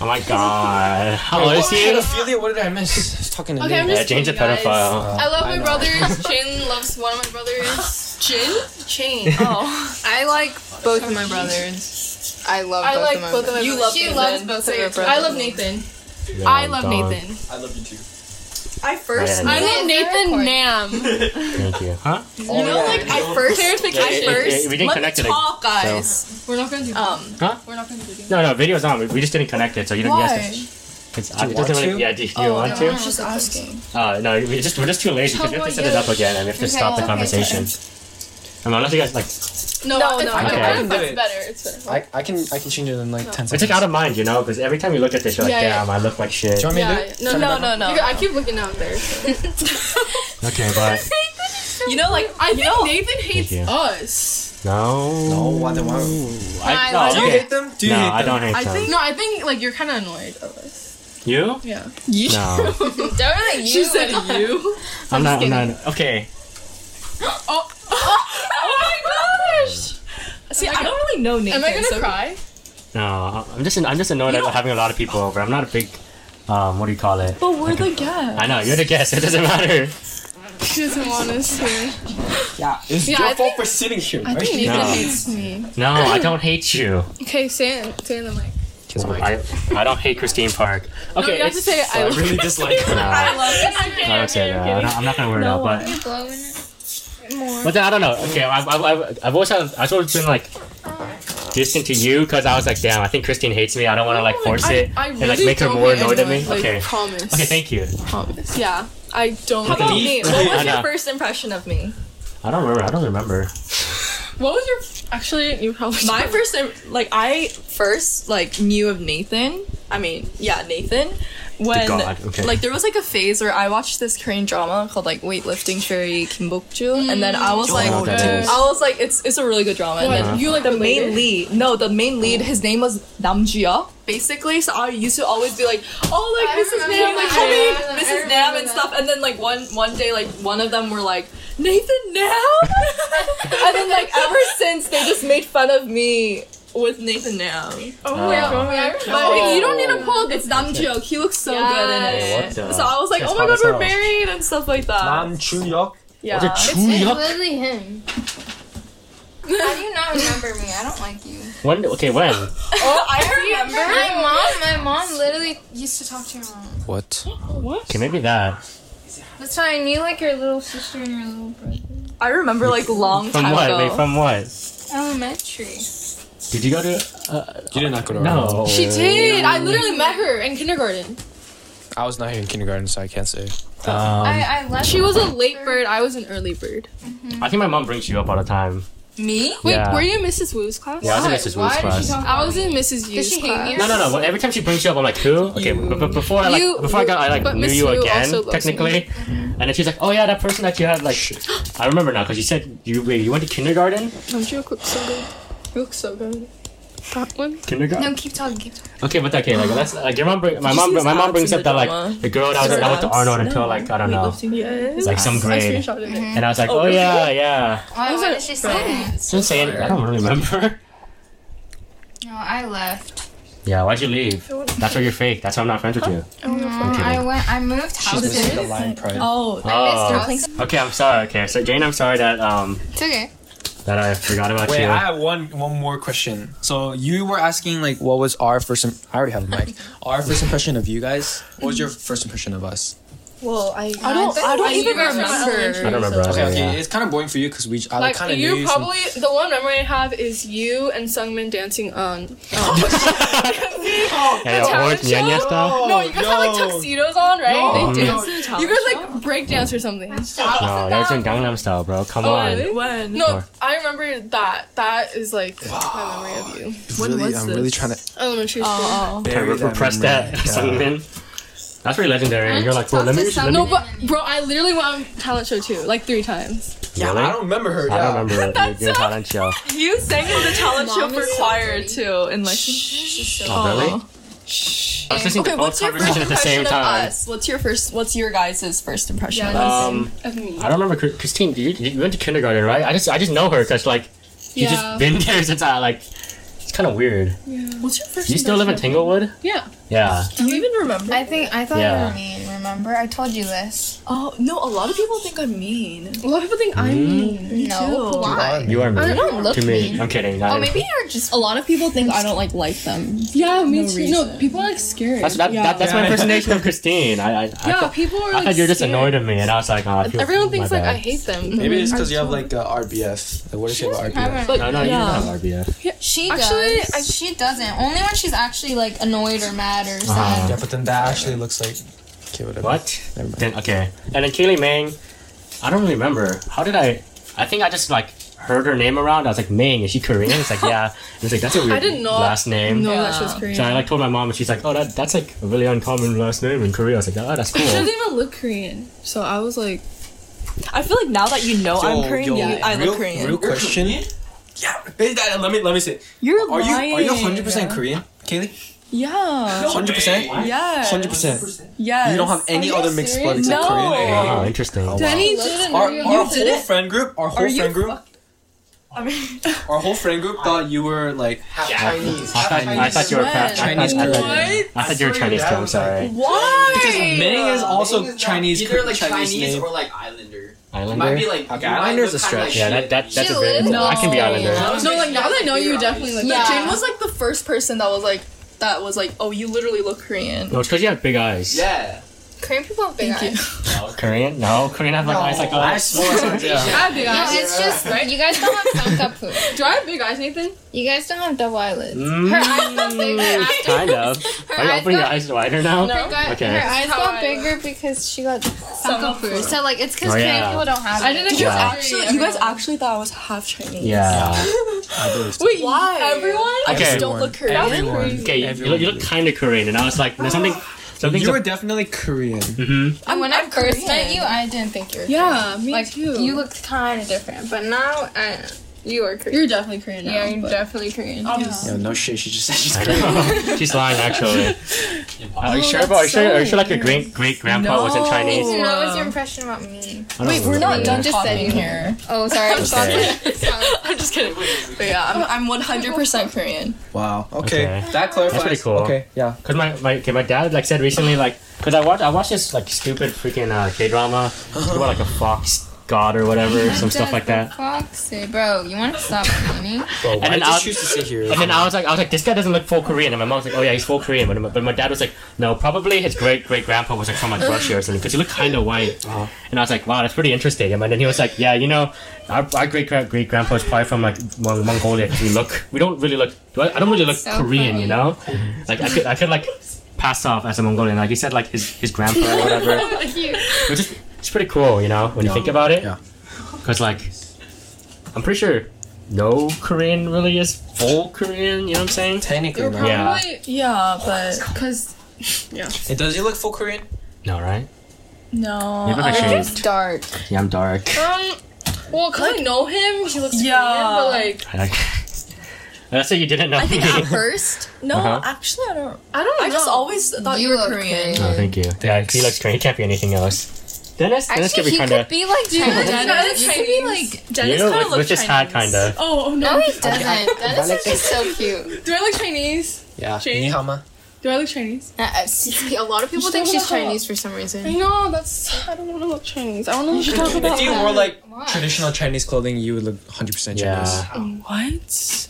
A: Oh my god. How old is he?
B: Ophelia, what did I miss? I was talking to
C: Okay, I'm
B: Nate.
A: Yeah,
C: just
A: Jane's a
C: kidding, guys.
A: pedophile.
B: Uh,
F: I love
B: I
F: my
B: know.
F: brothers. Chin loves one of my brothers.
C: Jin?
F: Chain.
D: Oh,
F: I like both of my brothers. I love.
C: I
F: both
C: like
F: of my
C: both of
F: brothers.
C: my
F: You
C: brothers.
F: She
C: Nathan.
F: loves both of your brothers.
C: I love Nathan.
A: Oh,
C: I love Nathan.
B: I love you too.
D: I first.
A: Yeah,
C: I
F: Yeah,
C: love
F: they're
C: Nathan
F: recording.
C: Nam.
A: Thank you. Huh?
D: you know, like I first. I
A: it-
D: first.
A: it- we didn't
D: let's
A: connect it, like,
D: talk, guys.
C: We're not gonna do that.
D: Um,
A: Huh?
C: We're not gonna do that.
A: No, no, video's on. We, we just didn't connect it, so you don't
D: Why?
A: guess. It's,
B: you
A: it
B: want
A: doesn't really,
B: to?
A: yeah, do you
C: Oh,
A: want to?
D: just asking.
A: Uh, no, we just, we're just too lazy because we have to set it up again and we have to
F: Okay,
A: stop the
F: okay,
A: conversation. I mean, unless you guys like,
C: No,
D: No,
C: it's
D: no,
C: better.
A: okay.
C: I think
B: Okay.
C: it's better. It's better.
B: I, I can I can change it in like ten
A: it's
B: seconds.
A: like out of mind, you know? Because every time you look at this, you're like,
C: Yeah, yeah.
A: damn, I look like shit.
B: Do you want me
C: Yeah,
B: to do? it?
C: yeah. No,
B: Turn it
D: No,
B: back
D: no,
B: on?
D: no.
C: Because I keep looking down there.
A: Okay, bye.
D: You know, like
C: I
D: you
C: think
D: know,
C: Nathan hates
A: you.
C: us.
A: No.
B: No, why the Oh, why?
A: I,
F: I
A: no,
F: like
B: Do you
A: okay.
B: hate them? Do you
A: No,
B: hate them?
A: I don't hate
D: I
A: them.
D: think-
C: No, I think like you're kind of annoyed of us.
A: You?
C: Yeah.
A: No.
F: Don't really you.
C: She said you.
A: I'm not, I'm
F: just
A: not. Okay.
C: Oh. oh my gosh.
D: see, I don't really know Nathan.
C: Am I gonna
D: so-
C: cry?
A: No, I'm just, I'm just annoyed at having a lot of people over. I'm not a big, um, what do you call it?
D: But we're the guests.
A: I know, you're the guest. It doesn't matter.
C: She doesn't want us to.
B: Yeah, it's
C: Yeah,
B: your
C: I
B: fault for sitting here.
C: I think Nathan
A: No.
C: hates me.
A: No, I don't hate you.
C: Okay, say it. Say it in the mic.
A: I, I don't hate Christine Park.
C: No,
A: Okay,
C: you have to
A: it's-
C: say I
B: I
C: love
B: really dislike her.
A: no, I
D: love it.
A: don't say that. I don't, uh, I'm not gonna word it out, but
F: blowing it more.
A: but then I don't know. Okay, I, I, I, I've always had, I've always been like distant to you because I was like, damn, I think Christine hates me. I don't want to like force it
C: I, I
A: and
C: really
A: like make her
C: don't
A: more
C: hate
A: annoyed at me.
C: anyone, Like,
A: okay,
C: Promise.
A: okay, thank you.
C: promise. Yeah, I don't.
D: How about
A: Leave.
D: me? What
A: I
D: was
A: know.
D: your first impression of me?
A: I don't remember. I don't remember.
C: What was your? Actually, you probably.
D: My first, im- like, I first like knew of Nathan. I mean, yeah, Nathan. When
A: God, okay.
D: like there was like a phase where I watched this Korean drama called like Weightlifting Fairy Kimbokju, and then I was like,
A: Mm. know what that is.
D: I was like, it's it's a really good drama. And
C: What?
D: then
C: You, like,
D: the
C: related?
D: main lead? No, the main lead. His name was Namjia. Basically, so I used to always be like, oh,
F: I
D: like Mrs.
F: remember
D: Nam, like
F: that.
D: coming,
F: Yeah, I
D: Mrs. Nam
F: remember
D: and
F: that.
D: stuff. And then like one one day, like one of them were like, Nathan Nam, and then like ever since they just made fun of me with Nathan Nam.
C: Oh my god.
D: But you don't need
E: Oh.
D: to pull. It's Nam Jook. He looks so
C: Yes.
A: Hey, what
D: good in
A: the-
D: it. So I was like,
A: That's
D: oh my
A: how
D: god,
A: this
D: we're
A: sounds.
D: married and stuff like that.
B: Nam Chun Hyuk.
D: yeah.
F: It's literally him. How do you not remember me? I don't like you.
A: When? Okay, when?
E: Oh, I remember.
F: My mom, my mom literally used to talk to your mom.
B: What?
A: Okay, maybe that.
F: That's why I knew like your little sister and your little brother.
E: I remember like long
A: From
E: time
A: what?
E: ago.
A: Wait, from what?
F: Elementary.
A: Did you go to?
B: You did not go to
A: No.
C: She did. I literally met her in kindergarten.
B: I was not here in kindergarten, so I can't say.
A: Um,
F: I, I left.
C: She was a late bird. I was an early bird.
A: I think my mom brings you up all the time.
E: Me?
C: Wait,
A: Yeah.
C: were you in Mrs. Wu's class?
A: Yeah, I was in
F: Why-
A: Mrs.
F: why
A: Wu's
F: did she
A: class.
F: talk-
C: I was in Mrs. Yu's
F: she hate
C: class.
F: you?
A: No, no, no. Well, every time she brings you up, I'm like, who? Okay, but, but before I like,
C: You-
A: before I got, I like
C: but
A: knew
C: Miss
A: you
C: Wu
A: again,
C: also loves
A: technically. And then she's like, oh yeah, that person that you had, like, I remember now because you said you wait, you went to kindergarten.
C: Don't you look so good? You look so good. That one.
A: Kindergarten.
F: No, keep talking. Keep talking.
A: Okay, but okay, like that's like your mom. Bring, my
E: you
A: mom,
E: see his
A: my mom
E: abs
A: brings up
E: in the
A: that
E: drama?
A: like the girl that was
E: Her
A: I went to
E: abs?
A: Arnold until
E: No.
A: like I don't know,
C: Yes.
A: like some
C: I
A: grade.
C: screenshotted it.
A: And I was like, oh yeah, yeah.
F: Why,
C: was
F: what
C: it?
F: did she say?
A: She didn't say anything. I don't really remember.
F: No, I left.
A: Yeah, why'd you leave? That's why you're fake. That's why I'm not friends with you.
F: Oh, No, I went. I moved houses.
B: the lion pride.
E: Oh,
A: Oh.
F: I missed houses.
A: Okay, I'm sorry. Okay, so Jane, I'm sorry that um
F: It's okay.
A: that I forgot about
B: Wait,
A: you.
B: I have one one more question. So you were asking like, what was our first? Im- I already have a mic. our first impression of you guys. What was your first impression of
A: Uh,
B: us?
E: well, I,
F: I don't- I don't even
A: I don't remember.
B: Okay,
A: either,
B: okay,
A: yeah.
B: it's kind of boring for you because we I
C: Like
B: kind of knew
C: you
B: you from-
C: probably the one memory I have is you and Sungmin dancing on.
A: Yeah, yeah,
C: talent
A: orange Nyanya
C: show?
A: style?
C: no, you guys have like
B: no.
C: tuxedos on, right?
A: They
C: dance. You guys like break dance or something.
A: No, that was in Gangnam style, bro. Come
C: Oh,
A: on.
C: really?
E: When?
C: No,
A: Or-
C: I remember that. That is like my memory of you.
B: really,
E: was
B: I'm
E: this?
B: really trying to
C: Elementary school.
E: Oh,
A: Okay,
B: bury
A: re-
B: that
A: repress
B: memory.
A: that, Sungmin. That's pretty legendary. And you're like, bro, let me. Let me
C: No, but bro, I literally went on talent show too, like three times.
B: Yeah,
A: Really?
B: I don't remember her.
A: I
B: yeah.
A: don't remember it. You did talent show.
E: you sang in the talent show for choir too, in like.
A: Oh, really? I was listening to both conversations at the same time.
E: What's your first? What's your guys' first impression? of us?
A: Um,
C: Of me.
A: I don't remember Chris- Christine. You, you went to kindergarten, right? I just I just know her because like she's
C: Yeah.
A: just been there since I like. It's kind of weird.
E: What's your first?
A: Do you still live in Tanglewood?
C: Yeah.
A: Yeah.
E: Do you even remember?
F: I think I thought you
A: Yeah.
F: were mean. Remember, I told you this.
E: Oh no, a lot of people think I'm mean.
C: A lot of people think
A: Mm.
C: I'm mean.
F: no, why?
A: You are mean.
C: I don't look
A: to me. I'm kidding.
F: Oh,
A: I-
F: maybe you're just.
E: A lot of people think I don't like like them.
C: Yeah, me too. No,
E: reason.
C: people are like scared.
A: That's that,
E: Yeah.
A: that, that's my
B: Yeah.
A: impersonation of Christine. I I, I,
C: yeah,
A: thought-
C: people are
A: I
C: like.
A: thought you were just
C: scared.
A: annoyed at me, and I was like, oh, I feel,
C: Everyone
A: my
C: thinks like
A: bad.
C: I hate them.
B: Maybe it's because you have like uh, RBF. Like, what does she have RBF?
A: No, no,
E: Yeah.
A: you don't have RBF.
F: She
C: Actually,
F: does.
C: I-
F: she doesn't. Only when she's actually like annoyed or mad or
A: Uh,
F: sad.
B: Yeah, but then that actually looks like. Okay, whatever.
A: What?
B: Never mind.
A: Then okay, and then Kaylee Mang. I don't really remember. How did I? I think I just like heard her name around. I was like, Mang, is she Korean? It's like, yeah. And it's like that's a weird
C: did not
A: last name.
C: No, that shit's
E: Yeah.
C: Korean.
A: So I like told my mom, and she's like, "Oh, that that's like a really uncommon last name in Korea." I was like, "Oh, that's
C: She
A: cool."
C: doesn't even look Korean. So I was like,
E: I feel like now that you know
B: Yo,
E: I'm Korean,
B: yo,
E: you, I
B: real,
E: look Korean.
B: Real question. Yeah, is that- let me let me say.
E: You're
B: Are you
E: lying.
B: are you 100 percent Korean, Kaylee?
E: Yeah.
B: 100 percent.
E: Oh, Yes.
B: 100 percent.
E: Yes.
B: You don't have any other mixed blood except
E: No.
B: Korean.
A: Oh,
B: and
A: Wow,
B: Asian.
A: interesting.
C: Denny didn't
B: Our,
C: know
B: our
C: you
B: whole friend group, our whole
E: you
B: friend group,
E: I mean,
B: our whole friend group thought you were like half Chinese.
A: I thought, I thought you were
E: Chinese
A: Chinese. I
B: Chinese
A: thought, I thought-
B: Korean.
A: I thought you were
G: What?
A: Chinese too. I'm sorry.
E: why?
B: Because Ming is also
G: Ming is not-
B: Chinese.
G: Either like
B: Chinese,
G: Chinese,
B: name.
G: or like Islander. It might
A: Islander.
G: be like
B: Okay,
G: you might
B: Islander's
G: look
B: a
G: kinda
B: stretch.
A: Yeah, that, that that's a very.
F: lives-
A: No. I can be
F: No.
A: Islander.
G: like-
C: No, like now that I know you,
G: Your
C: definitely like.
G: eyes.
F: Yeah.
E: Jane was like the first person that was like that was like, oh, you literally look Korean.
A: No, it's because you have big eyes.
G: Yeah.
F: Korean people have big
E: Thank you.
F: eyes.
A: Korean? No, Korean have like eyes like
G: I
A: us.
G: swore. I was
B: Yeah.
G: Asian.
C: I have big
F: No,
C: eyes.
F: it's just you guys don't have thumbcup poo.
C: Do I have big eyes, Nathan?
F: You guys don't have double eyelids.
A: Mm,
F: Her eyes got bigger after.
A: kind of.
F: Her
A: Are you
F: eyes
A: opening your
F: got-
A: eyes wider now?
F: Her, got,
A: Okay.
F: her eyes
C: How
F: got
C: I
F: bigger because she got thumbcup poo. So like it's because
A: Oh,
F: Korean
A: yeah.
F: people don't have.
C: I
F: it.
C: didn't
A: Yeah.
E: Actually, you guys actually thought I was half Chinese.
A: Yeah.
B: I believe.
C: Wait,
E: Why?
C: Everyone?
E: I
A: Okay.
E: just don't look Korean.
B: Everyone.
A: Okay, you look, you look kind of Korean, and I was like, there's something, something.
B: You were definitely Korean.
A: mm-hmm.
F: And when
E: I'm
F: I first met
E: Korean.
F: you, I didn't think you were.
C: Yeah, me
F: like
C: too.
F: you looked kind of different, but now I, you are Korean.
E: You're definitely Korean. Now,
F: yeah, you're
E: but-
F: definitely Korean.
E: Obviously.
B: Yo, no shit. She just said she's
A: I
B: Korean.
A: know. She's lying, actually. Are you
E: Oh,
A: sure?
E: that's
A: About, are you sure?
E: so
A: Are you sure? Like your
E: weird.
A: great great grandpa wasn't
E: No.
F: Wait,
A: Chinese.
F: so what was your impression about me?
A: I don't
E: Wait, we're
A: remember
E: not
A: that.
E: done
F: just
E: just
F: said
E: sitting here.
F: Oh, sorry.
A: Okay.
E: I'm just kidding. But yeah, I'm, I'm 100% Korean.
B: Wow. Okay.
A: Okay.
B: That clarifies.
A: pretty cool.
B: Okay. Yeah.
A: Cause my my, okay, my dad like said recently like cause I watch I watched this like stupid freaking uh, K drama about like a fox God or whatever, some stuff like that.
F: Foxy, bro, you want to stop cleaning?
B: Bro, why
A: then
B: did you
A: I'll-
B: choose to sit here?
A: And then I was like, I was like, this guy doesn't look full Korean. And my mom was like, oh yeah, he's full Korean. But my, but my dad was like, no, probably his great great grandpa was like from like Russia or something because he looked kind of white.
B: Uh-huh.
A: And I was like, wow, that's pretty interesting. And then he was like, yeah, you know, our, our great great grandpa is probably from like Mon- Mongolia. 'cause we look, we don't really look. do I, I don't really look
F: So
A: Korean,
F: funny.
A: you know. Like I could I could like pass off as a Mongolian. Like he said, like his his grandpa or whatever. Which is it's pretty cool, you know, when you think about it.
B: Yeah.
A: Because like, I'm pretty sure no Korean really is full Korean. You know what I'm saying?
B: Technically, no.
A: Yeah.
E: Yeah, but
F: Because
B: It does he look full Korean?
A: No, right?
E: no.
A: Maybe I
E: um,
A: should-
F: it's dark.
A: Yeah, I'm dark.
C: Um, well, cause I know him, he looks
E: Yeah.
C: Korean, but like,
A: I like- That's what you didn't know.
E: I think
A: me.
E: at first, no,
A: Uh-huh.
E: actually, I don't.
C: I don't know.
E: I just always thought you,
F: You
E: were
F: look
E: Korean.
F: Korean.
A: oh, thank you. Yeah, he looks great. He can't be anything else. Dennis, Dennis could
F: Actually,
A: be
F: he
A: kind of.
F: could be like
C: Dennis,
F: Dennis.
C: Dennis
F: You could be
C: Chinese.
F: like.
A: You
C: Dennis
A: know,
C: kind
A: like,
C: of looks
A: which is had
C: Chinese.
A: kind of.
C: Oh, oh
F: No,
C: no.
F: he doesn't. Dennis
B: like
F: is just so cute.
C: Do I look Chinese?
B: Yeah.
C: Chinese?
B: Nihama.
C: Do I look Chinese?
F: Uh, uh, see, a lot of people
C: should
F: think
C: talk
F: she's
C: about how-
F: Chinese for some
C: I
F: reason.
C: know, that's. I don't want to look Chinese. I don't know what you're talking
B: If
C: about.
B: you wore like
F: Why?
B: traditional Chinese clothing, you would look 100% Chinese.
A: Yeah.
C: What?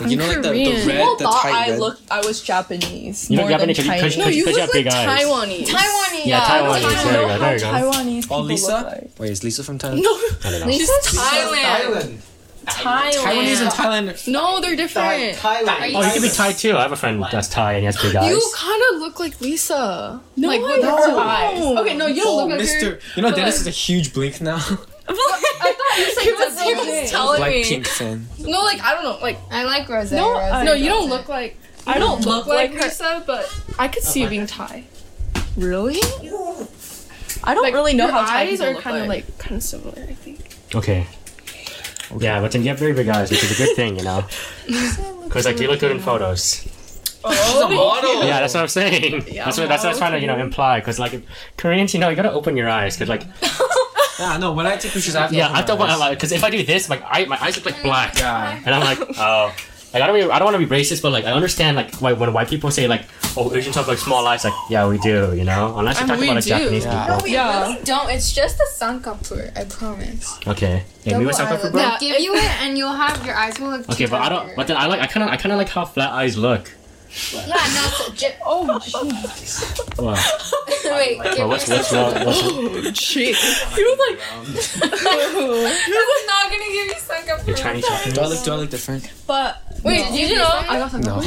B: Like, you know, like the, the
C: Korean.
B: red,
E: People
B: the
E: thought
B: tight
E: I
B: red.
E: looked. I was Japanese.
A: You look
E: more
A: Japanese,
E: than
A: 'cause you- 'cause-
E: Chinese.
A: 'cause
C: No, you
A: Put
C: look
A: your
C: like
A: big eyes.
C: Taiwanese.
F: Taiwanese.
A: Yeah, Taiwanese. There
E: I don't
A: you
E: know
A: go.
E: how
A: There you go.
E: Taiwanese people
B: Oh,
E: look
B: Lisa?
E: like.
B: Wait, is Lisa from Thailand?
C: No,
A: I don't know.
E: She's Thailand.
B: Taiwanese and
E: Thailand.
B: Thailand.
C: no, they're different.
G: Thailand.
A: Oh, you could be Thai too. I have a friend that's Thai and he has big eyes.
C: You kind of look like Lisa. No, like,
E: I
C: with her
E: don't.
C: eyes. Okay, no, you don't
B: Oh,
C: look like her.
B: You know,
C: But
B: Dennis
C: like-
B: is a huge blink now.
C: I thought you said
E: He was, he
C: Japanese.
E: was telling
B: Black
E: me.
B: pink fan.
C: No, like, I don't know. Like,
F: I like Rose.
C: no,
F: Rose
C: no, you
F: does
C: don't
F: it.
C: look like.
E: I don't
C: look like
E: her.
C: Lisa, but I could see you being Thai.
E: Really? I don't
C: Like,
E: really know
C: your
E: how Thai
C: eyes
E: people
C: are
E: look
C: kind of like kind of similar. I think.
A: Okay. Yeah, but then you have very big eyes, which is a good thing, you know. Because like you look good in photos.
B: She's a model.
A: Yeah, that's what I'm saying. that's what that's what I was trying to you know imply. Because like Koreans, you know, you gotta open your eyes. Because like
B: Yeah, no, when I take pictures, I have to
A: yeah,
B: open
A: I
B: my
A: thought
B: eyes.
A: about because if I do this, like I my eyes look like black.
B: Yeah.
A: And I'm like, oh. Like, I don't, really, I don't want to be racist, but like I understand like why, when white people say like, oh, Asians have like small eyes, like yeah, we do, you know. Unless you're
C: And
A: talking
C: we
A: about like
C: do.
A: Japanese
B: Yeah.
A: people.
C: Yeah.
F: Don't. It's just a sankapur. I promise.
A: Okay. Yeah, we were talking about-
F: They'll
C: Yeah,
F: give you it, and you'll have your eyes will look.
A: Okay, but I don't.
F: darker.
A: But then I like. I kind of. I kind of like how flat eyes look.
F: yeah, no. So, j- oh,
A: Wow.
F: wait.
A: Well,
F: give
A: what's
F: yourself-
A: what's wrong? What's,
F: This is not gonna give you sankapur.
A: you're Chinese.
B: Do I look, do I look different?
E: but
F: Wait, did you know?
E: I got
B: No.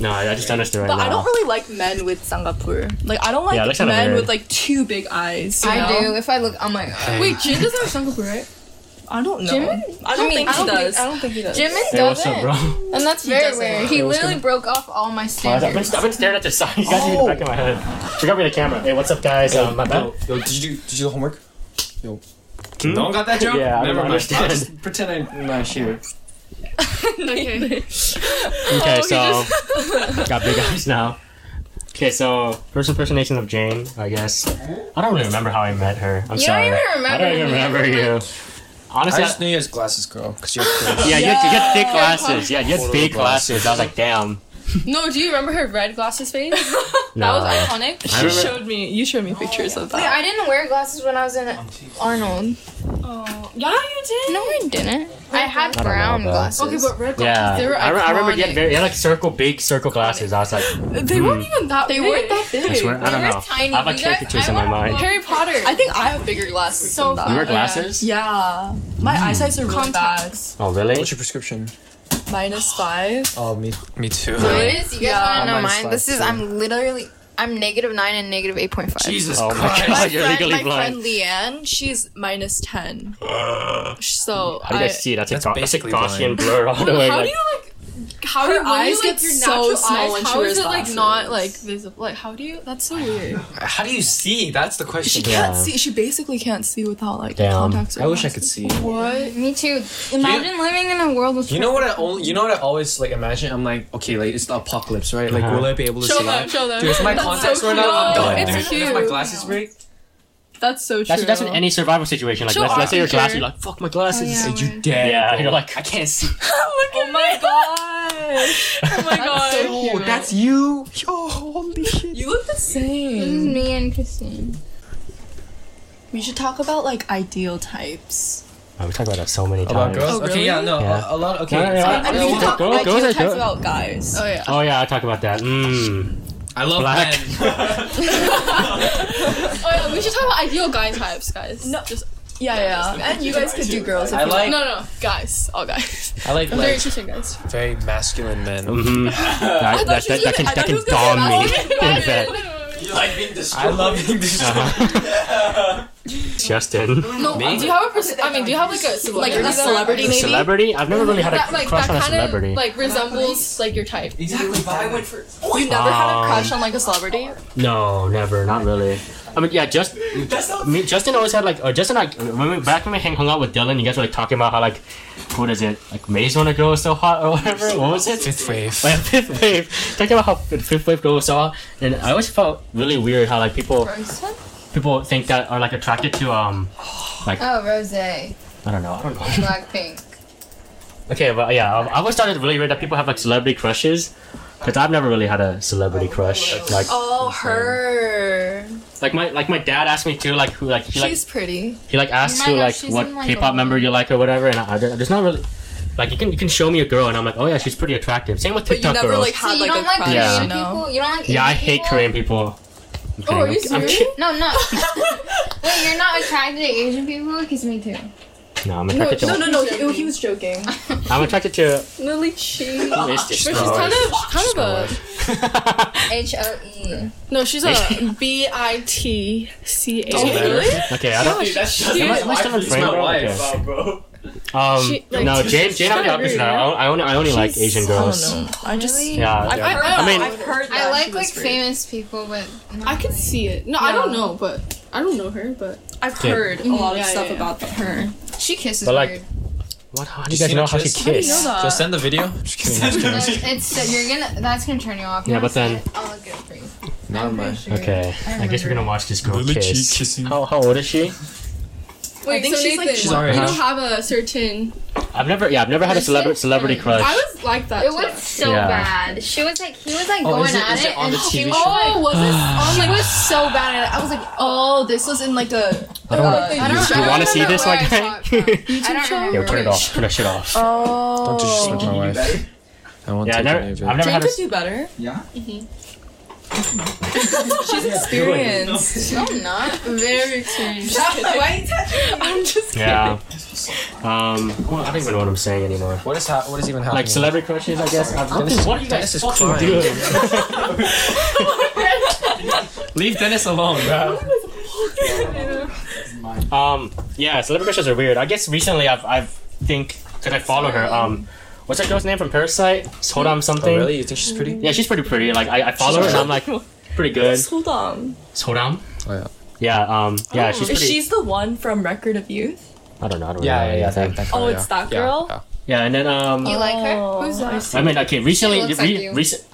A: No, I, I just understood right
E: But
A: now.
E: I don't really like men with sangapur. Like I don't like
A: Yeah, that's kinda
E: men
A: weird.
E: with like two big eyes. you
F: I
E: know?
F: do. If I look, oh my god.
C: Wait, Jin doesn't have Singapore, right?
E: I don't know.
F: Jimin?
E: I don't
F: I mean,
E: think
F: I
E: he
F: don't think-
E: does.
C: I don't think he does.
F: Jimin
A: Hey, what's
F: doesn't.
A: up, bro? Oh,
F: And that's very weird. He
B: I was
F: literally broke off all my
A: I've been,
F: standards.
A: I've been staring at the side. You guys
E: Oh.
A: see me in the back of my head. She got me the camera. Hey, what's up, guys? Um, my bad.
B: Yo, yo, did you do, did you do the homework? Yo.
A: Hmm?
B: No one got that joke?
A: Yeah, I
B: Never
A: don't
B: mind. I'll
A: understand.
B: just pretend I'm not here.
C: Okay.
A: Okay, so got big eyes now. Okay, so first impersonation of Jane, I guess. I don't really remember how I met her. I'm
F: You don't
A: sorry.
F: even
A: I
F: remember
A: don't even
F: me.
A: remember you.
B: I
A: Honestly, I-
B: just knew you had glasses, girl. Because you're crazy.
A: yeah, you had, you had thick glasses. Yeah, you had
B: Photo
A: big
B: glasses.
A: glasses. I was like, damn.
C: No, do you remember her red glasses face?
A: No.
C: That was iconic.
A: I
E: You
A: remember-
E: showed me. You showed me pictures of
F: Wait,
E: that.
F: I didn't wear glasses when I was in Arnold.
C: Oh, Yeah, you did.
F: No, I didn't. I had
A: know
F: brown
A: about-
F: glasses.
C: Okay, but red glasses.
A: Yeah,
C: They were
A: I, re- I remember you had
F: iconic.
A: very, you had like circle, big circle glasses. I was like,
C: They weren't even that
F: they
C: big.
F: weren't that big.
A: I swear, I don't
F: were
A: know.
F: tiny.
A: I have like
F: You guys-
A: caricatures
F: I
A: in my
F: wanna
A: mind.
F: walk-
C: Harry Potter.
E: I think I have bigger glasses
C: So
E: than
A: You
E: that.
A: wear
C: far.
A: glasses?
E: Yeah, my eyesights are really bad.
C: Contacts.
A: Oh, really?
B: What's your prescription?
E: Minus five.
B: Oh, me, me too.
F: It is. You guys
E: Yeah.
F: want to know
B: Mine's
F: mine? This
B: five,
F: is.
B: too.
F: I'm literally. I'm negative nine and negative eight point five.
B: Jesus
A: Oh my
B: Christ.
A: god,
E: my
A: you're
E: friend,
A: legally
E: my
A: blind.
E: friend Leanne, she's minus ten. so
A: How do you
E: I,
A: guys see? That's,
B: That's
A: a, Ga- that's a
B: basically
A: Gaussian
B: blind.
A: blur all the way.
C: How do
A: Like,
C: you like? How
E: Her
C: do you, when
E: eyes
C: you,
E: get
C: like, your
E: so
C: natural
E: small
C: eyes,
E: when she
C: how is
E: wears
C: it like not
E: glasses.
C: like visible? Like how do you? That's so weird.
B: How do you see? That's the
E: she
B: question.
E: can't
A: Yeah.
E: see. She basically can't see without like
A: Damn.
E: contacts. Or
B: I wish I
E: glasses.
B: could see.
C: What?
F: Me too. Imagine living in a world with.
B: You know what I only, you know what I always like imagine? I'm like, okay, like it's the apocalypse, right? Like,
A: Uh-huh.
B: will I be able to
C: Show
B: see
C: them.
B: that?
C: Show them.
B: Dude, if my
C: That's so
B: contacts run out, I'm
C: cute.
B: done.
E: It's
B: dude. And If my
E: cute.
B: glasses break,
E: That's so true.
A: that's, that's in any survival situation. Like,
C: Show
A: let's, let's say your
C: orange
A: glasses,
C: hair.
A: you're like, fuck my glasses.
F: yeah.
B: dude, you're dead.
A: Yeah,
B: bro.
A: you're like-
B: I can't see.
C: Oh my
E: gosh.
C: Oh my god.
B: Oh, that's you. Yo, holy shit.
E: You look the
F: This is
E: same.
F: me and Christine.
E: We should talk about like ideal types.
A: Oh, we talked about that so many times.
B: About girls?
E: Oh, really?
B: Okay, yeah, no,
A: Yeah.
B: A, a lot. Okay,
A: No, no, no,
B: so-
A: I-
E: I
A: I
E: mean,
A: don't
E: we can
A: want-
E: talk
A: girls- Uh, girls
E: ideal
A: are
E: types
A: good.
E: about guys.
D: Oh yeah.
A: Oh yeah, I talk about that. Mm.
B: I love
A: Black.
B: men.
C: Oh yeah, we should talk about ideal guy types, guys. No, just
E: Yeah, yeah. And you guys could do girls.
B: I like.
C: no, no, guys, all guys.
B: I like
C: I'm very
B: like
C: interested, guys.
B: very masculine men.
A: Mm-hmm. That, that, that, that can that can dawn me in bed.
G: You like being destroyed.
B: I love being destroyed.
A: Uh-huh. Justin,
C: No,
B: Me?
C: do you have a pers- I mean, do you have like a like a celebrity maybe
A: celebrity? I've never really had a
C: that like
A: crush
C: that
A: on a
C: kind
A: celebrity.
C: of like resembles like your type?
G: Exactly, but I went for.
E: You never had a
A: Um,
E: crush on like a celebrity?
A: no, never, not really. I mean, yeah, just
G: That's not.
A: me, Justin always had like uh, Justin like when we back when we hang, hung out with Dylan, you guys were like talking about how like what is it like Maze when a girl is so hot or whatever. What was it?
B: Fifth wave.
A: Like fifth wave. Talking about how the fifth wave girls saw, and I always felt really weird how like people people think that are like attracted to um
F: Oh, Rose, Blackpink.
A: I don't know I don't know. Okay, but yeah, I, I always started really weird that people have like celebrity crushes. Cause I've never really had a celebrity crush. Like,
E: Oh, her.
A: like my like my dad asked me too. Like who like he like
E: She's pretty.
A: he like asked
F: Oh my
A: who
F: gosh,
A: like
F: she's
A: what
F: in, like,
A: K-pop
F: a-
A: member you like or whatever, and I, I don't- there's not really like you can you can show me a girl and I'm like oh yeah she's pretty attractive. Same with
E: But you
A: TikTok
E: never
A: girls.
E: like
F: So
E: had
F: you
E: like
F: don't
E: a
F: like
E: crush,
F: Korean
A: Yeah.
E: you know?
F: people? You don't like
A: yeah, I
F: Asian
A: hate
F: people?
A: Korean people. I'm kidding,
E: Oh, are
A: I'm-
E: you
A: I'm
E: serious?
A: kidding.
F: No, no. Wait, you're not attracted to Asian people? Kiss me too.
A: No, I'm attracted
E: No,
A: to
E: no, no. He, he was joking.
A: I'm attracted to.
E: Lily Chi.
A: Who is this?
C: But she's kind of kind of
F: H O E.
C: a no, she's a B I T C A.
A: Really? Okay, I don't.
G: Dude, that's just
C: Am I-
A: am I still in
G: It's
A: frame,
G: my
A: bro?
G: wife,
A: Okay.
G: uh, bro.
A: Um,
C: She- like,
A: no, Jane. Jane, I'm the
C: kinda
A: opposite.
C: rude,
A: I I only, I only like Asian girls.
E: I just.
A: Yeah,
C: I, I,
A: I mean-
E: I've heard
F: I
E: that
F: like
E: she
F: like
E: was weird.
F: famous people, but not
C: I can
F: like-
C: see it. No, I don't know, but I don't know her, but
E: I've
A: Yeah.
E: heard a lot of
C: Yeah, yeah,
E: stuff
C: yeah.
E: about her.
F: She kisses
A: But, like,
F: weird.
A: What? How do you
B: You
A: guys
B: seen
A: know
B: her
A: how to
B: kiss?
E: How do you
A: kiss?
E: know that?
B: Just send the video. Just kidding. I'm just
F: That's-
B: kidding.
F: It's you're gonna. That's gonna turn you off. You
A: Yeah,
F: wanna
A: but then-
F: see it? I'll look it up for you.
B: Not my.
A: Okay, I guess we're gonna watch this girl
B: Lily
A: kiss.
B: cheek kissing.
A: How, how old is she?
C: wait,
E: I think
C: so
E: she's,
C: Nathan,
E: like,
B: She's alright.
C: you
A: huh?
C: don't have a certain.
A: I've never, yeah, I've never had a
F: Listen,
A: celebrity celebrity
F: I-
A: crush.
C: I was like that.
F: It
C: too.
F: was so
A: Yeah.
F: bad. She was like, he was like
B: Oh,
F: going
B: is it-
F: at
B: is it
F: it,
B: on
F: and
B: the
F: she
B: TV
F: was
B: show?
F: like,
C: Oh, was this? Oh my
E: It
C: god.
E: was so bad at it. I was like, oh, this was in like the.
A: I don't
E: uh,
A: wanna-
F: I
A: Do
F: don't. I
A: you
F: don't
A: want to see
F: remember
A: this?
F: where
A: Like,
F: I saw it from. I don't
C: channel?
A: yo,
F: remember.
A: turn it off. Turn that shit off.
E: Oh.
B: Don't disrespect my
G: You
B: wife.
G: better.
B: I won't
A: yeah, I've
B: take
A: never,
B: any of
A: I've
B: it.
A: never
E: Jane
A: had a.
E: could do better.
G: Yeah.
E: She's experienced.
F: No, I'm not.
C: Very strange.
E: Why are you touching me? I'm just
A: Yeah. Um, well, I don't even know what I'm saying anymore.
B: What is ha- What is even happening?
A: Like celebrity crushes, I guess. I've,
B: Dennis-
A: what are you
B: Dennis
A: guys
B: is
A: fucking
B: crying.
A: doing?
B: Leave Dennis alone, bro.
A: Um, yeah, celebrity crushes are weird. I guess recently I've, I've think, cause I follow her. Um, what's that girl's name from Parasite? Sodam something.
B: Oh, really? You think she's pretty?
A: Yeah, she's pretty pretty. Like I, I follow her and I'm like, pretty good.
E: Hold on.
A: Sodam.
B: Oh, yeah.
A: Yeah. Um.
C: Oh,
A: Yeah, she's
E: Is
A: pretty.
E: she's the one from Record of Youth?
A: I don't know. I don't
B: Yeah,
A: know.
B: yeah, yeah. That, that girl,
E: Oh, it's
B: yeah.
E: that girl?
B: Yeah,
A: Yeah, and then um.
F: You like her?
E: Oh.
F: Who's that?
A: I mean, okay. Recently,
F: looks like
A: re-
F: you.
A: recent.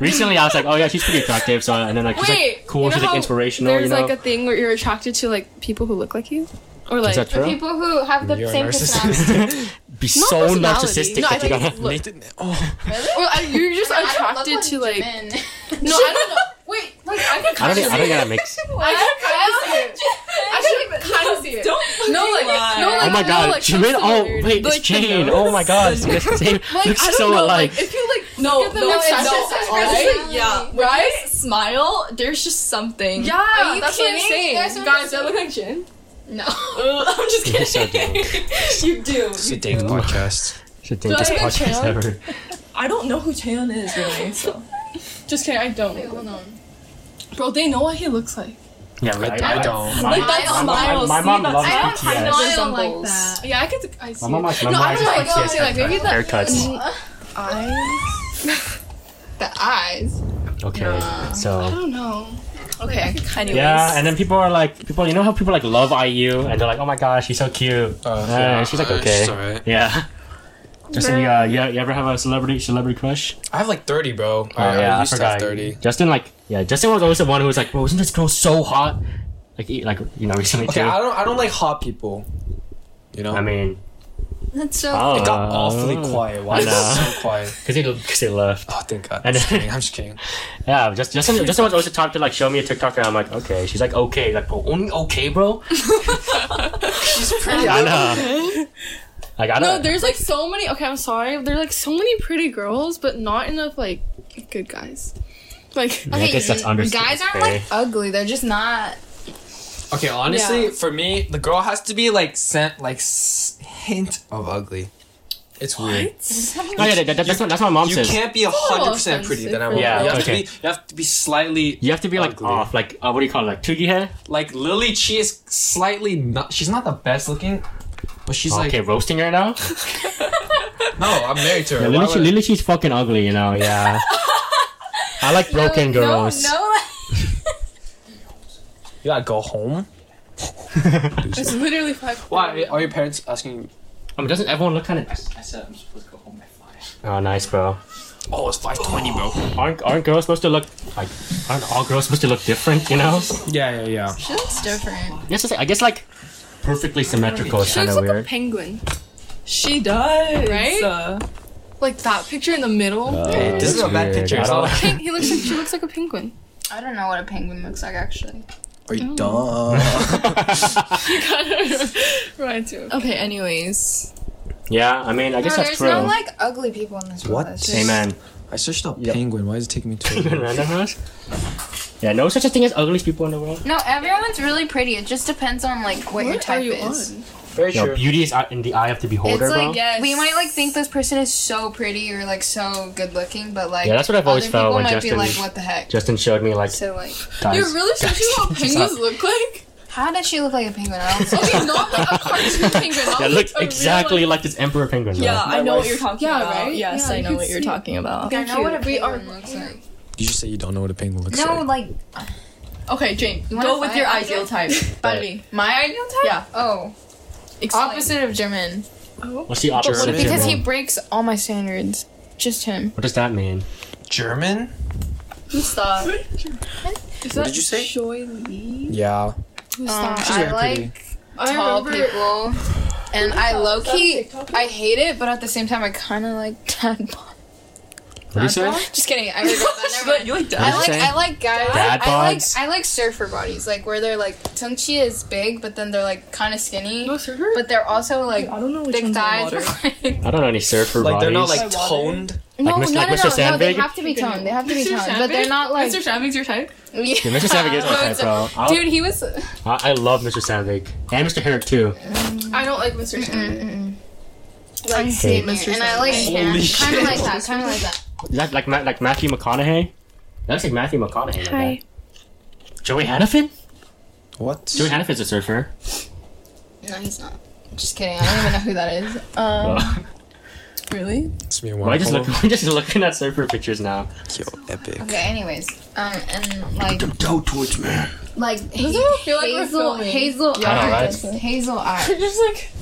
A: recently, I was like, oh yeah, she's pretty attractive. So and then like she's
C: Wait,
A: like cool.
C: you know
A: she's like
C: how
A: inspirational.
C: There's
A: You know.
C: like a thing where you're attracted to like people who look like you, or like
A: Is that
F: The
A: true?
F: people who have the
B: You're a
F: same
B: narcissist.
F: personality.
A: Be
C: Not
A: so
C: personality.
A: narcissistic
C: No, I
A: that you
C: think
A: gotta.
C: it's look.
B: Nathan, oh,
C: Or uh, you're just
F: I don't look
C: attracted to like.
F: Jimin.
C: No, I don't know. Wait, like I can
A: I
C: kind
A: don't.
C: of
A: think- I
C: see
A: don't
C: it.
A: think that makes.
C: I can kind of see it. I can kind of see it. no, like, no, like,
A: Oh my
C: no,
A: god,
C: like,
A: Jimin!
C: some
A: Oh
C: weird-
A: wait, it's
C: like, the
A: Jane!
C: nose.
A: Oh my god, you guys same,
C: Like, I
A: looks
C: don't
A: so
C: know,
A: alike.
C: Like, if you like,
E: No,
C: look at
E: no,
C: them, like,
E: it's
C: sexual
E: not.
C: personality.
E: Alright? Yeah.
C: right?
E: Smile, there's just something.
C: Yeah,
F: Are you
C: that's what
F: kidding?
C: I'm saying.
F: That's what I'm
C: Guys, I look like Jin.
F: No.
E: Ugh, I'm just
A: You're so
E: kidding. you do.
B: it's a date podcast.
A: Should think this
C: I have a
A: podcast
C: channel?
A: ever.
E: I don't know who Taeyeon is really, so.
C: Just kidding, I don't.
F: Hold on.
C: Bro, they know what he looks like.
A: Yeah, I,
B: I, I
A: My,
B: don't.
E: Like that
F: My mom-
E: smile.
A: my
E: see,
A: mom
E: that
A: loves
F: I don't
A: BTS.
F: smile like
E: Resembles.
F: that.
C: Yeah, I could. I see.
A: my mom
C: it.
A: like my
C: no,
A: mom
C: I don't know. Like,
A: likes
C: oh,
A: BTS
C: like maybe that.
A: haircuts.
C: I.
F: The eyes.
A: Okay, so.
C: I don't know.
E: Okay, anyways.
A: Yeah, and then people are like, people, you know how people like love IU and they're like, oh my gosh, she's so cute.
B: Uh,
A: Uh,
B: yeah,
A: she's like,
B: uh,
A: okay.
B: she's alright.
A: Yeah. Justin, you, uh, you, you ever have a celebrity celebrity crush?
B: I have like 30, bro.
A: Oh
B: I,
A: yeah,
B: I
A: I
B: used to have
A: forgot.
B: 30.
A: Justin like yeah, Justin was always the one who was like, bro, isn't this girl so hot? Like e- like you know recently
B: Okay,
A: too.
B: I don't. I don't like hot people. You know.
A: I mean,
F: That's so.
A: Oh.
B: It got awfully quiet. Why
A: I
B: is it
A: know.
B: so quiet?
A: Because they, 'cause they left.
B: Oh, thank God. I'm
A: And-
B: just kidding. I'm just kidding.
A: Yeah, just just just someone's always talking to like show me a TikTok and I'm like okay. She's like okay, like bro, only okay, bro.
B: She's pretty.
A: I know. Like I
C: No,
A: don't.
C: there's like so many. Okay, I'm sorry. There's like so many pretty girls, but not enough like good guys. Like
A: I guess that's understood.
F: guys aren't like ugly. They're just not.
B: Okay, honestly,
C: Yeah.
B: for me, the girl has to be like sent like s- hint of ugly. It's
A: No,
B: weird.
A: Oh, yeah, that, that- that's what that's what my mom
B: You
A: says.
B: can't be hundred percent pretty. Then I won't.
A: Yeah,
B: you have
A: okay.
B: to be. You have to be slightly.
A: You have to be like
B: Ugly.
A: off, like uh, what do you call it, like toogie hair?
B: Like Lily, she is slightly not. She's not the best looking, but she's
A: okay, roasting her now.
B: like no. I'm married to her. Why
A: Lily, she,
B: would-
A: Lily, she's fucking ugly, you know. Yeah. I like broken girls.
F: No,
B: You gotta go home.
C: it's literally five.
B: Why are your parents asking? you?
A: I mean, doesn't everyone look kind of?
G: I said I'm supposed to go home at five.
A: Oh, nice, bro.
B: Oh, it's five twenty, bro.
A: Aren't aren't girls supposed to look like? Aren't all girls supposed to look different? You know.
B: Yeah, yeah, yeah.
F: she looks different.
A: Yes, I guess like perfectly symmetrical is
C: She
A: kind
C: looks
A: of
C: like a
A: weird.
C: penguin.
D: She does.
C: Right?
D: Uh,
C: Like that picture in the middle.
A: Uh.
B: Hey, this is a bad picture.
A: I don't
C: Pink- he looks like she looks like a penguin.
F: I don't know what a penguin looks like actually.
B: Are you dumb?
C: right too.
D: okay, anyways.
A: yeah, I mean, I guess
F: no,
A: that's
F: there's
A: true.
F: no like ugly people in this world.
B: What?
F: It's just-
A: Amen.
B: I searched up
A: Yep.
B: penguin. Why is it taking me to?
A: Random house. Yeah, no such a thing as ugly people in the world.
F: No, everyone's really pretty. It just depends on like what your
C: What are
F: type
C: you
F: is.
C: on?
B: Very
A: No, beauty is out in the eye of the beholder,
F: It's
A: bro.
F: like
C: Yes.
F: we might like think this person is so pretty or like so good looking, but like
A: Yeah, that's what I've always
F: other
A: felt
F: people
A: when
F: might be
A: Justin-
F: like, what the heck?
A: Justin showed me like
F: so like,
A: guys.
C: You're really searching what penguins look like?
F: how does she look like a penguin? I don't
C: Okay, not like a cartoon penguin. Not
A: yeah,
C: like
A: looks
C: a real
A: exactly
C: one.
A: like this emperor penguin. bro.
D: Yeah, I know what you're talking
C: Yeah,
D: about.
C: right?
D: Yes,
C: Yeah,
D: I
C: you
D: know
C: can
D: what you're
C: see it.
D: talking about.
F: I know what a
C: We are
F: penguin looks like.
B: You just say you don't know what a penguin looks
F: No,
B: like.
F: like
D: Okay, Jane,
F: wanna
D: go with
F: find
D: your
F: out?
D: ideal type.
A: But-
D: Buddy.
F: my ideal type.
D: Yeah.
F: Oh,
D: Explain.
F: opposite of Jimin
A: What's the opposite? of
B: German.
F: because he
A: Jimin?
F: breaks all my standards. Just him.
A: What does that mean?
B: German?
D: Who's that?
C: Is
B: What
C: that
B: did you say?
D: Joy Lee.
B: Yeah.
F: Um,
B: She's
F: I
B: very
F: like
C: I
F: tall
C: remember-
F: people, and I low key I hate it, but at the same time I kind of like tadpole.
A: What do you say?
F: Just kidding. I regret that. Never mind.
D: you like
A: What'd
F: I
A: you
F: like
A: say?
F: I like guys.
A: Dad
F: I like
A: bods?
F: I like surfer bodies, like where they're like Tungchi is big, but then they're like kind of skinny,
C: No surfer?
F: but they're also like
D: I don't know which
F: big
D: one's in
F: thighs.
D: water.
F: no,
A: I don't know any surfer
B: Like
A: bodies.
B: they're not like
D: By water?
B: toned.
A: Mr.
F: no, no,
A: like
F: no,
A: Mr.
F: no, They
A: Sandvig?
F: have to be toned. They have to be
C: Mr.
F: toned, but they're
C: Sandvig?
F: not like.
C: Mr. Sandvig's your type?
A: Yeah, Mr. Savage is my
F: No,
A: type,
F: it's-
A: bro. I'll-
F: Dude, he was.
A: I, I love Mr. Savage and Mr. Herrick too.
C: I don't like Mr. Sandvig.
F: Like,
A: hate
F: skinny, and I like kind
B: Holy
F: of
B: shit.
F: like that, kind of like that.
A: Is that like Ma- like Matthew McConaughey? That looks like Matthew McConaughey. Hi. Like that. Joey Hannafin?
B: What?
A: Joey Hannafin's a surfer.
F: No, he's not. Just kidding. I don't even know who that is. Um,
A: Ugh.
D: Really?
B: It's me
A: Why
B: one.
A: just look? We're just looking at surfer pictures now.
B: Yo, epic.
F: okay. Anyways, um, and like
B: Go towards me.
F: like
C: feel like we're
F: hazel
C: filming?
F: hazel
A: know, right?
F: eyes, hazel eyes.
C: Just like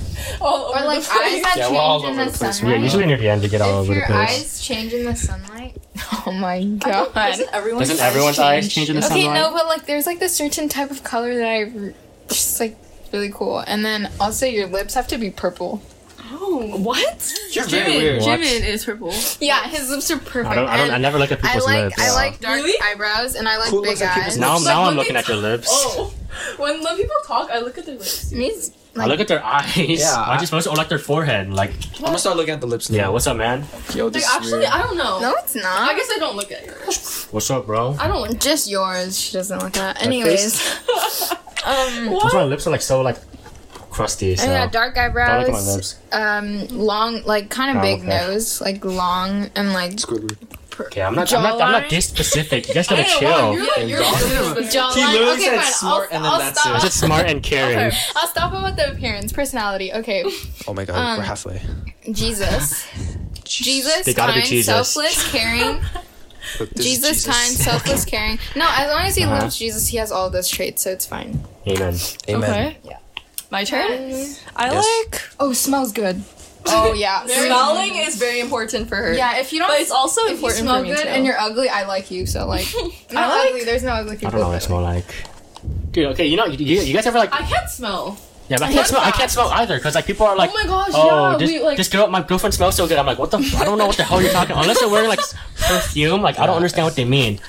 C: all over
F: Or like
C: the
F: eyes that
B: Yeah, we're all
F: change in
B: over
F: the
B: the place.
A: We're
F: sunlight.
A: usually near the end to get all
F: If
A: over the
F: your
A: place.
F: eyes change in the sunlight, oh my god.
D: Doesn't everyone
A: Doesn't everyone's eyes change in the
F: Okay,
A: sunlight?
F: no, but like there's like this certain type of color that I r- just like really cool, and then also your lips have to be purple.
C: Oh.
D: What?
B: You're very weird.
A: What?
C: Jimin is purple.
F: Yeah, his lips are perfect.
A: I don't. I don't. I
F: and
A: never look at
F: I
A: people's
F: like
A: lips.
F: I like dark
C: Really?
F: eyebrows, and I like
B: Cool
F: big
B: looks like people's
F: eyes.
A: Now, I'm
C: Like,
A: now I'm
C: when
A: looking
C: they-
A: at your lips.
C: Oh. When when people talk, I look at their lips.
F: Me's-
A: I look at their eyes.
B: Yeah,
A: I
B: I-
A: just most or like their forehead. Like,
B: I'm gonna start looking at the lips.
A: yeah,
B: Now.
A: what's up, man?
B: Yo, this
C: Like
B: is
C: actually,
B: weird.
C: I don't know.
F: no, it's not.
C: I guess I don't look at yours.
A: What's up, bro?
C: I don't look.
F: just yours. She doesn't look that.
A: face-
F: Anyways, um,
A: That's why my lips are like so like crusty. So
F: I got dark
A: don't look at my
F: eyebrows.
A: lips.
F: um long like kind
A: Oh,
F: of big
A: okay.
F: nose like long and like
B: Squidward.
A: Okay, I'm not. I'm not, I'm not this specific. You guys gotta
C: I don't know, wow,
A: chill.
C: you're like, you're
F: jawline
B: He literally
F: okay
B: said
F: fine
B: smart
F: I'll,
B: and then
F: I'll
B: that's
F: stop
A: Is it smart and caring?
F: I'll stop him with the appearance personality okay
B: Oh my god,
F: Um,
B: we're halfway.
F: Jesus Jesus
A: They gotta be
F: kind
A: Jesus.
F: selfless caring
B: Look, this is
F: Jesus, kind selfless caring no as long as he
A: Uh-huh.
F: loves Jesus he has all those traits so it's fine
A: Amen.
B: Amen.
D: My turn. I
B: Yes.
D: like
F: oh smells good oh yeah
D: smelling is very important for her.
F: yeah if you don't
D: but it's also
F: if you
D: important
F: smell
D: for me
F: good
D: too.
F: and you're ugly I like you so like not
D: like-
F: ugly there's no ugly
A: I
F: people
A: don't know what I
F: but-
A: smell like. Dude, okay, you know, you, you guys ever like?
C: I can't smell.
A: Yeah, but I can't smell. I can't smell either because like people are like,
C: oh my gosh,
A: oh,
C: yeah,
A: this,
C: we like
A: this girl, my girlfriend smells so good. I'm like, what the? F- I don't know what the hell you're talking. Unless they're wearing like perfume, like I don't understand what they mean.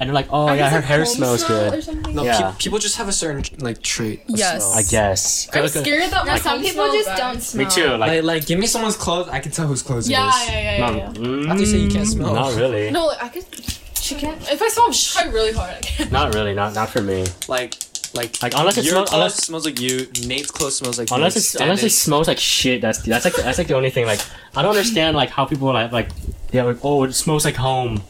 A: And they're like, oh
C: I
A: yeah,
C: guess,
A: her
C: like,
A: hair
C: home
A: smells
C: smell Or
A: good.
C: something.
B: No,
A: Yeah.
B: pe- people just have a certain like trait. Of
D: Yes.
B: smell.
A: I guess.
C: I'm
A: Like, uh,
C: scared that
F: No,
C: my
F: some
C: home
F: people
C: smells
F: just
C: bad.
F: don't smell.
A: Me too. Like,
B: Like, like, give me someone's clothes. I can tell whose clothes it
C: Yeah, yeah,
B: is.
C: yeah, yeah.
A: not,
C: yeah.
B: Not to say you can't smell.
A: Not really.
C: No, like I could. She can't. If I smell, I try really hard. I can't.
A: Not really. Not not for me.
B: Like, like,
A: Like unless it
B: your
A: smells
B: clothes
A: unless
B: smells like you. Nate's clothes smells like
A: unless
B: you.
A: it's unless it smells like shit. That's that's like that's like the only thing. Like I don't understand like how people like like they're like oh it smells like home.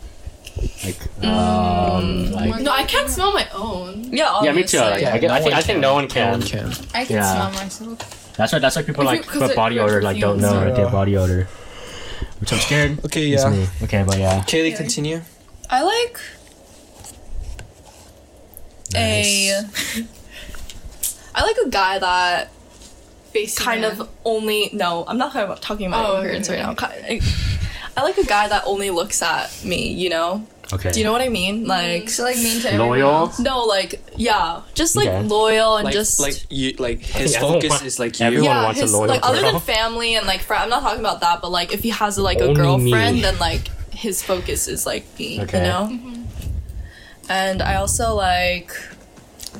A: Like um like
C: No, I can't smell my own.
D: Yeah,
A: yeah me too.
D: obviously.
A: Like,
B: Yeah,
A: I, get,
B: no
A: I think
B: one
A: I think
B: can.
A: no one
B: No
A: can.
B: one can.
F: I can
A: Yeah.
F: smell myself.
A: That's why that's why people
C: If you-
A: like
C: 'cause
A: put
C: it-
A: body
C: it
A: odor like don't know
C: perfumes
A: that they
B: are-
A: have body odor. Which I'm scared.
B: Okay,
A: It's
B: yeah.
A: me. Okay, but yeah.
B: Kaylee, continue.
D: I like a. I like a guy that
C: Face
D: kind of only no. I'm not talking about, talking about
C: Oh, okay,
D: appearance
C: okay.
D: right now. Ki- I like a guy that only looks at me. You know?
A: Okay.
D: Do you know what I mean?
C: Mm.
D: Like
F: So like mean to everyone.
A: loyal?
D: no, like yeah, just like
A: Okay.
D: loyal and
B: Like,
D: just
B: like you, like his
A: everyone
B: focus
A: wants-
B: is like you.
A: everyone-
D: yeah,
A: wants a
D: his,
A: loyal
D: like other
A: girl.
D: than family and like friend. I'm not talking about that, but like if he has like a
A: Only
D: girlfriend,
A: me.
D: then like his focus is like me,
A: Okay.
D: you know. And I also like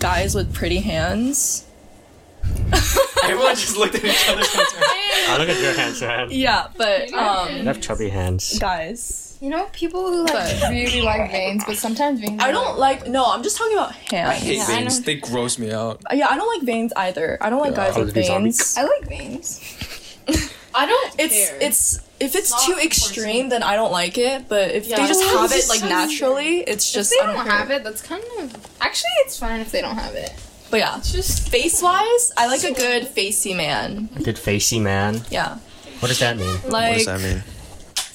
D: guys with pretty hands.
B: Everyone just looked at each other.
A: I look at your hands, man.
D: Yeah, but
A: You
D: um,
A: have chubby hands.
D: guys,
F: You know people who like really like veins, but sometimes veins.
D: I don't like. No, I'm just talking about hands.
B: I hate
F: Yeah, I
B: veins.
F: know.
B: they gross me out.
D: yeah, I don't like veins either. I don't like guys
A: Call
D: with
A: of Duty zombie.
D: veins.
F: I like veins.
C: I don't.
D: it's
C: care.
D: it's if it's,
C: not
D: too
C: forcing.
D: extreme then i don't like it but if
C: Yeah.
D: they just
C: Oh,
D: have
C: this
D: it
C: is
D: like
C: so
D: naturally it's
F: If
D: just
F: they
D: I
F: don't
D: don't
F: have it, that's kind of actually it's fine if they don't have it.
D: but yeah
C: just
D: face wise i like a good facey man
A: A good facey man.
D: yeah
A: What does that mean?
B: What
D: like
B: does that mean?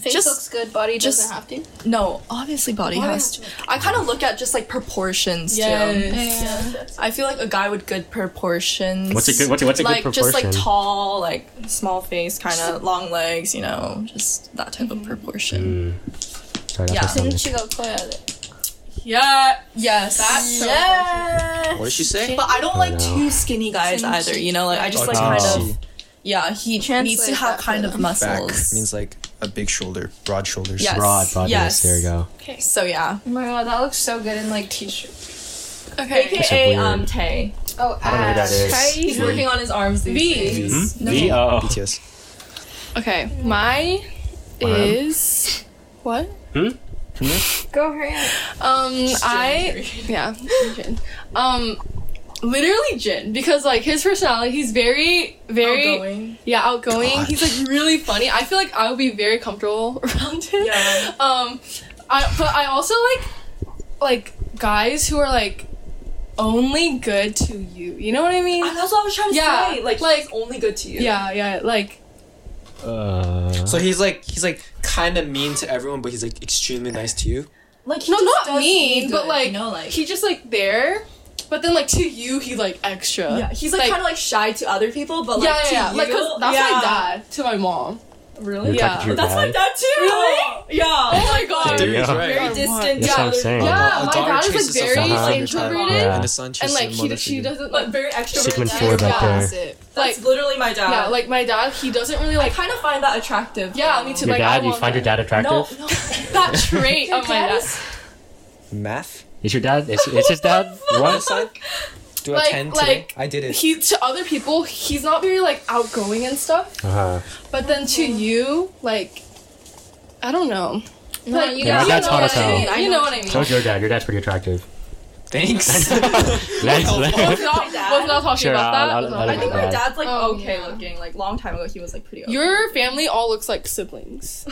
F: Face
D: Just-
F: looks good, body
D: just-
F: doesn't have to.
D: no obviously body has to i kind of look at just like proportions too
C: yes.
D: i feel like a guy with good proportions
A: What's a good what's a, what's a
D: like
A: good
D: just
A: proportion?
D: like tall like small face kind of long legs you know just that type of
A: Mm.
D: proportion
A: Sorry, that's
D: Yeah.
A: what sounded-
C: Yeah.
D: yes
C: That's so
D: yes
B: What did she say?
D: but i don't
A: I
D: like
A: know.
D: too skinny guys
F: Skinny
D: either you know like i just like
A: Oh.
D: kind of
B: She-
D: Yeah, he needs to
F: Translate
D: have
F: that
D: kind of
F: for them.
B: back
D: muscles.
B: means like a big shoulder, broad shoulders.
D: Yes.
A: Broad, broad. Yes.
D: Yes.
A: There you go.
D: so yeah.
F: Oh my god, that looks so good in like t-shirt.
D: Okay.
A: so
D: AKA
A: weird.
C: uh,
D: um Tay.
A: I don't know
F: Oh,
A: who that
F: ass.
A: is.
D: He's working on his arms these
C: V.
D: days.
A: Hmm? V- oh.
B: BTS.
C: Okay, my is what?
F: Go ahead.
C: Um, I yeah, Jin. Um, literally Jin because like his personality, he's very very
D: Outgoing.
C: yeah outgoing. He's like really funny. I feel like I would be very comfortable around him.
D: Yeah.
C: Um, I but I also like like guys who are like only good to you. You know what I mean?
D: And that's what I was trying to
C: Yeah,
D: say. Like,
C: like-
D: like only good to you.
C: Yeah, yeah, like
A: Uh,
B: So he's like he's like kind of mean to everyone, but he's like extremely nice to you.
D: Like he
C: no,
D: just
C: not
D: does
C: mean,
D: you
C: but
D: good,
C: like,
D: you know, like
C: he just like there, but then like to you, he like extra.
D: yeah, he's like, kind of like shy to other people, but like
C: yeah, yeah,
D: to
C: yeah.
D: you,
C: like 'cause that's
D: yeah.
C: my dad to my mom.
A: you're
D: Really?
A: talking to
C: Yeah,
A: your
D: That's my
A: dad?
D: dad too.
C: Really?
D: Yeah.
C: Oh my god.
A: Dude,
B: Theory's
A: yeah.
B: right.
D: Very distant.
A: That's
D: yeah.
A: what I'm saying.
C: Yeah,
B: A
C: my
B: daughter
C: dad is
B: chases a
C: like
B: son
C: very
A: Uh-huh.
B: after her child,
C: introverted,
A: Yeah.
B: And the son
C: and
B: chases
C: like
B: a
C: he,
B: mother
C: she
B: figure.
C: doesn't
D: But
C: like
D: very extroverted.
A: Sigmund Freud
C: Yeah.
A: right there.
D: That's
C: like
D: literally my dad.
C: yeah, like my dad, he doesn't really like
D: I kind of find that attractive.
C: Yeah,
D: though.
C: me too.
A: Your
C: like, I
A: dad? You
C: want
A: find your dad attractive?
D: No, no.
C: that trait of my dad.
B: Math.
A: Is your dad? Is, is his dad?
B: One
A: What?
B: side. Do
C: Like-
B: a ten today.
C: like,
B: I did it.
C: He to other people, he's not very like outgoing and stuff,
A: Uh-huh.
C: but then to you, like, I don't know.
F: No,
C: Like,
F: you
A: Yeah,
F: guys.
A: my dad's hot as
C: I
A: hell.
C: mean, you know what I mean.
A: So's your dad. Your dad's pretty attractive.
B: Thanks.
A: Let's-
C: Was
A: let's-
C: not, was not talking
A: Sure,
C: about
A: I'll-
C: that.
A: I'll-
C: was not
A: I'll
C: talking
D: I think
C: about
A: Yeah.
D: my dad's like
C: Oh,
D: okay
C: yeah.
D: looking. Like long time ago, he was like pretty.
C: that.
D: Okay.
C: Your family all looks like siblings.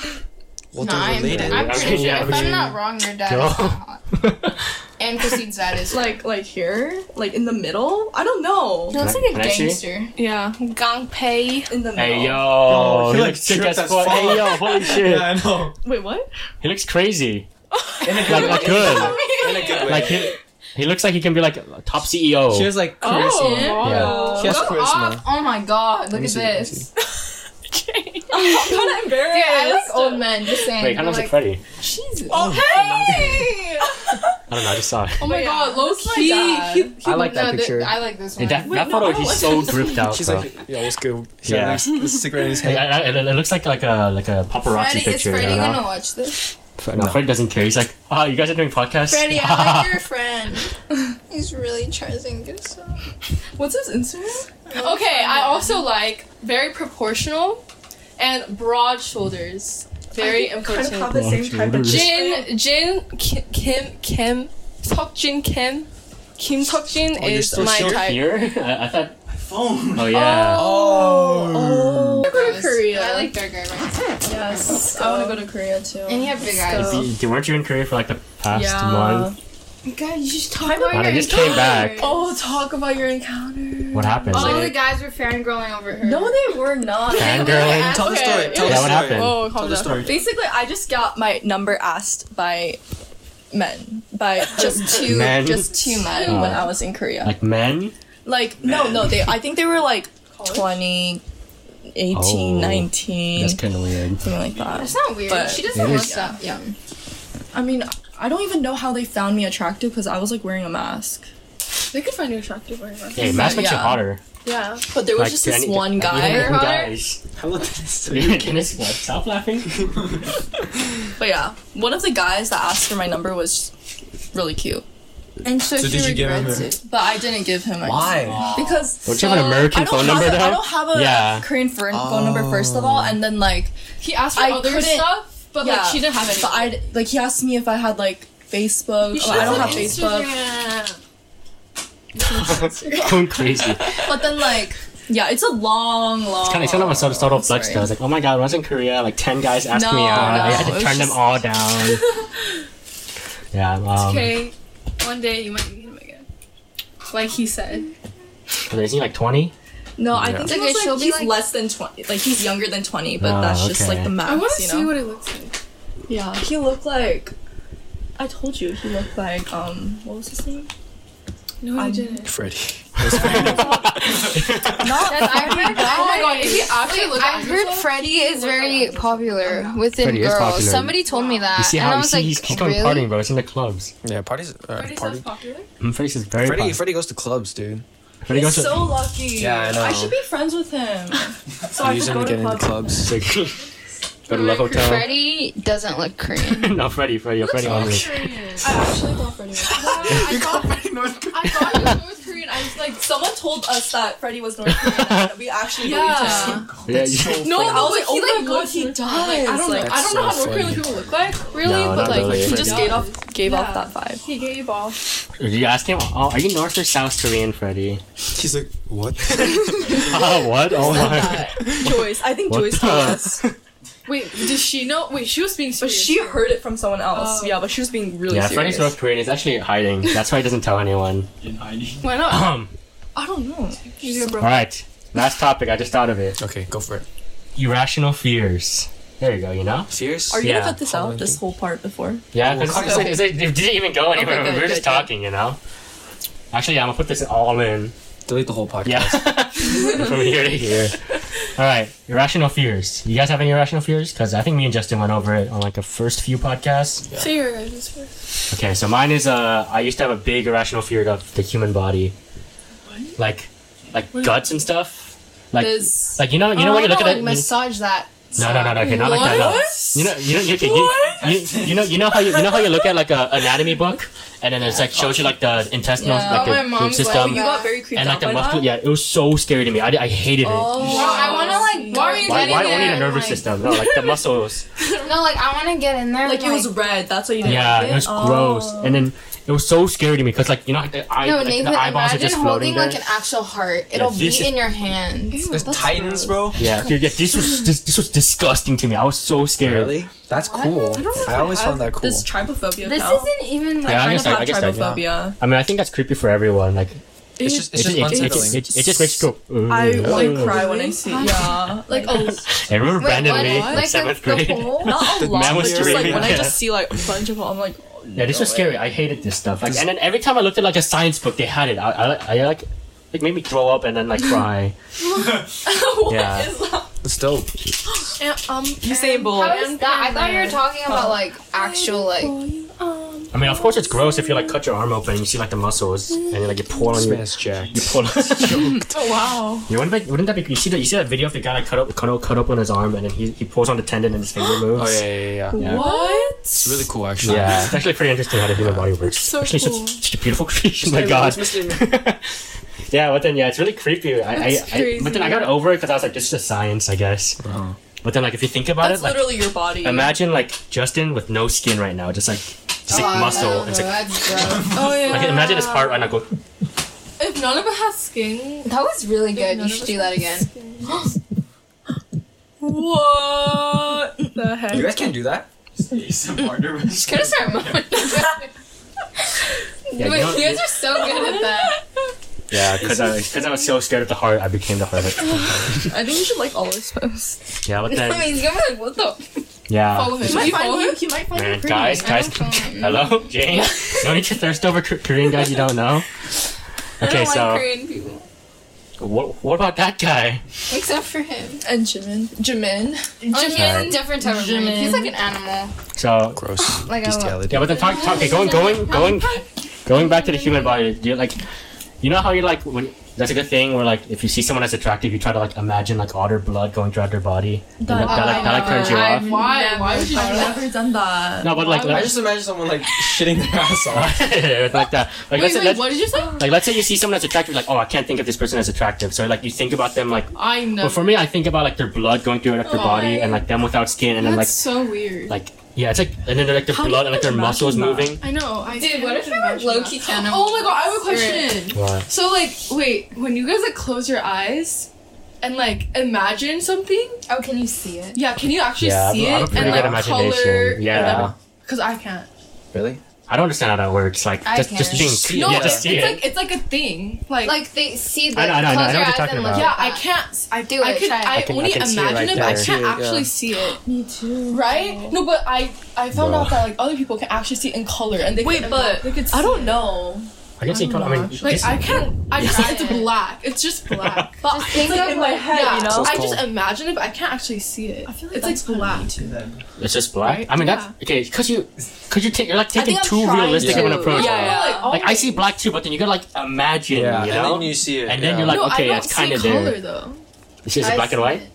B: well,
F: No, I'm, I'm pretty sure.
A: Yeah,
F: if
A: I
F: I'm
A: mean-
F: not wrong, your dad
A: Go.
F: is not hot. And Christine's dad is.
D: like like here, like in the middle. I don't know.
F: he looks like a
A: Can I see?
F: gangster.
C: Yeah, Gangpei.
D: In the middle.
A: Hey yo,
B: Oh, he
A: he
B: looks
A: looks sick
B: tripped
A: as
B: as
A: fuck.
B: fuck.
A: Hey yo, holy
B: Yeah, I
A: shit,
B: know.
D: Wait, what?
A: he looks crazy.
B: In a
A: Like, like good.
B: In a good way.
A: Like he, he looks like he can be like a top E CEO.
B: she has like charisma.
C: Oh,
B: She has charisma.
F: Oh my god, look
B: me
F: at
B: see, let me
F: this.
D: I'm kind of
F: Yeah,
D: embarrassed.
F: I like old men, just saying.
A: Oh, Wait, kind of looks like Freddy.
F: Jesus.
D: Oh, hey!
A: I don't know. I just saw it.
C: Oh my
E: yeah,
C: god, low
E: that's my
C: key.
E: dad.
C: He, he
H: I like that
F: thi-
H: picture.
F: I like this one.
A: And that
C: Wait,
A: that
C: no,
A: photo,
C: I
A: he's
C: like
A: so
C: it.
A: gripped out.
B: She's
A: bro.
B: like, yeah, what's good?
A: Yeah.
B: Yeah, there's there's a cigarette in his
A: Hey,
B: hand.
A: I, I, it it looks like like a like a paparazzi
F: Freddie, is
A: picture. you
F: Freddie
A: know?
F: gonna watch this?
A: No,
B: No.
A: Fred doesn't care. He's like, oh, you guys are doing podcasts.
F: Freddie, I like your friend. He's really charging good stuff.
C: What's his Instagram? Okay, I also like very proportional and broad shoulders. Very
D: Kind of
C: important.
D: have the same type of
C: Jin Jin Ki- Kim Kim Tok Jin Kim Kim Tok Jin
B: Oh, you're
C: is
B: so
C: my
B: short
C: type.
A: Here, I, I thought.
G: Phone.
A: Oh yeah.
B: Oh.
C: Go to Korea.
F: I like that guy right now.
D: Yes, I want to go to Korea too.
F: And he had big eyes.
A: You- you- weren't you in Korea for like the past
D: Oh. Yeah.
A: month?
F: God, you just talk about
A: When I just came back,
D: Oh, talk about your encounter.
A: what happened?
F: All the guys were fangirling over her.
D: No, they were not.
A: Fangirling.
B: Tell the
C: Okay.
B: story. Tell
A: Yeah,
B: the
A: what
B: story.
A: happened?
C: Oh,
B: Tell
C: calm
B: the
C: down.
B: story.
D: Basically, I just got my number asked by men, by just two,
A: Men?
D: just two men
A: Oh.
D: when I was in Korea.
A: Like men?
D: Like, no, no, they. I think they were like 20, 18,
A: Oh.
D: 19,
A: That's kind of weird.
D: something like that.
F: That's not weird.
D: But-
F: she doesn't
A: It
F: look
A: is-
F: that young.
D: I mean, I don't even know how they found me attractive because I was like wearing a mask.
C: They could find you attractive wherever.
A: Hey, mask makes you
D: Yeah.
A: hotter.
C: Yeah.
D: But there was
A: Like,
D: just
A: to
D: this
A: any-
D: one
A: like,
D: guy.
A: even
F: Hotter?
A: guys.
B: How about this?
A: Dennis, what? Stop laughing.
D: But yeah, one of the guys that asked for my number was really cute.
F: And so,
B: So
F: she
B: did you give him
F: regrets
B: her-
F: it.
D: But I didn't give him my
B: Why?
D: Because
A: Don't you have an American
D: I don't
A: phone
D: have
A: number
D: a,
A: now?
D: I don't have a
A: Yeah.
D: Korean phone, phone number first of all, and then like
C: He asked for
D: I
C: other
D: couldn't-
C: stuff, but
D: yeah,
C: like she didn't have any.
D: But I like he asked me if I had like Facebook. Oh, I don't have Facebook.
A: going crazy.
D: But then like yeah, it's a long, long.
A: Kind of, kind of a sort of subtle flex.
D: sorry.
A: Though. I was like, oh my god, when I was in Korea, like ten guys asked
D: No,
A: me out. I
D: no,
A: had to
D: it's
A: turn them
D: just-
A: all down. yeah. Um,
C: okay, one day you might meet him again. Like he said.
A: Is he like twenty?
D: No, I think
F: Yeah.
D: it
F: Okay,
D: was, like,
F: she'll be,
D: he's
F: like-
D: less than twenty. Like he's younger than twenty, but
A: Ah,
D: that's just
A: okay.
D: like the max.
C: I want to
D: you know?
C: see what it looks like.
D: Yeah, he looked like. I told you he looked like um what was his name?
C: No, I
D: Um,
C: didn't.
B: Freddie.
F: That's
C: Oh
F: Irish
C: my god, if he actually
F: Wait,
C: looked
F: I
C: at
F: heard
C: himself-
F: Freddie is very popular within
A: Freddie is
F: girls.
A: popular.
F: Somebody told me that,
A: You see
F: and
A: how
F: I
A: you
F: was
A: see
F: like,
A: he's, he's going
F: really?
A: partying, bro. He's in the clubs.
B: Yeah, parties. Uh,
C: Pretty
B: party.
C: sounds popular.
A: Mm, Freddie is very.
B: Freddie.
A: popular.
B: Freddie goes to clubs, dude.
A: Freddie goes to-
D: so lucky.
B: Yeah, I know.
D: I should be friends with him. so
B: He
D: I could
B: usually
D: go
B: get
D: to
B: into
D: clubs.
B: clubs.
A: Go to Love Hotel.
F: Freddie doesn't look Korean.
A: no, Freddie, Freddie, Freddie only.
D: I actually thought Freddie was.
B: You got Freddie North
D: I thought he was North Korean. I was like, someone told us that Freddie was North Korean. and We actually
C: Yeah.
D: believed him.
A: Yeah, you-
D: No,
C: Like,
D: I was
C: he,
D: like, oh
C: like,
D: my god,
C: looks
D: he
C: North
D: does.
C: I don't know. I
D: Like,
B: That's
C: don't know
B: so
C: how North Korean
B: funny.
C: people look like, really,
A: No,
C: but
A: not
C: like
A: really.
C: he
D: He
C: just
D: just
C: gave
D: gave
C: off.
D: off gave off that vibe.
C: He gave off.
A: Did you ask him? Oh, are you North or South Korean, Freddie?
B: He's like, what?
A: Oh, what? Oh my.
D: Joyce, I think
A: What
D: Joyce
A: the-
D: told us,
C: Wait, did she know? Wait, she was being
D: but
C: serious.
D: she heard it from someone else.
C: Oh.
D: Yeah, but she was being really
A: Yeah,
D: serious.
A: Freddie's North Korean. He's actually hiding. That's why he doesn't tell anyone.
G: In hiding.
C: Why not?
A: Um.
D: I don't know.
C: She's a bro.
A: All right. Last topic. I just thought of it.
B: okay, go for it.
A: Irrational fears. There you go. You know.
B: Serious?
D: Are you
A: Yeah.
D: gonna cut this out? This whole part before?
A: Yeah. Cause
B: Well,
A: it's- it's- it didn't even go anywhere.
D: Oh, Okay, good,
A: we were just
D: good, good.
A: talking. You know. Actually, yeah, I'm gonna put this all in.
B: Delete the whole podcast.
A: Yeah. From here to here. All right. Irrational fears. You guys have any irrational fears? Because I think me and Justin went over it on like the first few podcasts.
C: Say your guys' first.
A: Okay, so mine is uh, I used to have a big irrational fear of the human body, like, like guts and stuff, like,
F: There's-
A: like you know, you know
D: Oh,
A: when you look at
F: like,
A: it.
F: massage that.
A: no, no, no, no, okay, not like that. No. You know, you know, okay, you, you, you know, you know how you, you know how you look at like a anatomy book, and then it's like shows you like the intestinal,
D: Yeah.
A: like
F: Oh, my
A: the food
F: mom's
A: system,
F: like that.
D: got very creeped
A: and like
D: out
A: the
D: by that?
A: muscle. Yeah, it was so scary to me. I, I hated it.
D: Oh,
F: Wow, I want to like. Why are you
A: why
F: getting
A: why
F: there?
A: only the
F: and,
A: nervous
F: like-
A: system? No, like the muscles.
F: No, like I want to get in there.
D: Like
F: and,
D: it was red. That's what you didn't
A: Yeah,
D: like Oh.
A: it was gross, and then it was so scary to me because like you know like, the, eye,
F: No,
A: like,
F: Nathan,
A: the eyeballs are
F: imagine
A: just floating
F: holding
A: there.
F: like an actual heart. It'll
A: this
F: be
A: is-
F: in your hands.
B: There's Titans, bro.
A: Yeah, dude, yeah, this was this, this was disgusting to me. I was so scared.
B: Really? That's cool. I, always found that cool.
D: This trypophobia.
F: This
D: now.
F: isn't even like.
A: Yeah, I
D: I
A: guess I, I
D: have
A: guess I, yeah.
D: trypophobia.
A: I mean, I think that's creepy for everyone. Like,
B: it's just, it's
A: it, it,
B: just
A: it,
B: unsettling.
A: it, it just makes you go. "Ugh."
D: I like cry when I see. Yeah, like a,
A: I remember
F: Wait,
A: Brandon
F: what?
A: Lee, in
F: Like, the-
A: seventh
F: the
A: grade.
F: hole?
D: not a lot,
A: man
D: but
A: was
D: just like when I
A: screaming.
D: just see like a bunch of. I'm like, oh,
A: Yeah, this was
D: no
A: scary.
D: way.
A: I hated this stuff. Like, and then every time I looked at like a science book, they had it. I, I, I like, it made me throw up and then like cry.
D: What
A: Yeah.
D: is that?
B: It's dope.
C: And, um,
D: Usain
F: How
D: Bolt.
F: is that? I thought you were talking about like actual like.
C: um,
A: I mean, of course, it's gross if you like cut your arm open and you see like the muscles and like you pull on
B: This
A: your.
B: man's jacked.
A: You pull. you
C: Oh wow.
A: wouldn't, that- wouldn't that be? You see that? You see that video of the guy like cut up, cut, up- cut open his arm and then he, he pulls on the tendon and his finger moves.
B: Oh yeah, yeah, yeah, yeah.
C: What?
B: It's really cool, actually.
A: Yeah, it's actually pretty interesting how the human body works.
C: So
A: Actually,
C: cool.
A: it's such, such a beautiful creation. My God. yeah, but then yeah, it's really creepy. I, I,
C: That's
A: I but then I got
C: crazy.
A: over it because I was like, this is just science, I guess.
B: Uh-huh.
A: But then like, if you think about
E: That's
A: it, like,
E: literally your body.
A: imagine like Justin with no skin right now, just like just like muscle. It's like,
F: That's gross.
C: Oh yeah.
A: like imagine his heart right now go.
C: If none of it has skin.
F: that was really
C: Dude,
F: good.
C: none
F: You
C: of
F: should
C: us
F: do that again.
C: What the heck?
B: You guys can't do that.
F: Just gonna start mowing.
A: Yeah,
F: Wait,
A: you know-
F: you guys are so good at that.
A: yeah, because I because I was so scared of the heart, I became the heart.
E: I think you should like all this posts.
A: Yeah, but
F: I
A: then
F: mean, he's gonna be like, what the?
A: yeah.
C: Should we follow him?
E: He might find
A: Man, guys, guys, hello, Jane. Don't need to thirst over K- Korean guys you don't know. Okay, so
C: Korean people.
A: what, what about that guy?
F: Except for him.
E: And Jimin. Jimin.
F: Oh, he's a
A: Alright.
F: different type of breed.
E: Jimin.
F: He's like an animal.
A: So
B: Gross.
F: Like I love.
B: Bestiality.
A: yeah, but then talk, talk okay, going, going, going, going back to the human body. Do you like, you know how you like when that's a good thing where like if you see someone that's attractive, you try to like imagine like all their blood going throughout their body. And that, that, like, that like turns you off.
C: Why? Why would you do that?
E: never done that.
A: No, but like,
B: I
A: like,
B: just imagine someone like shitting their ass off.
A: like that. Like let's
C: Wait,
A: say,
C: wait,
A: let's,
C: what did you say?
A: like let's say you see someone that's attractive, like oh I can't think of this person as attractive. So like you think about them like.
C: I know.
A: Well, for me, I think about like their blood going through their body and like them without skin and then
C: That's
A: like
C: so weird.
A: like yeah, it's like and then they're like their
E: How do
A: blood
E: you
A: and like their
E: imagine
A: muscles
E: that?
A: moving.
C: I know. I
F: Dude,
C: can't
F: what if you were
C: imagine
F: low
C: that.
F: key cannibal?
C: Oh my god, I have a question.
A: What?
C: So like, wait, when you guys like close your eyes and like imagine something,
F: Oh, can you see it?
C: yeah, can you actually
A: Yeah,
C: see
A: I have a
C: it
A: pretty
C: and
A: good
C: like
A: imagination.
C: color?
A: Yeah.
C: Because I can't.
B: Really?
A: I don't understand how that works. Like
F: I
A: just
F: can.
A: just being
B: See
A: yeah,
C: No,
B: it.
A: just
C: it's,
A: see
C: it's
A: it.
C: like it's like a thing. Like,
F: Like they see the.
A: I know, I know, I know,
F: close
A: I know what
F: your
A: you're
F: eyes
A: talking
F: and look
A: about.
C: yeah,
F: at
C: I
F: that.
C: can't. I
F: Do
C: I
F: it,
C: could.
F: try it.
C: I,
F: I
A: can- Oh. I
C: only
A: can see it
C: imagine
A: right
C: it, but I
A: there.
C: can't
B: See it, yeah.
C: actually see it.
E: Me too.
C: Right? No, but I I found
A: Bro.
C: out that like other people can actually see it in color and they
E: Wait,
C: can,
E: but
C: they could
E: I
C: see
E: don't
C: it.
E: know.
A: I can see color. I mean,
C: Like
A: this-
C: I can't. I just
F: Try
C: it's
F: it.
C: black. It's just black. But
F: Just think of
E: in my
F: like-
E: head,
C: yeah,
E: you know.
B: So-
C: I
B: cold.
C: just imagine it, but I can't actually see it. I feel
E: like
C: like
E: that's
C: it's like black.
A: It's just black.
B: Right?
A: I mean,
C: Yeah.
A: that's okay because you because you take you're like taking
E: think I'm
A: too
E: trying
A: realistic of an
B: to.
A: approach.
C: Yeah, yeah.
E: Yeah.
C: Like, oh
A: Like
C: my-
A: I see black too, but then you gotta like imagine, you know.
B: and then you see it.
A: And then
B: yeah.
A: you're like-
C: no,
A: okay,
C: I don't
A: it's
C: see
A: kinda
C: color
A: there.
C: though.
A: It's just
F: I
A: black and
F: see
A: white.
F: it.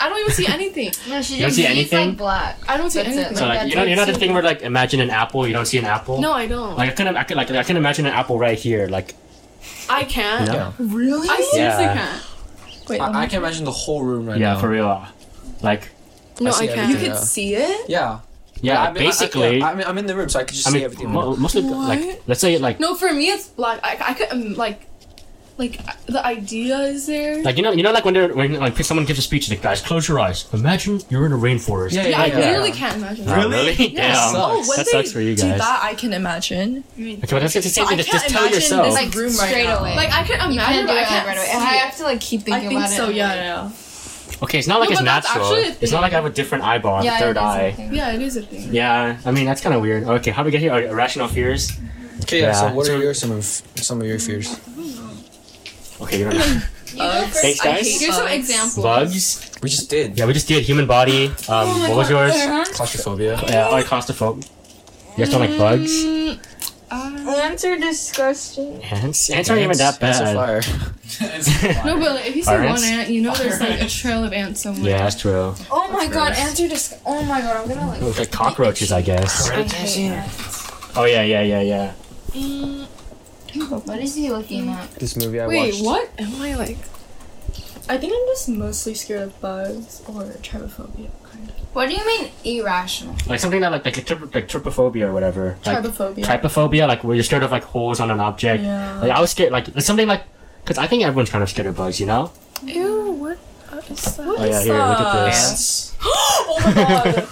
C: I don't even see anything.
F: No, she
A: You don't
F: just
A: see
F: sees,
A: anything?
F: Like black.
C: I don't see
F: That's it.
C: anything.
A: So like
F: Like,
A: you know
F: that's
A: you know
F: what
A: the
F: you
A: thing
F: see.
A: where like imagine an apple, you don't see an apple.
C: no, I don't.
A: Like I can I can like I can imagine an apple right here. Like
C: I can't.
A: Yeah.
E: Really?
C: I seriously
A: Yeah.
C: can't.
E: Wait,
B: I, I
D: um,
B: can imagine the whole room right
A: yeah,
B: now.
A: for real. Like
C: No,
B: see
C: I,
B: everything.
C: can't.
E: you could
B: Yeah.
E: see it.
B: Yeah.
A: yeah,
B: I
A: like,
B: mean,
A: basically.
B: I,
A: I,
B: I, I mean, I'm in the room, so I could just see everything.
A: mean, mo- mostly like let's say like
C: No, for me it's black. I, I could um, like, like I- the idea is there.
A: like you know you know like when they're when like someone gives a speech like guys close your eyes imagine you're in a rainforest.
B: Yeah,
C: yeah, I
B: yeah.
C: literally can't imagine.
A: Wow,
C: that.
A: really?
C: Yeah.
A: Damn.
B: So-
E: Oh,
B: Sucks.
E: when
A: That
E: they
A: sucks for you
E: do
A: guys.
E: that, I can imagine.
A: Okay, but that's just the same
E: So I
A: thing. Just, just
E: can't
A: tell
E: imagine
A: yourself.
E: this
F: Like
E: Room right
F: straight
E: now.
F: away.
C: Like I can
F: I
C: imagine,
F: can't do
C: but I
F: it
C: can't
F: right away.
C: see
F: I
C: it.
F: have to like keep
E: I
F: thinking
E: think
F: about
E: so.
F: it.
E: Yeah, yeah.
A: Okay, it's not like
C: No,
A: it's
C: but that's
A: natural.
C: actually a
A: It's not
C: thing.
A: like I have a different eyeball,
F: Yeah,
A: a third
F: it is a
A: eye.
F: thing.
C: Yeah, it is a thing.
A: Yeah, I mean that's kind of weird. Okay, how do we get here? Oh, irrational fears.
B: Okay,
A: Yeah.
B: yeah. So, what
A: So-
B: are your some of some of your fears?
A: Okay, you don't know.
F: You go first.
A: Thanks, guys.
F: Here's some
E: Bugs.
F: examples.
A: Bugs.
B: We just did.
A: Yeah, we just did human body. Um,
C: Oh
A: what was yours?
B: Claustrophobia.
A: Yeah, I claustrophobe. You guys don't like bugs?
C: Mm,
F: Ants are disgusting.
A: Ants? Ants aren't even that
B: Ants are
A: bad.
B: fire.
C: no, but like, if you see
A: Are ants?
C: one ant, you know there's like a trail of ants somewhere.
A: Yeah, that's true.
F: Oh my god, ants are disgusting. Oh my god, I'm gonna like.
A: It's like cockroaches, I guess.
F: I hate ants.
A: Oh yeah, yeah, yeah, yeah.
F: What is he looking at?
B: This movie I
C: Wait,
B: watched.
C: what am I like?
E: I think I'm just mostly scared of bugs or trypophobia. Kind of.
F: What do you mean irrational?
A: Like something that like like, trip, like trypophobia or whatever. Like,
E: Trypophobia.
A: trypophobia, like where you're scared of like holes on an object.
E: Yeah.
A: Like I was scared, like it's something like, because I think everyone's kind of scared of bugs, you know?
C: Ew, what is that?
A: oh yeah, here, look at this.
B: Ants.
C: oh my god!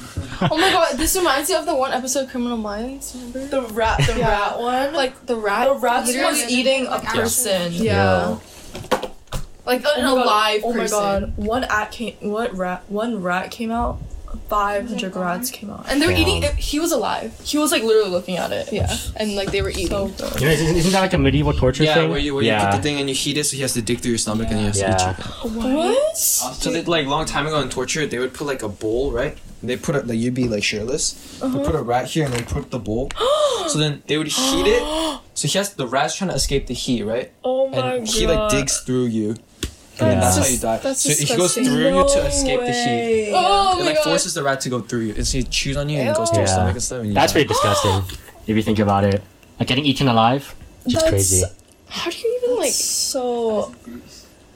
C: oh my god! This reminds me of the one episode of Criminal Minds. Remember?
E: The rat, the
C: Yeah.
E: rat one. Like
C: Like the rat.
E: the rat
F: Literally
E: was
F: just
E: eating a
F: like
E: person.
C: Yeah. Like an
E: Oh my god,
C: alive
E: Oh my
C: person.
E: god! One rat came. What rat? One rat came out 500 rods came out.
D: And they were
A: Wow.
D: eating. It, he was alive.
E: He was like literally looking at it.
D: Yeah, and like they were eating.
E: So
A: You know, isn't isn't that like a medieval torture
B: Yeah,
A: thing?
B: where you, where you put the thing and you heat it so he has to dig through your stomach and he has
A: Yeah.
B: to eat chicken. So they, like long time ago in torture, they would put like a bowl, right? And they put it like you'd be like shirtless.
C: Uh-huh.
B: They put a rat here and they put the bowl. so then they would heat it. So he has the rat's trying to escape the heat, right?
D: Oh
B: and he like digs through you. And then that's
D: That's
B: how you
D: just-
B: die.
D: that's
B: so he goes
D: disgusting.
B: through you to escape the heat.
D: Oh
B: It
D: my
B: like
D: god.
B: forces the rat to go through you. And so he chews on you and it goes through your
A: Yeah.
B: stomach and stuff. And you
A: That's
B: die.
A: pretty disgusting if you think about it. Like getting eaten alive, just
D: That's-
A: crazy.
D: How do you even like so?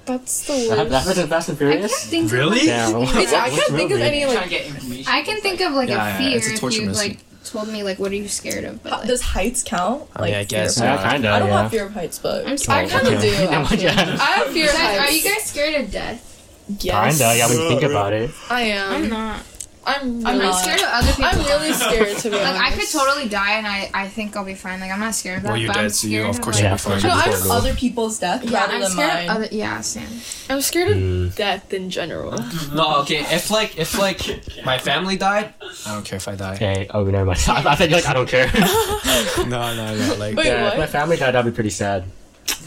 D: That's the
A: That, hap-
D: worst.
A: that happened in Fast and
F: I can't
A: Furious.
F: think of like,
A: Damn.
D: It's- I
A: What's
D: can't
A: real
D: think of
A: mean?
D: any like.
G: get information.
F: I can think of like
B: Yeah, yeah,
F: a fear
B: it's a
F: if
B: torture
F: you
B: mystery.
F: like told me like what are you scared of. But, like,
E: does heights count?
B: I mean, I guess.
E: fear of-
A: Yeah, kinda.
E: I don't
A: yeah. Oh,
E: have fear of heights, but
F: I'm
D: I
F: scared.
D: kind of do.
A: Yeah,
D: actually.
A: yeah.
D: I have fear
F: You
D: of
F: guys-
D: heights.
F: are you guys scared of death?
E: yes.
A: Kinda, yeah. When you think about it,
D: I am.
F: I'm not.
D: I'm.
F: I'm
D: really-
F: not scared of other people.
D: I'm really scared to be
F: Like
D: honest.
F: I could totally die and I, I think I'll be fine. Like I'm not scared of that.
B: Well, you're
F: but I'm
B: dead, so you,
F: scared
B: of course,
F: like,
A: Yeah,
B: you'll be
A: of
B: fine.
A: course.
E: No,
B: Before
E: I'm
B: it goes.
E: other people's death
F: Yeah,
E: rather
F: I'm
E: than
F: scared
E: mine.
F: of other. Yeah, same.
D: I'm scared of
A: Mm.
D: death in general.
B: No, okay. If like if like my family died, I don't care if I die.
A: okay. Oh, never mind. I, I think like I don't care.
B: no, no, no. Like
D: Wait,
A: yeah, if
D: what?
A: my family died, I'd be pretty sad.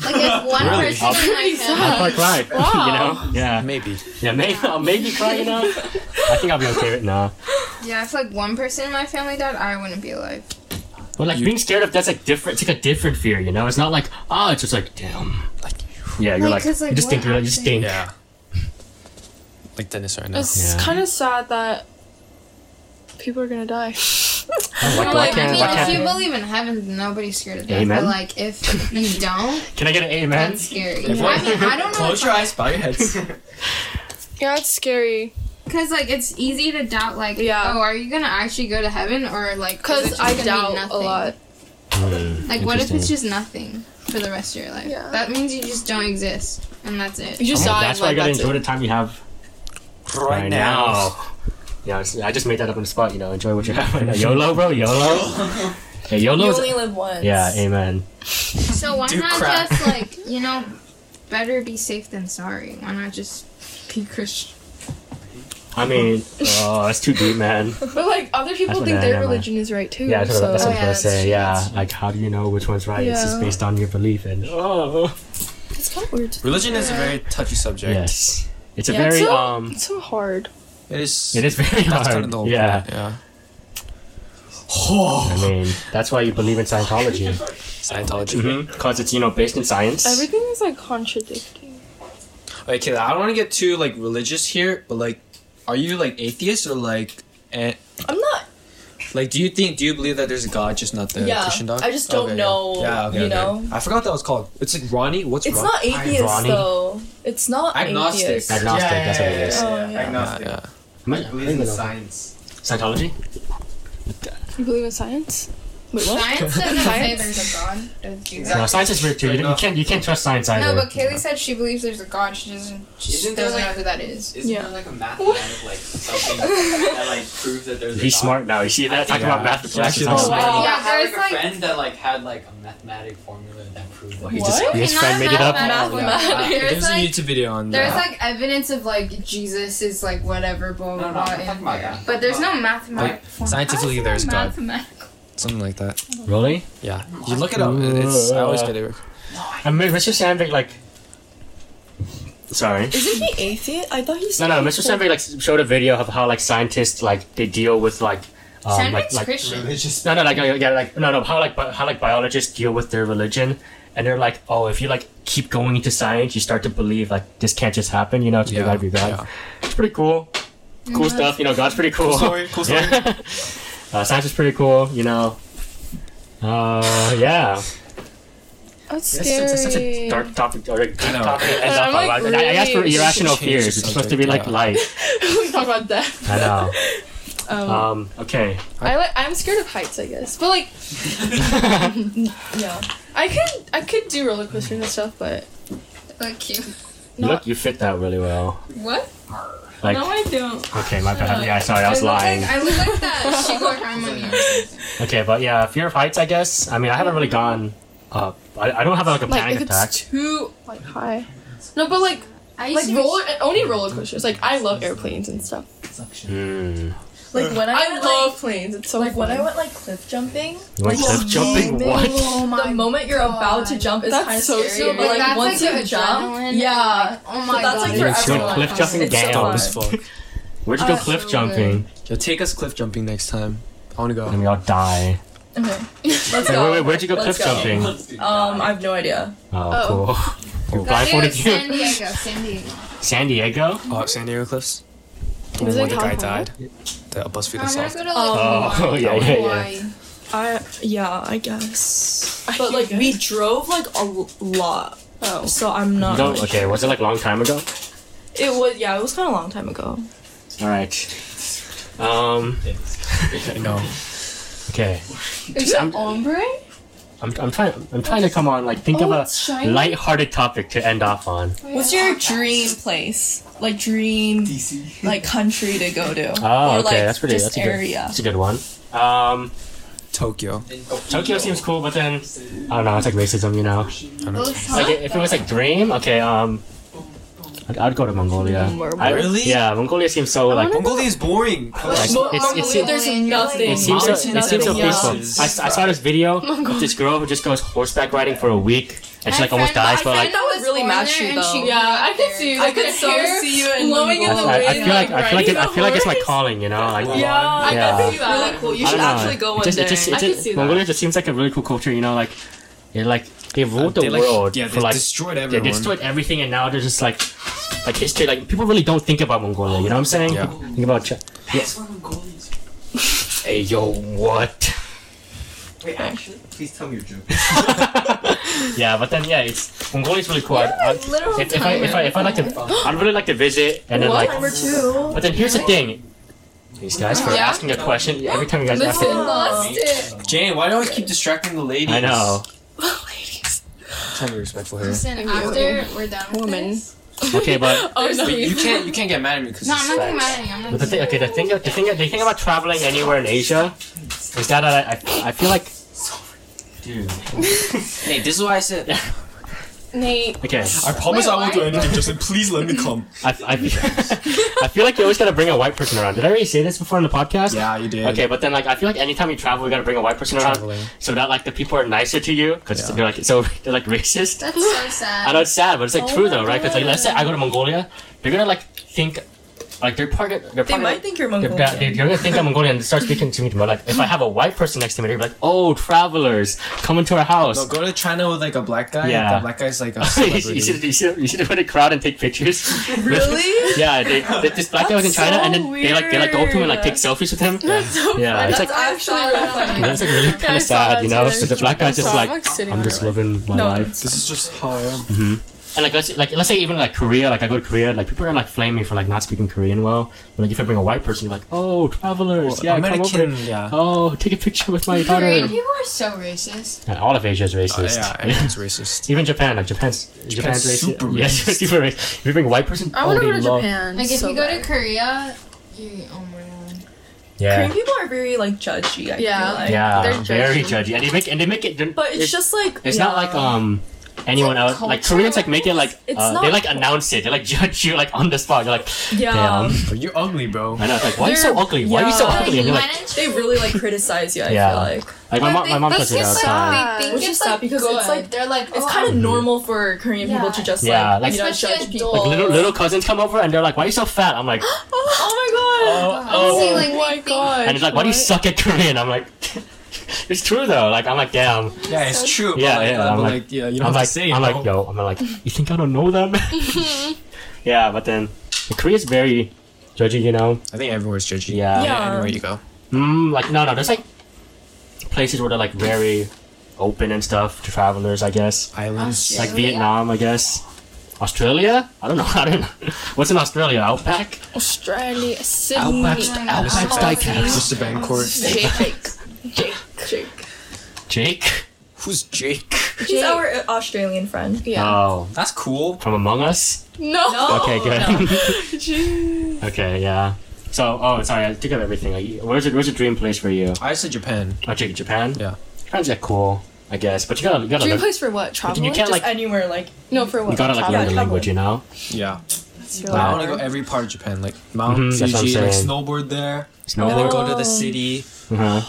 F: Like if one
B: Really?
F: person in my family,
A: I'd probably cry.
D: Wow.
A: you know? Yeah.
B: maybe.
A: Yeah. Maybe I'll maybe cry. You know? I think I'll be okay with now.
F: yeah, if like one person in my family died, I wouldn't be alive.
A: But like being scared of that's like different. It's like a different fear. You know? It's not like ah. it's just like damn.
B: Like
A: Yeah. You're like,
F: Like, 'cause, like,
A: you just
F: what
A: think. You're like you just
F: happened?
A: think.
B: yeah. Like Dennis right now.
D: It's
A: Yeah.
D: kind of sad that people are gonna die.
A: Oh, why- why
D: Like,
A: can't-
F: I mean,
A: why
F: if
A: can't-
F: you believe in heaven, then nobody's scared of death.
A: Amen.
F: But like if you don't,
A: Can I get an amen?
F: that's scary. I mean, I don't know.
B: Close your eyes, bow your heads.
D: Yeah, it's scary.
F: Because like it's easy to doubt, like,
D: Yeah.
F: oh, are you gonna actually go to heaven or like? is it
D: Cause
F: just
D: I
F: gonna be
D: doubt a
F: nothing?
D: lot.
A: Hmm,
F: Like, what if it's just nothing for the rest of your life?
D: Yeah.
F: That means you just don't exist, and that's it.
D: You just die.
A: Oh, that's why you
D: like,
A: gotta
D: that's
A: enjoy
D: it.
A: the time you have right now. Yeah, it's- I just made that up on the spot. You know, enjoy what you have right now. YOLO, bro. YOLO. Hey,
E: You
A: YOLO. is-
E: only live once.
A: Yeah, amen.
F: So why
B: Do
F: not
B: crap.
F: just like you know, better be safe than sorry. Why not just be Christian?
D: Uh-huh.
A: I mean, oh, that's too deep, man.
D: But like other people
A: That's what
D: think
A: I
D: their
A: am, I-
D: religion is right too.
A: Yeah, that's what,
D: so
A: that's what
F: Oh, yeah,
A: I was
F: that's
A: gonna say.
F: true,
A: Yeah,
F: that's
A: like, how do you know which one's right? It's just
D: Yeah.
A: based on your belief, and oh,
D: it's kind of weird. To
B: Religion is a very touchy subject.
A: yes, it's a
D: Yeah,
A: very
D: it's so,
A: um,
D: it's so hard.
B: It is.
A: it is very
B: That's
A: hard.
B: kind of the whole
A: yeah,
B: point, Yeah.
A: I mean, that's why you believe in Scientology,
B: Scientology.
A: because it's you know based in science.
D: Everything is like contradicting.
B: Okay, I don't want to get too like religious here, but like, are you like atheist or like, eh,
E: I'm not.
B: like do you think do you believe that there's a god, just not the
E: Yeah,
B: Christian dog?
E: I just don't
B: Okay, yeah.
E: know,
B: Yeah, okay,
E: you
B: okay.
E: know?
B: I forgot that was called. It's like Ronnie. What's
E: It's
B: Ron-
E: not atheist
A: Ronnie.
E: though. It's not
B: Agnostic.
E: atheist.
A: Agnostic, that's what it is.
E: yeah, yeah.
G: Agnostic.
B: Yeah,
A: Am I- I
G: Believes
A: don't
G: in
A: know.
G: science.
A: Scientology?
D: You believe in science? Wait, what?
F: Science doesn't say there's a god. Does you?
A: No, science is weird too. You, you
B: Enough.
A: can't you can't trust science either.
F: No, but Kaylee said she believes there's a god. She doesn't. She
G: Isn't there,
F: doesn't know
G: like-
F: who that is.
G: Isn't
D: Yeah.
G: there like a mathematic like something that like proves that there's a
A: He's
G: dog?
A: smart now. You see that? Talking
B: Yeah.
A: about math
B: Yeah,
A: classes.
B: she's
A: Oh,
B: awesome.
A: wow.
G: I
F: Yeah,
G: had like
F: there's
G: a
F: like-
G: friend that like had like a mathematic formula that proved like
A: just-
E: What?
A: His
F: Okay,
A: friend
F: not
A: made it up.
F: mathematical.
B: yeah.
F: There's
B: There's a
F: like
B: YouTube video on
F: There's
B: that.
F: like evidence of like Jesus is like whatever blah
G: No,
F: blah
G: no,
F: blah.
G: I'm talking
F: and-
G: about that.
F: But there's no mathematical. form.
B: scientifically,
F: How is
B: there's
F: there
B: God.
F: mathematical-
B: something like that.
A: Really?
B: Yeah, you look it up. It's, I always get it.
A: I mean, Mr. Sandvik like. Sorry.
E: Isn't he atheist? I thought he
A: No,
E: said
A: no. Mr. Sandvik like s- showed a video of how like scientists like they deal with like. Um, like,
F: Sandvik's
A: like
F: Christian.
G: religious.
A: no, no, like uh, yeah, like no, no. How like bi- how like biologists deal with their religion, and they're like, oh, if you like keep going into science, you start to believe like this can't just happen. You know, it's
B: Yeah,
A: gotta be God.
B: yeah.
A: It's pretty cool. Cool stuff. You know, God's pretty cool.
B: cool
A: Yeah. uh, science is pretty cool, you know. Uh, yeah.
D: That's
A: It's,
D: scary.
A: it's, it's such a dark topic or a deep
B: I know.
A: topic. to end
D: I'm,
A: up on.
D: like,
A: I- I asked for
D: really-
A: irrational
B: Change the
A: fears. It's supposed to be like
B: subject,
A: light.
D: we talk about death.
A: I know.
D: Um,
A: Um, okay.
D: I like. I'm scared of heights, I guess. But like,
E: yeah.
D: I could I could do roller coasters and stuff, but
F: Look you.
D: No.
A: Look, you fit that really well.
F: What?
A: Like,
D: no, I don't.
A: okay, my bad. Yeah, sorry, I was
F: look
A: lying.
F: Like, I look like that Shigor harmony.
A: Okay, but yeah, fear of heights, I guess. I mean, I haven't really gone up. I, I don't have like a
D: Like
A: panic
D: if
A: attack.
D: it's too like high. No, but like
F: I
D: like
F: used to be-
D: roller only roller coasters. Like I love airplanes and stuff.
B: suction.
A: Mm.
E: Like when I,
C: I
E: went,
C: love
E: like,
C: planes. It's so
E: like when
C: fun.
E: I went like cliff jumping.
A: You want cliff jumping? What?
F: Oh my
E: the moment you're about to
F: God.
E: jump is
C: That's
E: kind of
C: so
E: scary.
C: scary.
E: But like,
F: that's
E: once
F: like
E: you
F: the
E: jump,
F: adrenaline,
E: yeah.
F: like, oh my
E: So that's,
F: god.
E: like,
F: it
A: You
E: for
F: is
A: doing
E: everyone.
A: cliff jumping?
E: It's so
A: Damn.
B: Dumb
E: fun.
B: as fuck.
A: Where'd you go
E: Uh,
A: cliff
E: so
A: jumping?
B: Yo, take us cliff jumping next time. I wanna go.
A: And we all die.
E: Okay, let's
A: Wait,
E: go.
A: wait, wait, where'd you go
E: Let's
A: cliff jumping? Oh,
E: Um, I have no idea.
A: cool. You
F: That
A: blindfolded
F: is
A: you.
F: San Diego, San Diego.
A: San Diego?
B: Oh, San Diego cliffs. The one
C: Was it
B: where the guy died.
C: California?
B: The BuzzFeed
F: I'm gonna
B: assault.
F: go to like
A: Oh,
F: Hawaii.
A: yeah, yeah, yeah.
F: Hawaii.
C: I yeah, I guess.
E: But like
C: we
E: we drove like a l- lot,
C: oh.
E: so I'm not.
A: No,
E: really
A: okay, was it like a long time ago?
E: It was yeah, it was kind of a long time ago.
A: Alright. Um,
B: I know.
A: okay.
F: Is it ombre?
A: I'm, I'm trying I'm trying to come on, like, think of a light-hearted topic to end off on.
E: What's your dream place? Like dream, like country to go to,
A: Oh,
E: or
A: okay,
E: like
A: that's pretty
E: just
A: that's a good,
E: area.
A: That's a good one. Um,
B: Tokyo.
A: Tokyo seems cool, but then, I don't know, it's like racism, you know?
B: I don't know.
A: Like, if it was like dream, okay, um, I'd, I'd go to Mongolia. I-
B: Really?
A: yeah, Mongolia seems so, like,
B: Mongolia is boring.
A: like
E: Mo-
A: it's, it's,
E: Mongolia, there's
F: Mongolia,
E: nothing.
A: It seems so,
B: Mountain
A: it seems so
B: of
A: peaceful.
B: hills.
A: I, I saw this video of this girl who just goes horseback riding for a week and she like almost dies, but like
E: that would really match you, though.
C: Yeah, I could see. Like,
E: I could
C: the
E: so
C: hair
E: see you in
C: blowing in
D: Oh,
C: the
A: I,
E: Mongolia.
C: wind.
A: I feel like I feel like it, I feel like it's my
C: riding a horse.
A: calling, you know. Like
C: Yeah, I
A: Yeah.
C: could see
E: Really
C: that.
E: cool. You
A: I
E: should
A: don't know.
E: actually go
A: It
E: one
A: just-
E: day.
A: it just- it
C: I could
A: just-
C: see that.
A: Mongolia just seems like a really cool culture, you know. Like it like they ruled the
B: Uh, They, like,
A: world
B: yeah, they
A: for like
B: destroyed
A: they
B: everyone.
A: destroyed everything, and now they're just like like history. Like people really don't think about Mongolia, you know what I'm saying?
B: Yeah.
A: Think about Ch- yes. Hey yo, what?
G: Wait, actually, please tell me your joke.
A: Yeah, but then yeah, it's Mongolia's really cool. I, I,
E: Literal
A: if, if I if I if I like to, I'd really like to visit and then like
E: Number two.
A: But then here's the thing. These guys for
F: Yeah?
A: asking a question every time you guys ask it.
E: lost it.
B: Jane, why do you always keep distracting the ladies?
A: I know.
B: I'm trying to be respectful here.
F: Listen, after we're done with
C: Woman.
F: this-
A: Okay, but
C: Oh
B: But
C: no.
B: you can't you can't get mad at me because
F: No, I'm not getting mad at you. I'm
A: but
F: not
A: the thing, okay, the thing, the thing, the thing about traveling anywhere in Asia is that I, I, I feel like, dude.
B: Hey, this is why I said.
C: Nate.
A: Okay,
B: I promise
F: Wait, I won't do
B: anything. Just please let me come.
A: I, I, I feel like you always gotta bring a white person around. Did I already say this before in the podcast?
B: Yeah, you did.
A: Okay, but then like I feel like anytime you travel, you gotta bring a white person around,
B: Traveling.
A: so that like the people are nicer to you because
B: Yeah.
A: they're like so they're like racist.
F: That's so
A: I
F: sad.
A: know it's sad, but it's like
E: Oh
A: true
E: my
A: though, right? Because like, let's say I go to Mongolia, they're gonna like think, like they're part of, they're
E: They
A: part
E: might think you're
A: they're,
E: Mongolian.
A: they're, they're gonna think I'm Mongolian and they start speaking to me. But like, if I have a white person next to me, they're gonna be like, "Oh, travelers, come into our
B: No,
A: house."
B: go to China with like a black guy.
A: Yeah.
B: that black guy's like a
A: you, should, you
B: celebrity.
A: should you should you should put a crowd and take pictures.
E: Really?
A: yeah, they, they, this black guy was in
E: That's
A: China,
E: so
A: and then they like they like go up to him and like take selfies with him. Yeah, it's like
E: That's actually really funny.
A: that's like really kind of sad, you know. So the black guy's just like,
C: sitting
A: I'm just living my
E: No,
A: life.
B: This is just how I am.
A: And like let's like let's say even like Korea, like I go to Korea, like people are like flaming me for like not speaking Korean well. But like if I bring a white person, you're like, oh travelers, yeah, come over.
B: American. Yeah.
A: Oh, take a picture with my daughter.
F: Korean people are so racist.
A: And all of Asia is racist.
B: Oh, yeah, everyone's racist.
A: even Japan, like Japan's Japan's,
B: Japan's
A: racist.
B: super
A: Yes,
B: racist.
A: super racist. If you bring a white person,
C: I
A: oh,
C: want to
A: they
C: go to
A: love.
C: Japan.
F: Like if
C: so
F: you go to
C: bad.
F: Korea, you oh my god.
A: Yeah,
E: Korean people are very like judgy. I
C: Yeah.
E: Feel like.
A: yeah,
C: they're
A: very
C: judgy.
A: judgy, and they make and they make it.
E: But it's, just like
A: It's
E: yeah.
A: not like um anyone
F: like
A: else. Like
F: culture.
A: Koreans like make it like
E: It's
A: uh,
E: not-
A: they like announce it. They like judge you like on the spot. You're like,
E: yeah.
A: damn.
B: But you're ugly, bro.
A: I know. It's like why are you so
E: They're-
A: ugly? Why are you so
E: yeah.
A: ugly? And you're like.
E: They really like criticize you. I
A: Yeah.
E: feel like
A: Like my mom, my mom does it all the time.
C: time.
F: They think
E: Which is
F: it's
E: sad
F: like
E: because
F: good.
E: it's like-
F: they're like
E: it's
F: oh,
E: kind of
F: I'm-
E: normal for Korean people to just like,
A: Yeah, like-
E: you know
F: Especially
E: judge people.
F: adults.
A: Like little little cousins come over and they're like, "Why are you so fat?" I'm like,
E: Oh
A: "Oh,
F: See,
A: oh,"
F: like,
C: Oh my
F: they think-
C: god.
A: and it's like, "Why do you suck at Korean?" I'm like, "It's true though." Like I'm like, "Damn."
B: Yeah, it's true.
A: Yeah,
B: but like,
A: yeah,
B: uh,
A: I'm
B: but
A: like-
B: like, yeah, you don't
A: I'm
B: have
A: like,
B: to say it.
A: I'm
B: bro.
A: like, "Yo," I'm like, "You think I don't know them?" yeah, but then Korea's very judgy, you know.
B: I think everywhere's judgy.
A: Yeah.
E: Yeah.
B: Anywhere you go.
A: Mm, like no, no. There's like places where they're like very open and stuff to travelers, I guess.
B: Islands.
A: Like
F: Australia.
A: Vietnam, I guess. Australia? I don't know. I don't know. What's in Australia? Outback?
C: Australia, Sydney.
A: Outback,
F: my
A: Outback
F: God.
A: Steakhouse.
B: Just a Bangkok.
C: Jake. Jake. Jake.
A: Jake?
B: Who's Jake?
E: She's our uh, Australian friend.
C: Yeah. Oh,
A: Oh,
B: That's cool.
A: from Among Us?
C: No.
A: Okay, good. okay, yeah. So, oh, sorry, I took up everything. Like, where's your, where's your dream place for you?
B: I said Japan.
A: Oh, Jake, Japan?
B: Yeah.
A: Japan's like cool, I guess. But you gotta, you gotta,
C: Dream
A: learn,
C: place for what? Travel?
A: you can't
E: Just
A: like,
E: anywhere like
C: no, for what?
A: you gotta like
C: Travel?
A: learn the
E: travel.
A: language, you know?
B: Yeah. I want to go every part of Japan, like Mount
A: Mhm, that's what I'm
B: Fuji, like
A: saying.
B: snowboard there, and then
A: Snowboard.
B: go to the city,
A: Uh-huh.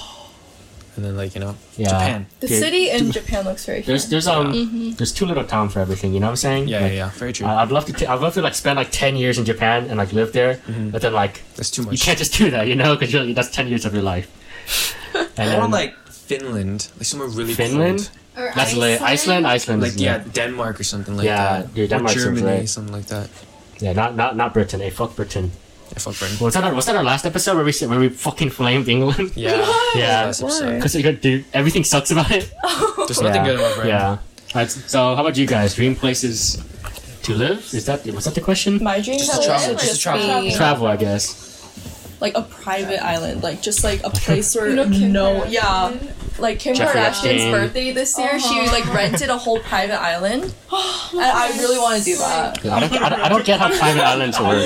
B: and then like you know,
A: Yeah.
B: Japan.
D: The
A: Okay.
D: city in Japan looks very
A: There's there's um
C: Mm-hmm.
A: there's too little town for everything. You know what I'm saying?
B: Yeah,
A: Like,
B: yeah, yeah. Very true.
A: I- I'd love to. T- I'd love to like spend like ten years in Japan and like live there, but then like
B: That's too
A: you
B: much.
A: can't just do that, you know, because that's ten years of your life. And
B: I
A: then
B: want like Finland, like somewhere really
A: Finland.
E: Or
A: That's lit. Iceland, Iceland.
B: cold.
A: is
B: like yeah,
A: lit.
B: Denmark or something like
A: Yeah,
B: that.
A: dude, Denmark
B: or
A: sounds
B: Germany,
A: right.
B: something like that.
A: Yeah, not not not Britain. Hey, fuck Britain.
B: Yeah, fuck Britain.
A: Was that our, was that our last episode where we said- where we fucking flamed England?
B: Yeah,
A: Yeah,
B: that's upsetting.
A: because dude, everything sucks about it.
B: There's nothing
A: Yeah.
B: good about Britain.
A: Yeah. Alright, so how about you guys? Dream places to live? Is that was that the question?
D: My dream
B: Just to
D: house
B: travel,
D: would
B: just to travel.
D: be,
A: Travel, I guess.
D: like a private island, like just like a place where
C: know Kim
D: no,
C: Kardashian?
D: yeah, like Kim
A: Jeffrey
D: Kardashian's
A: Epstein.
D: birthday this year, she like rented a whole private island, and I really want to do that.
A: I don't, I don't, I don't get how private islands work.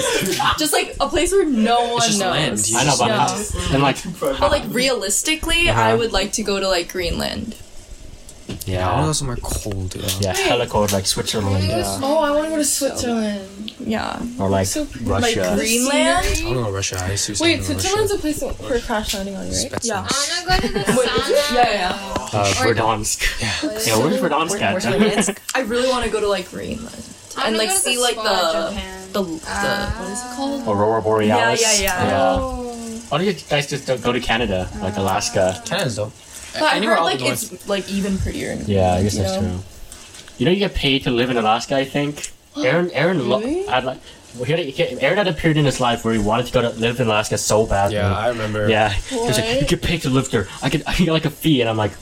D: Just like a place where no one
B: just
D: knows.
B: land. You
A: I know, but
D: Yeah.
A: how- and like,
D: But like realistically,
A: Uh-huh.
D: I would like to go to like Greenland.
B: I want to go
A: yeah,
B: somewhere cold. Yeah.
A: yeah, hella cold, like Switzerland, yeah.
C: Oh, I want to go to Switzerland.
D: Yeah,
A: or like
C: So
A: Russia.
D: like
B: I
D: Greenland.
B: want to go to Russia. I seriously
C: Wait,
B: wanna go to
C: Switzerland's a place for crash landing on, right?
B: Russia.
D: Yeah.
F: I wanna go to the sauna.
D: Yeah, yeah.
A: uh, Verdansk. Yeah, where's Verdansk at?
D: I really want to go to like Greenland
F: I
D: and
F: wanna
D: like
F: go to
D: see
F: the
D: like
F: spa
D: the
F: in Japan.
D: the the what is it called?
A: Aurora Borealis.
D: Yeah, yeah, yeah.
F: Oh.
A: Why don't you guys just don't go to Canada, like Alaska?
B: Canada's though.
D: But I
B: Anywhere
D: heard
B: out
D: like
B: the north.
D: it's like even prettier. In
A: Yeah, I guess
D: you
A: that's
D: know?
A: true. You know, you get paid to live in Alaska. I think Aaron, Aaron, lo- I'd like. Well, here, Aaron had a period in his life where he wanted to go to live in Alaska so badly.
B: Yeah, I remember.
A: Yeah, he was like,
C: What?
A: you get paid to live there. I could, I could get like a fee, and I'm like,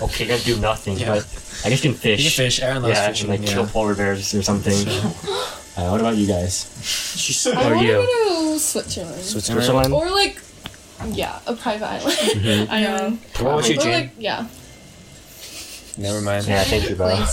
A: okay, you're gonna do nothing.
B: Yeah.
A: But I guess you can fish.
B: You can fish. Aaron loves
A: yeah,
B: fishing.
A: and like
B: yeah.
A: kill polar bears or something. Uh, what about you guys?
B: She's
C: I
A: Or
C: want to
A: you.
C: go to Switzerland.
B: Switzerland.
A: Switzerland.
C: Or like, yeah, a private island.
A: Mm-hmm.
C: I know.
B: What about you,
C: Or
B: Jane?
C: like, yeah,
B: Never mind.
A: Yeah, thank you, bro.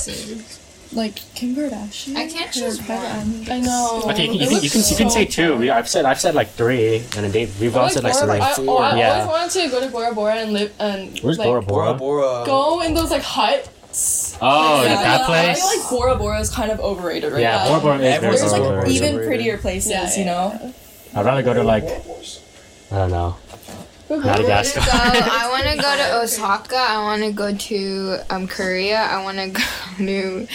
D: Like Kim Kardashian.
F: I can't choose
D: private
F: one.
D: island.
C: I know.
A: Okay, you, can,
C: It
A: you
C: looks
A: can you can
C: so
A: say two. We, I've said I've said like three, and then Dave, we've
C: I
A: all
C: like
A: said like three.
C: Bora- I, oh, I
A: Yeah.
C: always wanted to go to Bora Bora and live and
A: Where's
C: like,
A: Bora Bora?
B: Bora Bora.
C: Go in those like huts.
A: Oh,
C: Yeah,
A: that
C: yeah,
D: I
A: place.
D: feel like Bora Bora is kind of overrated right
A: yeah,
D: now.
A: Bora Bora is very
B: Everyone's
D: There's like
B: Bora Bora
A: overrated.
B: is
D: even
B: overrated.
D: prettier places,
C: Yeah,
D: you know.
A: I'd rather go to like I don't know Madagascar.
F: So I want to go to Osaka. I want to go to um, Korea. I want to go to
A: New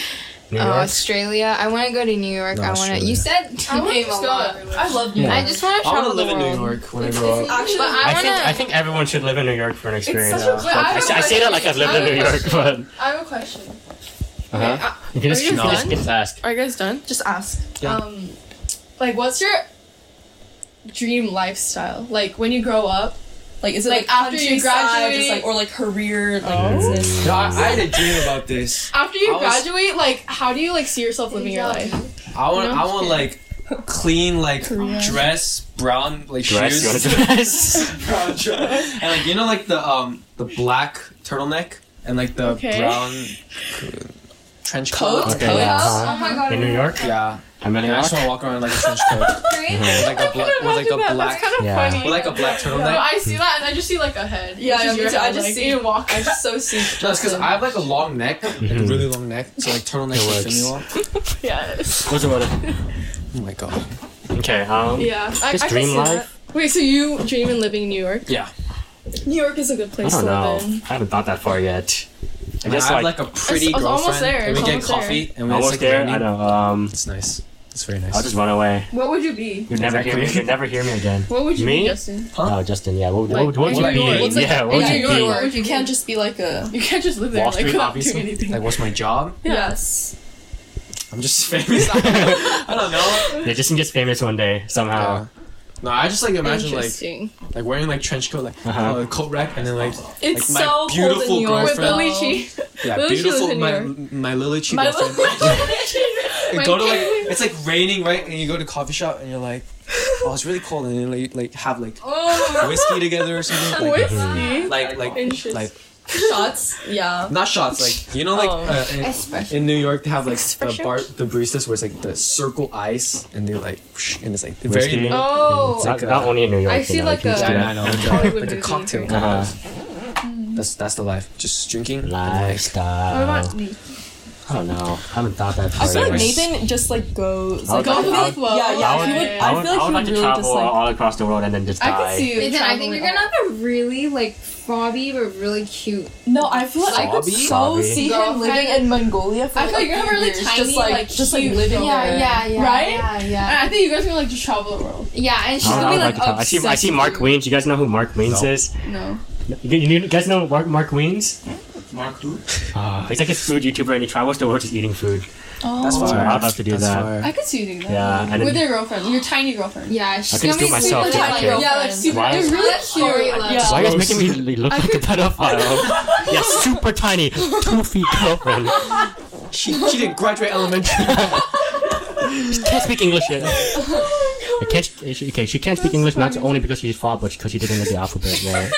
C: Oh,
F: uh,
A: York.
F: Australia. I want to go to New York.
B: No,
F: I want to.
B: Australia.
F: You said to
C: I wanna
F: name a
C: just go.
F: lot.
C: I love New
A: Yeah.
C: York.
F: I just want to
B: I want
F: travel
B: to live
F: the
B: in New
F: world.
B: York when I grow up.
F: But I
A: I
F: want
A: think I
F: to.
A: think everyone should live in New York for an experience.
C: such a-
A: Like,
C: I
A: I, say- I say that like I've lived in New York, but
C: I have a question.
A: uh-huh. you can just,
C: you
A: you can just,
C: done?
A: you can just ask.
C: Are you guys done? Just ask.
B: Yeah.
C: Um, like, what's your dream lifestyle? Like when you grow up.
D: Like is it
C: Like,
D: like,
C: after you
D: countryside,
C: graduate-
D: just like or like career like
A: Oh.
D: business?
B: No, I, I had a dream about this.
C: After you
B: I was-
C: graduate, like how do you like see yourself living your life?
B: I want.
C: No,
B: I want like clean like dress, brown like
A: Dress, you want
B: shoes,
A: to dress?
B: brown dress, and like you know like the um the black turtleneck and like the
C: Okay.
B: brown uh, trench coat.
A: okay, yeah.
F: Oh
A: uh-huh.
F: my god.
A: In New York,
B: Yeah,
A: I'm in New
B: and I
A: York.
B: just want to walk around in, like a trench coat, with like a black, with like a black,
C: That's kind of
A: Yeah.
C: funny.
B: with like a black turtleneck.
C: No, I see that and I just see like a head.
D: Yeah,
C: Which
D: yeah,
C: is
D: me
C: your
D: too. I
C: head,
D: just
C: like,
D: see-
C: you walk.
D: I'm just so super.
B: No, it's because I have like a long neck, like a really long neck, so like turtleneck
A: It
B: would fit
A: works.
B: me well.
C: Yes.
A: What's the weather?
B: Oh my god.
A: Okay, um,
C: Yeah. I,
A: just
C: I can
A: dream
C: see
A: life.
C: That. Wait, so you dream in living in New York?
B: Yeah.
C: New York is a good
A: I
C: place
A: don't
C: to
A: know.
C: live in.
A: I haven't thought that far yet. I
B: I
A: guess
B: have
A: like,
B: like a pretty
C: It's- it's
B: girlfriend,
C: almost there,
B: and we
C: it's
B: get
C: almost there.
B: coffee, and we
A: almost
B: it's, like,
A: there. I
B: raining.
A: know. Um,
B: It's nice. It's very nice.
A: I'll just run away.
C: What would you be?
A: You'd never hear me.
B: Exactly.
A: You'd never hear me again.
C: What would you
A: Me?
C: be, Justin?
A: Oh, Justin. Yeah. What, what, what would
B: like,
A: you be?
B: what's,
A: yeah. What would
D: yeah,
A: you
D: New York.
A: be?
D: You can't just be like a
C: You can't just live there
A: Wall
C: like
A: Street,
C: without
A: obviously.
C: doing anything.
B: like, what's my job?
D: yes.
B: I'm just famous. I don't know.
A: Yeah, Justin gets famous one day
B: Uh,
A: somehow.
B: No, I just like imagine like
C: Interesting.
B: like wearing like trench coat, like
A: Uh-huh.
B: uh, coat rack, and then like
D: It's
B: like, my
D: so cold in
B: beautiful
D: New York.
C: With
B: girlfriend.
C: Lily Chi.
B: yeah,
C: Lily, she lives
B: beautiful
C: in
B: my
C: New
B: my Lily Chi
D: My
B: girlfriend. You go to like it's like raining, right? And you go to coffee shop, and you're like, oh, it's really cold, and then like like have like whiskey together or something. Like,
C: Whiskey.
B: like like
C: Oh. Interesting.
B: like
D: shots. Yeah.
B: not shots like you know like
D: Oh.
B: uh, in, in New York they have like the bar the baristas where it's like the circle ice and they like whoosh, and it's like
A: Whiskey.
B: very
C: Oh.
A: Not,
B: like a-
A: not only in Uh-huh. New York.
C: I
A: you
C: see
A: know,
C: like
A: you can
C: a-
A: just do
B: yeah,
A: that.
B: I know, I know.
C: Hollywood
B: like a
C: movie.
B: cocktail Uh-huh. kind of. That's that's the life. Just drinking. and,
A: Lifestyle.
C: What about me?
A: I don't know. I haven't thought that.
D: I
A: far
D: feel like
A: yet.
D: Nathan just like goes
A: I
D: like
A: would like- I would-
D: yeah, yeah.
A: I would,
D: he would-
A: I would,
D: I feel like
A: I would
D: he
A: like to
D: really
A: travel
D: just like.
A: all across the world and then just die.
D: I could see you.
F: Nathan, I
D: traveling
F: think you're gonna have a really like fobby but really cute.
D: No, I feel like I could
B: Fobby?
D: so
A: Fobby.
D: see him living in Mongolia for
C: I feel like
D: like
C: you're gonna
D: a few
C: have a really
D: years,
C: tiny,
D: just like,
C: like,
D: just like
C: cute-
D: living there.
F: yeah,
C: Right?
F: yeah,
C: And
F: yeah,
C: I think you guys are gonna like just travel the world.
F: yeah. And she's
A: I, don't know,
F: gonna
A: I would
F: be like,
A: like to travel. I see. I see Mark Weens. You guys know who Mark Weens is?
C: No.
A: You, you guys know Mark, Mark Weens?
E: Mark who?
A: Uh, he's like a food YouTuber and he travels the world just eating food.
B: Uh-huh. That's
A: So
B: fire.
A: I'd love to do
B: That's
A: that.
B: fire.
C: I could see you doing that.
A: Yeah, and
C: With
A: then-
C: your girlfriend, your tiny girlfriend.
F: yeah, she's
A: could just
F: gonna be
A: do it myself,
F: super
A: take
F: tiny.
A: care.
F: Yeah,
C: like super.
A: Why-
C: They're really cute.
F: Sorry,
C: Yeah.
F: Lex.
A: Why are you guys
B: Gross.
A: making me look like a pedophile? yeah, super tiny, two feet girlfriend.
B: She, she didn't graduate elementary.
A: She can't speak English yet. I can't, she, okay, she can't speak English not only because she's far, but because she didn't know the alphabet. Right?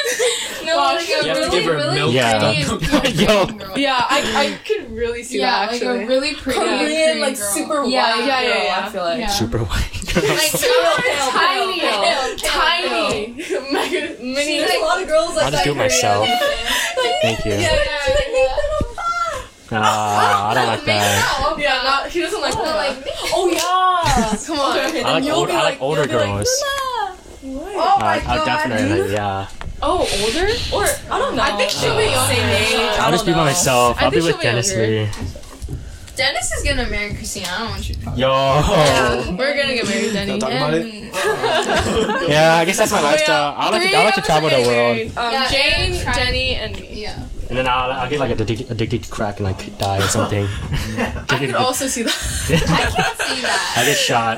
F: No, like a
B: You have to
F: really,
B: give her
F: really
B: milk.
A: Yeah.
F: pretty.
A: Yo,
C: Yeah, I, I could really see
F: Yeah,
C: that
F: like
C: actually.
F: a really pretty
C: Korean,
F: Korean
D: like
F: girl.
D: super white.
F: Yeah,
C: yeah, yeah,
D: girl,
C: yeah.
D: I feel like Oh,
C: Yeah.
A: super white. girl.
F: Like super
C: pale,
F: tiny,
C: pale,
F: tiny.
C: tiny, mega, mini.
D: There's a lot of girls
A: I'll
D: like
A: just do it myself. Thank you.
F: Yeah, yeah, yeah.
A: Ah, I don't like that.
F: Oh,
C: yeah, not, he doesn't like
F: but,
C: that.
F: like,
D: Oh yeah.
C: Come on.
A: I like, old, I like older girls.
D: Oh
A: I, I Uh, definitely, like, yeah.
C: Oh, older? Or
D: I don't know.
C: I think she'll be younger.
D: Same age.
A: I'll just be by myself.
C: I
A: I'll be
C: think
A: with
C: she'll be
A: Dennis Lee.
C: younger.
F: Dennis is gonna marry Christina. I don't want you. to
A: Yo. Yeah.
C: we're gonna get married, Denny.
B: Talk about it.
A: I guess that's my lifestyle. I like
C: Three
A: to, I like to
C: of us
A: travel
C: are
A: the
C: getting
A: world,
C: married. Um,
F: Yeah,
C: Jane,
F: yeah, try-
C: Jenny, and me.
F: Yeah.
A: and then I'll, I'll get like addicted, addicted to crack and like die or something.
C: I could also see that.
F: I can't see that.
A: I get shot.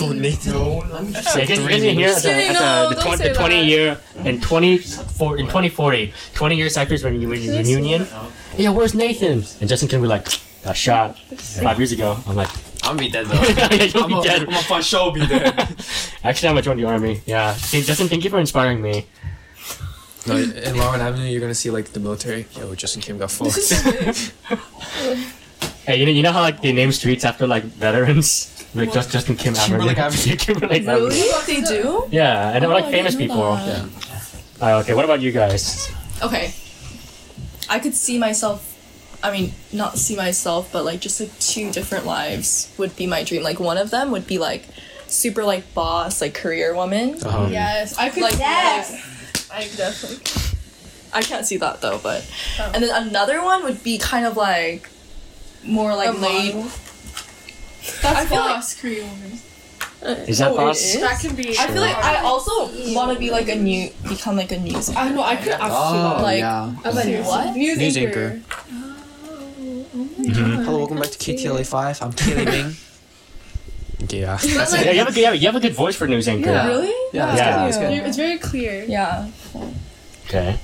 B: You Nathan.
A: So you guys you guys can hear at the, at
C: No,
A: the, the,
C: don't
A: twen-
C: say
A: the 20
C: that.
A: year in 20 for, in 2040 20 years after his reunion, reunion yeah where's Nathan and Justin can be like got shot five years ago I'm like
B: I'm be dead
A: yeah, you'll
B: I'm
A: be
B: a,
A: dead
B: I'm a for sure be dead.
A: actually I'm gonna join the army yeah See, Justin thank you for inspiring me
B: no, in Lauren Avenue, you're gonna see like the military. Yo, Justin Kim got fucked.
A: hey you know, you know how like they name streets after like veterans like just, Justin Kim
B: Kimberlake
A: Avenue
B: Avenue.
A: Kimberlake Avenue
D: Really? What they do?
A: yeah and they're
D: I
A: like
D: didn't
A: famous
D: know
A: people
D: that.
A: Uh, okay what about you guys
D: Okay. I could see myself. I mean, not see myself, but like just like two different lives would be my dream. Like one of them would be like super like boss, like career woman.
B: Um,
C: Yes, I could
D: Like,
C: like
D: yes.
C: I definitely.
D: I can't see that though, but and then another one would be kind of like more like laid.
C: That's boss, Korean woman.
A: is that
D: Oh, it
A: boss
D: is?
C: That could be.
D: I feel like I also want to be like a new, become like a news.
C: I know. I could
B: Oh,
C: absolutely.
D: Like-
B: yeah.
C: Seriously.
D: what?
C: News,
B: News
C: anchor.
B: anchor. Hello, welcome back to KTLA 5. I'm Kaylee Ming. Yeah. That's
A: yeah, you have a good you have a good voice for news anchor
B: Yeah.
D: Really?
B: Yeah,
A: Yeah.
B: that's good.
C: It's very clear.
D: Yeah.
A: okay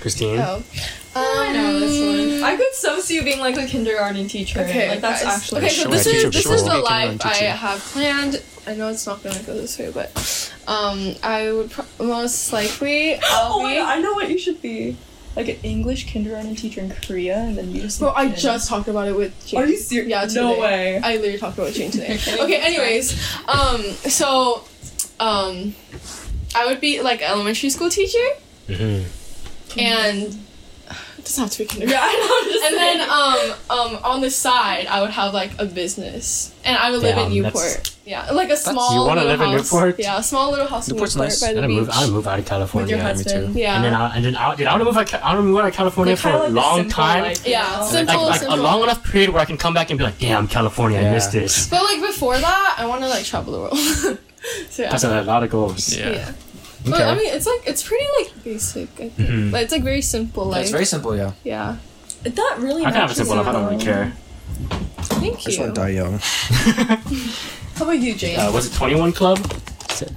A: Christine
F: I know this one.
D: I could so see you being like a kindergarten teacher.
C: Okay,
D: like that's
C: guys.
D: actually
C: okay. So
B: Sure,
C: this
B: teacher,
C: is this
B: sure.
C: is the
B: Okay,
C: life
B: kindergarten
C: I
B: teacher.
C: have planned. I know it's not gonna go this way, but um, I would pro- most likely I'll
D: oh
C: be.
D: my god, I know what you should be. Like an English kindergarten teacher in Korea, and then you just.
C: Bro,
D: like,
C: I
D: fit in.
C: just talked about it with Jane.
D: Are you serious?
C: Yeah, today.
D: No way.
C: I literally talked about Jane today. okay, anyways, um, so, um, I would be like elementary school teacher,
A: Mhm.
C: and it
D: Mm-hmm.
C: doesn't have to be kindergarten. and then, um, um, on the side, I would have like a business, and I would live
A: Damn,
C: in Newport. Yeah, like a small.
A: You wanna
C: little
A: live in
C: house.
A: Newport?
C: Yeah, a small little house
B: Newport's
C: in Newport
B: nice.
C: by
A: I
C: the
A: gotta
C: beach.
A: move. I gotta move out of
D: with
A: California.
D: your
B: Yeah, me
D: husband.
B: too.
C: yeah.
A: And then I and then I, dude, I want to move. out Ca- I want to move out of California
D: Like,
A: for
D: kinda
A: a
D: like
A: long
D: simple
A: time,
D: life,
C: yeah,
A: like
C: simple,
A: like a
C: simple.
A: long enough period where I can come back and be like, damn, California, I
B: Yeah.
A: missed this.
C: But like before that, I want to like travel the world. so yeah.
A: That's a lot of goals.
B: Yeah.
C: yeah.
A: Okay.
C: But I mean, it's like it's pretty like basic. I think.
A: Mhm.
C: Like, it's like very simple. Like
B: That's very simple, yeah.
C: yeah.
D: That really.
A: I can have a simple life. I don't
D: matches you,
A: really
D: though.
A: care.
C: Thank you.
B: young.
D: How about you, Jane?
A: Uh, was it Twenty One Club?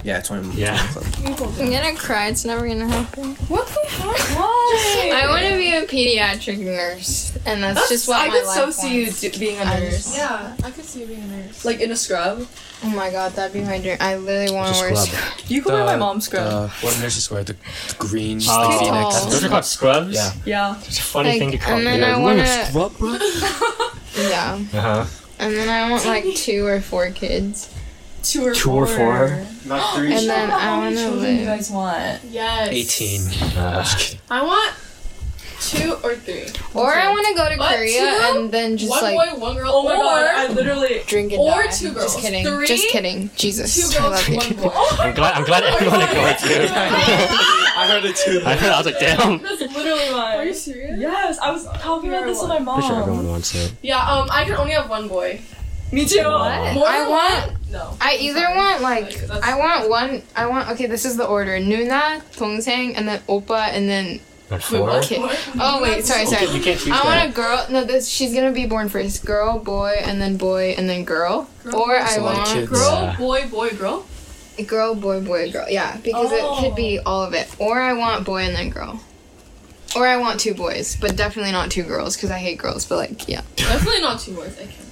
B: Yeah, 21.
A: Yeah. Uh,
F: I'm gonna cry. It's never gonna happen.
D: What the heck? Why?
F: I want to be a pediatric nurse, and that's, just what
D: I
F: my
D: could
F: life
D: so see you do- being a
F: I
D: nurse,
C: Yeah, I could see you being a nurse.
D: like in a scrub.
F: Oh my god, that'd be my dream. I literally want
A: Just
F: to wear.
A: club.
F: sc-
D: You could wear my mom's scrub.
B: The, uh, what nurses wear? The, the green,
A: Oh,
B: the phoenix.
A: Those are called scrubs.
B: Yeah.
D: yeah.
A: It's a funny
F: Like,
A: thing to call.
F: and then
A: yeah.
F: I
A: Ooh.
F: wanna-
B: scrub, bro?
F: Yeah,
A: Uh-huh.
F: and then I want like two or four kids,
D: Two or
A: Two or four.
E: Not three.
F: and then I
D: How
F: want
D: many
F: to
D: children do you
F: live.
D: guys want?
C: Yes.
B: 18.
A: Uh,
C: I want Two or three.
F: Or I want to go to
C: What?
F: Korea
C: Two?
F: and then just
C: one
F: like
C: boy, one girl.
D: Oh my god,
C: or-
D: I literally.
F: drink and
C: or
F: die.
C: two girls.
F: Just kidding.
C: Three,
F: just kidding. Jesus.
C: Two
F: I
C: girls,
F: love you.
C: one boy.
D: Oh,
A: I'm glad. I'm glad everyone agreed too.
B: I heard it too.
A: I heard. I was like, damn.
D: That's literally mine.
C: Are you serious?
D: Yes, I was talking about this with my mom.
A: Pretty sure everyone wants it.
C: Yeah, um, I can only have one boy. Oh,
D: Me too.
F: What?
C: More
F: I
C: than
F: want.
C: No.
F: I either want like
C: That's-
F: I want one. I want okay. This is the order: Nuna, Tongsang, and then Oppa, and then
A: Not four.
F: okay. Oh wait, sorry, sorry.
A: You can't choose
F: I
A: that.
F: want a girl. No, this she's gonna be born first. Girl, boy, and then boy, and then girl. or I
B: a lot of
F: want
B: kids.
C: Girl,
A: Yeah.
C: boy, boy, girl.
F: girl, boy, boy, girl. Yeah, because
E: Oh.
F: it could be all of it. Or I want boy and then girl. Or I want two boys, but definitely not two girls because I hate girls. But like, yeah.
C: Definitely not two words. I can't.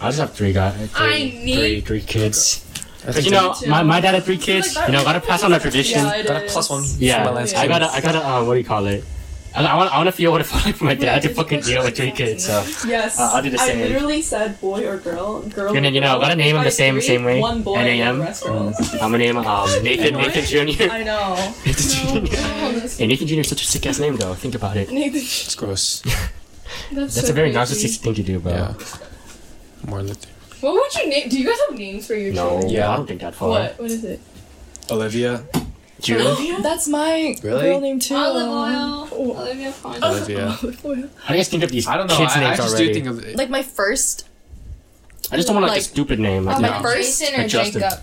A: I just have three guys. Three,
C: I need-
A: three, three kids.
B: I
A: But
B: think
A: you know, my, my dad had three kids. You know, gotta pass on that tradition.
D: Yeah,
B: I
D: it
B: got a
D: is.
B: plus one. for my
A: Yeah,
B: last
A: I
B: kid.
A: gotta, I gotta, uh, what do you call it? I, I want, I want to feel what it felt like for my dad to fucking deal with three kids. So
D: Yes.
A: Uh, I'll do the
D: I
A: same.
D: literally said boy or girl. Girl.
A: You know- you know,
D: or
A: gotta
D: girl.
A: name 'em the
D: By
A: same-
D: three,
A: same way.
D: One boy, and
A: NAM.
D: the rest girls.
A: I'm gonna name um, Nathan, Nathan Junior.
D: I know.
A: Nathan Junior. Hey, Nathan Junior is such a sick ass name though. Think about it.
B: It's gross.
C: That's,
A: That's
C: so
A: a very
C: crazy.
A: narcissistic thing to do, bro.
B: Yeah. More than
C: What would you name? Do you guys have names for your
A: No,
C: children?
A: I
B: Yeah.
A: don't think that far.
C: What? What is it?
B: Olivia.
A: June?
E: That's my
B: Really?
E: girl name too.
C: Olive oil. Olivia Font.
B: Olivia.
A: How do you guys think of these
B: I don't know.
A: kids'
B: I, I
A: names
B: just
A: already?
B: do think of it.
E: Like my first.
A: I just don't want like,
E: like-
A: a stupid name. Like,
E: Uh,
A: no.
E: my first.
F: Jason or
A: Justin.
F: Jacob.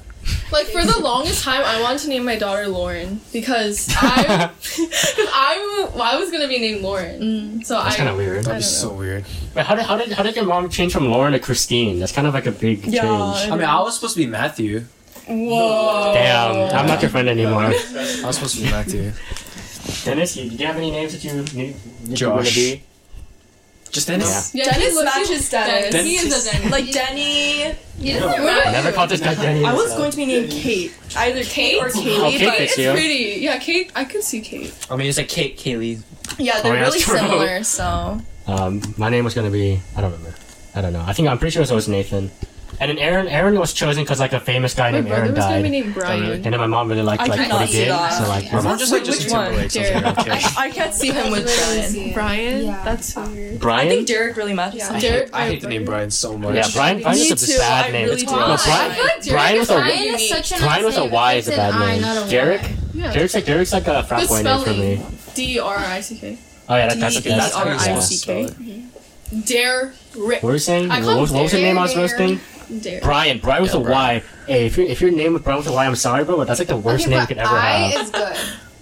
C: Like for the longest time, I wanted to name my daughter Lauren because I, because I, well, I was gonna be named Lauren. So
A: That's kind
C: I,
A: of weird.
B: That'd be so weird.
A: But how did, how did how did your mom change from Lauren to Christine? That's kind of like a big change.
B: I mean, I was supposed to be Matthew.
E: Oh.
C: whoa.
A: Damn, I'm not your friend anymore.
B: I was supposed to be Matthew.
A: Dennis, you, do you have any names that you need? that you wanna
B: Josh.
A: be?
B: Just
A: Dennis?
C: Yeah,
E: Dennis
C: he looks-
E: matches Dennis.
C: He is a Dennis.
E: Like Denny.
C: Yeah. Where
A: I
C: are
A: never
C: you?
A: called this guy Dennis.
E: I was going to be named Kate. Either Kate or
A: Oh,
E: Kate.
A: Kate
E: but-
A: fits
C: It's
A: you.
C: pretty. Yeah, Kate. I could see Kate.
B: I mean, it's like Kate, Kaylee.
E: Yeah,
A: Oh,
E: they're
A: yeah,
E: really
A: that's true.
E: similar, so.
A: Um, my name was gonna be I don't remember. I don't know. I think I'm pretty sure it was always Nathan. And then Aaron, Aaron was chosen because like a famous guy
C: My
A: named
C: brother
A: Aaron
C: was gonna
A: died.
C: be named Brian.
A: And then my mom really liked
E: I
A: like
E: cannot
A: what he
E: see
A: did,
E: that.
A: so like
B: My mom just like Justin
E: Which one?
B: Timberlake. so I was
C: Jared.
B: like, okay.
E: I can't see him with Brian.
C: Brian.
F: Yeah.
C: That's weird.
A: Brian.
E: I think Derek really matches
C: Yeah.
E: him.
C: Derek.
B: I hate the name Brian so much.
A: yeah, Brian. Brian's
E: Me
A: just a
E: too,
A: bad
E: I
A: name.
E: really
A: it's
E: do.
A: no, Brian,
F: I feel like Derek
A: Brian was a
F: Brian is such a
A: Brian
F: nice
A: with a
F: name.
A: Y is
F: It's
A: a
F: an
A: bad
F: I,
A: name.
F: not a Y.
A: Derek.
C: Yeah.
A: Derek's like Derek's like a frat
C: Good
A: boy name for
C: spelling.
A: me.
C: D R I C K.
A: Oh yeah, that, that's okay. That's
B: how you
A: yeah.
B: spell it.
C: Dare
A: What
C: Rick.
A: were you saying?
C: I
A: What
C: call
A: was, what was the name I was
F: Derek.
A: roasting?
C: Dare.
A: Brian. Brian with
B: Yeah,
A: a Y. Hey, if your if your name was Brian with a Y, I'm sorry, bro, but that's like the worst
F: Okay,
A: name you
F: but
A: could ever
F: I
A: have.
F: is good.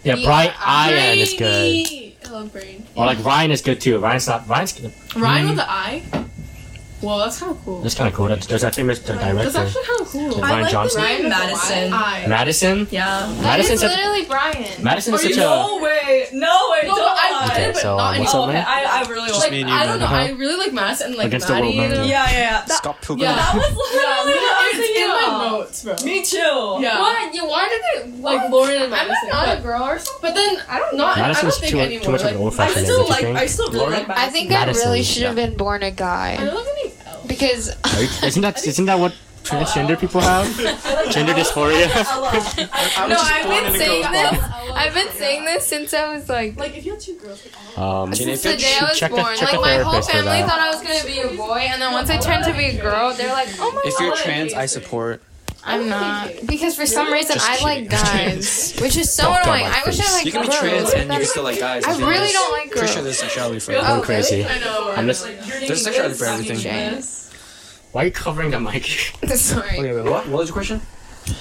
A: Yeah,
F: B-
A: Brian
F: I-
C: E.
A: Ian is good.
C: Brainy. I love Brain.
A: Or like Ryan is good too. Ryan's not Ryan's. good.
C: Ryan with the
A: Mm-hmm.
C: I. Whoa, that's kind of cool.
A: That's kind of cool. That's, there's that famous
C: That's
A: director,
C: actually kind of cool.
A: Ryan Johnson.
E: Ryan Madison.
C: I.
A: Madison.
E: Yeah.
F: That is
A: Madison's such-
F: literally Brian.
A: Madison's such a.
D: No way. No way.
C: No,
D: don't
C: but I
D: lie.
C: did, Oh,
A: Okay,
C: but
A: so um,
C: not
A: what's
C: anymore.
A: up, man?
D: I, I really
B: Just
D: like.
B: me and you,
C: I don't know.
B: man.
C: I really like Madison and like
A: Against the
C: Maddie.
A: world, man.
C: you know?
D: Yeah, yeah, yeah. That,
B: Scott Pilgrim.
C: Yeah.
D: that was literally what I was
C: It's in my
D: thinking
C: notes, bro.
D: about. Me too.
C: Yeah.
F: What? You wanted it?
C: Like Lauren and
F: I'm
C: Madison.
F: not a
C: but-
F: girl or something.
C: But then I don't not. I don't
A: Madison's
C: think
A: too,
C: anymore.
A: too much
C: like,
A: of an old
D: I
A: fashioned name.
D: still
A: don't you
D: like.
A: think?
D: I still really like.
F: I
D: Madison.
F: think
A: Madison,
F: I really should have
A: yeah.
F: been born a
C: I
F: guy
C: don't think any L.
F: because
A: Are you- isn't that isn't that what transgender people have? Gender dysphoria.
B: I was
F: No,
B: just
F: I've
B: born
F: been
B: in a
F: saying
B: girl's
F: this.
B: body.
F: I've been saying this since I was like,
D: Like if you had two girls. like, oh.
A: Um,
F: since the day I was
A: check the-
F: born.
A: check
F: like
A: the
F: my whole
A: therapist for
F: family
A: that.
F: thought I was gonna be a boy, and then once I turned to be a girl, they're like, oh my.
B: If you're trans, I support.
F: I'm not because for some reason
B: Just
F: I like
B: kidding.
F: guys, which is so
A: Don't tell
F: annoying.
A: my
F: I wish I
A: face.
F: like.
B: You can be
F: girls.
B: trans and you can
F: That's-
B: still like guys.
F: I
B: think
F: really
B: there's-
F: don't like
B: Pretty sure
F: girls.
B: there's sexuality for
A: I'm going
F: Oh, really?
A: crazy.
C: I know.
A: I'm just.
B: There's sexuality for everything.
F: Shame.
A: Why are you covering the mic?
F: Sorry.
B: Okay, wait, what? What was your question?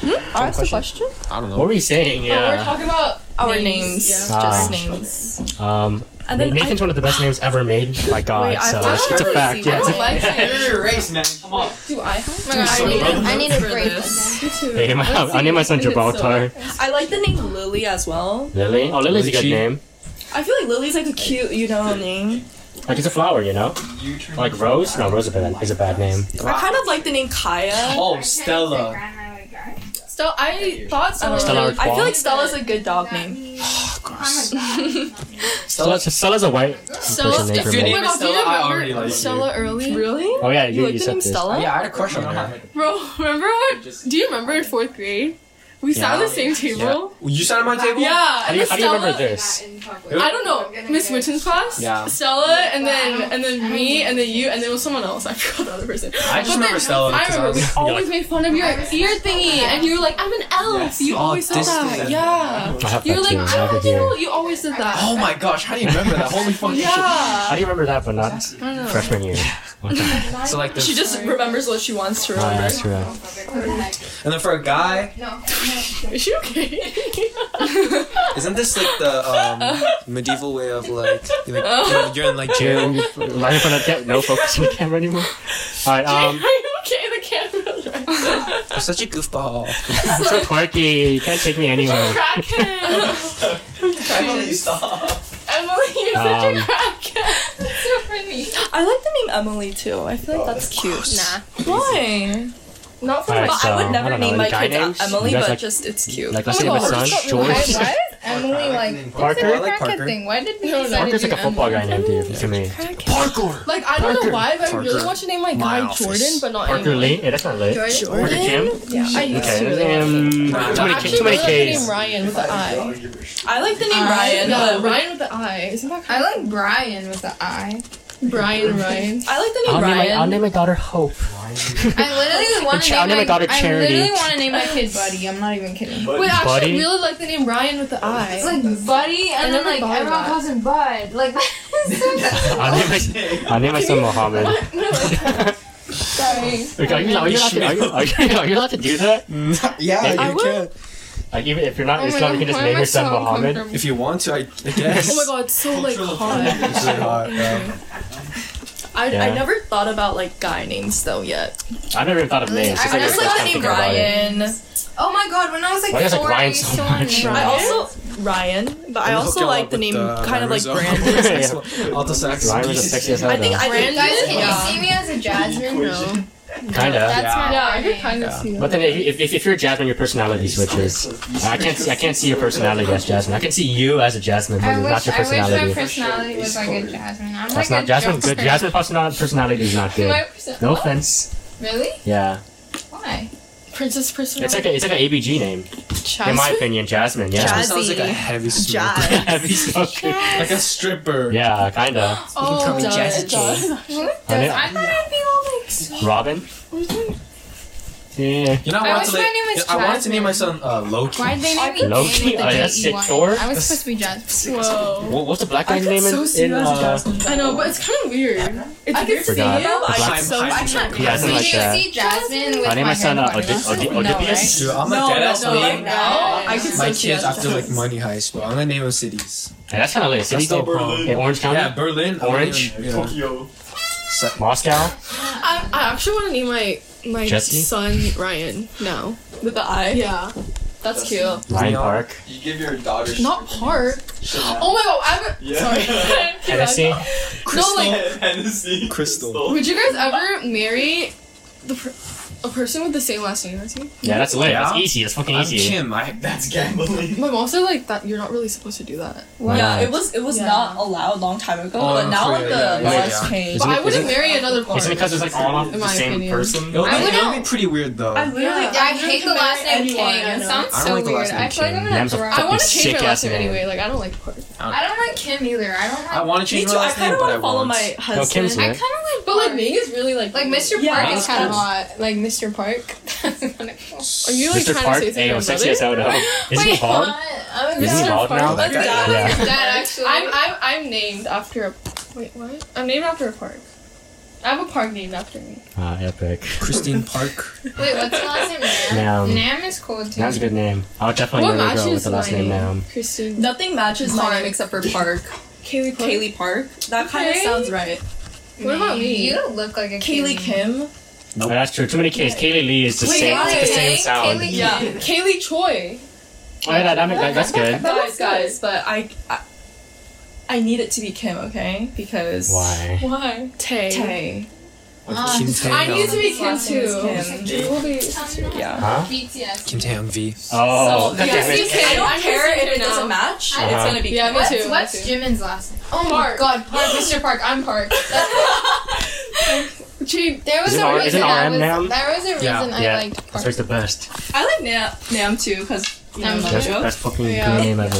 E: I asked the question?
B: I don't
A: What
B: know.
A: were you saying?
C: We're
A: Yeah.
C: talking about
E: Our
C: Names,
E: names.
C: yeah.
A: Ah.
E: Just names.
A: Um.
E: And then
A: Nathan's one of the best names ever made by God.
E: Wait, I-
A: so
E: I
A: it's a
E: don't
A: fact.
E: see
A: Yeah. it's a-
C: like it.
G: race, man. Come on.
C: Do I have?
F: Oh my god, I need, a, I need a break.
A: Hey, my, I named my son
C: It's so-
A: Gibraltar.
E: I like the name Lily as well.
A: Lily. Oh, Lily's a good
B: Lychee.
A: name.
E: I feel like Lily's like a cute, you know, name.
A: Like it's a flower, you know.
G: You turn
A: Like Rose. No, Rose is a bad, is a bad name.
E: I kind of like the name Kaya.
G: Oh, Stella.
C: Stella, I thought
E: I
C: someone.
E: don't know.
A: Stella
C: really-
A: Artois.
E: I feel like Stella's a good dog name.
A: Oh,
F: Oh,
A: Stella's, Stella's a white
C: Stella's-
A: person name for
C: If your
A: me.
C: name- God, do you remember
B: like
C: Stella early.
E: Really?
A: Oh yeah, you,
E: You like
A: you
E: the
A: said
E: name
A: this.
E: Stella?
B: Yeah, I had a crush on her.
C: Bro, remember what?
G: Just-
C: Do you remember in fourth grade We sat on
A: Yeah.
C: the same table.
B: You sat at my table.
C: Yeah,
A: How
C: and
A: do you,
C: then
A: how do you remember
C: Stella-
A: this?
C: I don't know. Miss Witten's class.
B: Yeah.
C: Stella, and then and then me, and then you, and then it was someone else. I forgot the other person.
B: I just remember Stella
C: I
B: because I
C: remember we
B: was.
C: always made fun of your ear thingy, and you were like, "I'm an elf." You
B: Oh,
C: always said
B: this-
C: that. Yeah.
A: I have
C: You were
A: that
C: like,
A: too. I
C: "I'm
A: have
C: a
A: it here.
C: devil." You always said that.
B: Oh my gosh! How do you remember that? Holy fuck!
C: Yeah.
A: How do you remember that, but not freshman year? What the heck?
B: So like this,
E: She just remembers what she wants to
A: Oh,
E: remember.
A: yeah, that's true.
B: and then for a guy,
C: Is she okay?
B: isn't this like the um, medieval way of like, you're, like you're, you're in like jail?
A: Jim, line up on that camera. No focus on the camera anymore. All right,
C: Are
A: um,
C: you okay? The camera's right.
B: You're such a goofball.
A: I'm so quirky. You can't take me anywhere.
C: Crackhead.
G: Emily, stop.
C: Emily, you're such a
A: Um,
C: crackhead. so funny.
E: I like the name Emily too. I feel like that's cute. Nah. Why?
C: Not for
A: Oh, All right,
E: But
A: so
E: I would never
A: don't know,
E: name
A: any
E: my
A: guy
E: kids
A: names?
E: Emily,
A: You guys
E: but
A: like,
E: just it's cute. Oh.
A: like let's say my son George
F: What? Emily like
A: Parker.
B: I like Parker.
F: thing. Why did we
C: No, no.
F: decide
A: Parker's
F: to
A: like a
F: do
A: football
F: Emily?
A: guy name to, to me.
B: Parkour.
C: Like I don't
A: Parker.
C: know why, but I really
B: Parker.
C: want to name my
B: My
C: guy
B: office.
C: Jordan, but not
A: Parker
C: anymore.
A: Lee. Yeah, that's not lit.
F: Jordan?
A: Parker Kim.
E: Yeah. I used to really
A: Okay. Um,
B: Nah,
A: too many,
C: Actually,
A: K- too many
C: I really
A: K's.
C: like the name Ryan with the I.
E: I like the name
C: Ryan,
E: Ryan.
C: yeah,
E: but-
C: Ryan with the I. Isn't that
F: I
C: kind
F: like Brian with the I.
C: of Brian Ryan?
E: I like the name
A: I'll name, my,
E: Ryan.
A: I'll name my daughter Hope.
F: I literally want
A: Ch-
F: to
A: I'll
F: name,
A: name my daughter Charity.
F: I literally want to name my kid Buddy. I'm not even kidding.
C: Wait, actually,
A: Buddy?
C: I really like the name Ryan with the I.
F: It's like Buddy, and then
C: never
F: like
C: thought of
F: everyone
C: that.
F: calls him Bud. Like that is so
A: I'll name my, I'll name my son Mohammed.
F: sorry.
A: Like, are, you, are, you allowed to, are, you, are, you, are you allowed to do that?
B: yeah,
A: I
B: you can.
A: Like, even if you're not
F: Oh my
A: Islam, you
F: God,
A: can just
F: why
A: name
F: am
A: your
F: I so
A: son Mohammed.
F: uncomfortable?
B: If you want to, I, I guess.
C: Oh my god, it's so like hot.
B: It's really hot, um, yeah.
E: I,
A: Yeah.
E: I never thought about like guy names though yet.
A: I've never even thought of names. It's
F: I
A: like the
F: just
E: There's like
A: first
E: the
A: time thinking
E: name
A: about it.
E: Ryan.
F: Oh my god, when I was like
A: Why do you guys like
F: four, I
A: Ryan
F: used
A: so
F: to want
A: much?
F: to name
E: I
F: Ryan.
E: also Ryan, but
B: Let me
E: I
B: hook
E: also
B: y'all
E: like
B: up
E: the
B: with,
E: name
B: uh,
E: kind of like
B: Rizzo.
E: Brandon.
B: Alto sax.
A: Ryan was the sexiest
E: I
A: hell,
E: think I
C: Brandon?
F: Guys, can
E: Yeah.
F: you see me as a Jasmine? No.
A: though. Kinda.
F: That's my
C: Yeah, I
F: name.
C: could kind of see that.
A: But then if, if, if- if you're Jasmine, your personality switches. I can't see I can't see your personality as Jasmine. I can see you as a Jasmine, but
F: I
A: not
F: wish,
A: your
F: I wish my
A: personality.
F: personality was like a Jasmine. I'm
A: That's
F: like
A: not
F: a
A: Jasmine. Good
F: joker.
A: Jasmine personality personality is not
F: My
A: good.
F: perso-
A: No
F: what?
A: offense.
F: Really?
A: Yeah,
F: Why?
C: Princess Priscilla.
A: it's like a, it's like an ABG name, in my opinion. Jasmine. Yeah.
E: Jasmine.
B: Sounds like a heavy smoker.
E: Jazz.
A: That'd be so cute.
B: Like a stripper.
A: Yeah, kinda.
C: oh,
B: me
C: duh,
B: Jazzy
C: duh.
F: Who does?
A: I know.
F: I thought I'd be all like. sweet.
A: Robin. Yeah.
B: You know, I,
F: I
B: wanted
F: wish
B: to
F: my
B: like-
F: name was
B: I wanted to name my son
F: Jasmine.
B: uh, Loki.
F: Why'd they name me
A: Loki?
F: Jane with the
A: Oh, that's
C: E
F: J-E-Y?
A: Victor?
F: I was supposed to be Jasmine.
C: Whoa.
A: What, what's the black guy's name in? in uh,
C: I know, but it's kind of weird. It's
E: I
C: weird.
E: could see you.
A: Forgot.
E: I
A: Black-
E: could so I can't.
A: yeah, something
F: Did
A: like
F: you
A: that.
F: see Jasmine with
A: I named my son uh,
F: hair
A: Odi-
F: and
A: Odi-
F: whatnot? No, right?
A: Oedipus.
B: Dude, I'm a
E: No,
B: dead ass
E: no,
B: name.
E: no. I could
B: My
E: so see
B: kids
E: us.
B: after like Money Heist, bro. I'm gonna name them cities.
A: Hey, that's kind of lit. City
B: dope, bro.
A: in Orange County,
B: Yeah, Berlin. I'm
A: Orange.
B: gonna name- yeah.
G: Tokyo.
B: Se-
A: Moscow.
C: I, I actually want to name my my
A: Jesse?
C: son Ryan now.
E: With the eye.
C: Yeah, that's
G: Jesse.
C: cute.
A: Lion
B: Yeah.
A: Park,
G: You give your daughter.
C: Not Park. Oh my god, I haven't.
G: Yeah.
C: Sorry.
A: Tennessee.
C: no, like
G: Hennessy.
B: Crystal.
C: Would you guys ever marry the per- a person with the same last name as you?
A: Yeah, that's lit. That's
B: Yeah.
A: easy. That's fucking
B: I'm
A: easy.
B: Kim. I,
G: That's gambling.
C: My mom said like that you're not really supposed to do that.
A: Why
E: Yeah,
A: not?
E: it was it was
C: Yeah.
E: not allowed a long time ago,
B: Oh,
E: but now like the
B: yeah, yeah, yeah,
E: laws
B: yeah.
E: changed.
A: Is
C: But
A: it-
C: I wouldn't
A: is
C: marry another
A: It's
C: Park.
A: because it's like all off
C: In
A: the
C: my
A: same
C: opinion.
A: person.
B: it'll, be,
F: I would
B: it'll
F: know.
B: be pretty weird though.
E: I literally
C: Yeah.
F: I
E: I
F: hate the last name
E: anyone,
F: King.
E: I
F: It
E: know.
F: sounds
B: I don't
F: so
B: like the
F: weird.
B: last name
F: I feel like I'm
A: King.
F: gonna
A: Name's a
F: throw
C: I
F: up.
C: want to change my
A: Sick-ass
C: last name
A: name.
C: anyway. Like I don't like Park.
F: I don't like Kim either. I don't like.
B: I want to
E: Me
B: change
E: too.
B: my
E: I
B: last
E: kind
B: name, but
E: of want
B: I
E: to follow
B: won't. Oh,
E: my
A: No, Kim's
E: husband.
F: I
A: lit.
F: kind of like.
C: But like Ming is really like
F: Like Mr.
E: Yeah,
F: Park is
E: that's
F: kind of
E: cool.
F: hot. Like Mr. Park. That's kind of cool.
C: Are you like
A: Mr.
C: trying
A: Park,
C: to say
A: hey, I'm
C: something
A: sexy as
C: about
A: hell now. Isn't he
F: Wait,
A: bald?
F: what? I'm
A: Isn't he
F: Mr.
A: bald now?
E: Let's
B: Oh, Yeah.
E: die.
A: Yeah.
F: Dad, actually.
C: I'm I'm I'm named after a wait what? I'm named after a park. I have a park named after me.
A: Ah, epic.
B: Christine Park.
F: Wait, what's the last name?
A: Nam.
F: Nam. Nam is cool too.
A: That's a good name. I would definitely
C: what
A: marry Oh, a girl
C: matches
A: with the last
C: my
A: name Nam.
C: Christine.
E: Nothing matches my name except for Park.
C: Kaylee Park.
E: Kaylee Park. That kind of
C: Okay.
E: sounds right.
C: What about me?
F: You look like a
E: Kaylee Kim.
A: Oh, that's true. Too many K's. Kaylee Lee is the
E: Wait,
A: same. It's the
E: Kaylee
A: same
F: King?
A: sound.
F: Kaylee-
E: Yeah.
C: Kaylee Choi.
A: Oh, yeah, that, that, that, that's good.
E: guys, guys, but I, I, I need it to be Kim, okay? Because
A: Why?
C: Why? Tay.
E: Tay.
F: Ah,
B: Kim
C: I
B: Tae
C: need to
B: Young.
C: be Kim
E: Last name is
C: too.
E: Kim.
C: We will be-
E: Yeah.
A: Huh?
F: BTS.
B: Kim Tae Young V.
A: Oh,
E: So,
A: God
E: yeah,
A: damn it.
E: if I
C: I'm
E: don't care
C: Christine
E: if it
C: now.
E: doesn't match. It's
A: Uh-huh.
E: gonna be
C: Yeah,
E: Kim.
C: me
F: What's,
C: too.
F: what's Jimin's last name? Oh my
C: Park.
F: god, Park, Mr. Park, I'm Park.
C: cheap.
F: There was
A: Is it
F: a
A: R- is
F: reason
A: it
F: I
A: RM
F: was.
A: now?
F: There was a reason
B: Yeah.
F: I
A: yeah,
F: liked
A: that's like
F: Parks.
A: the best.
D: I like Nam Nam too because you know,
F: Nam
D: my
F: too.
A: That's
D: joke.
A: best fucking
C: Yeah.
A: good name ever.
C: I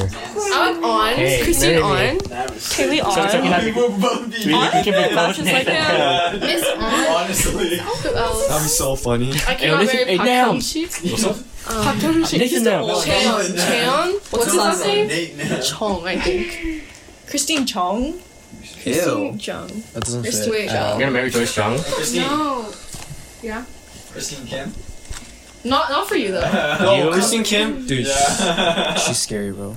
C: like on.
A: Hey,
C: Christine
A: maybe.
C: on.
G: That was sick.
H: Kaylee
A: So it's like,
H: on.
A: you know,
G: People bummed
A: we, we can give it
C: That's
A: both
C: just like,
A: names.
C: yeah.
F: Miss Aunt.
G: Honestly.
C: Who else?
B: That'd be so funny.
C: I
A: Hey,
C: cannot
A: listen,
C: marry
A: hey,
C: Park
A: Nam.
C: Chan Shik. Um,
A: Nathan now.
C: Cheon. Cheon. What's his last name?
G: Nate now.
C: Chong, I think.
E: Christine Chong.
B: Ew.
E: Jung.
B: That doesn't
E: There's
B: fit.
E: two Asian.
B: at all.
A: You're gonna marry Joyce Strong?
G: Christine.
C: No.
G: Christine Kim.
C: Not not for you though.
B: No,
A: You?
B: Christine Kim, dude,
G: Yeah.
B: she's scary, bro.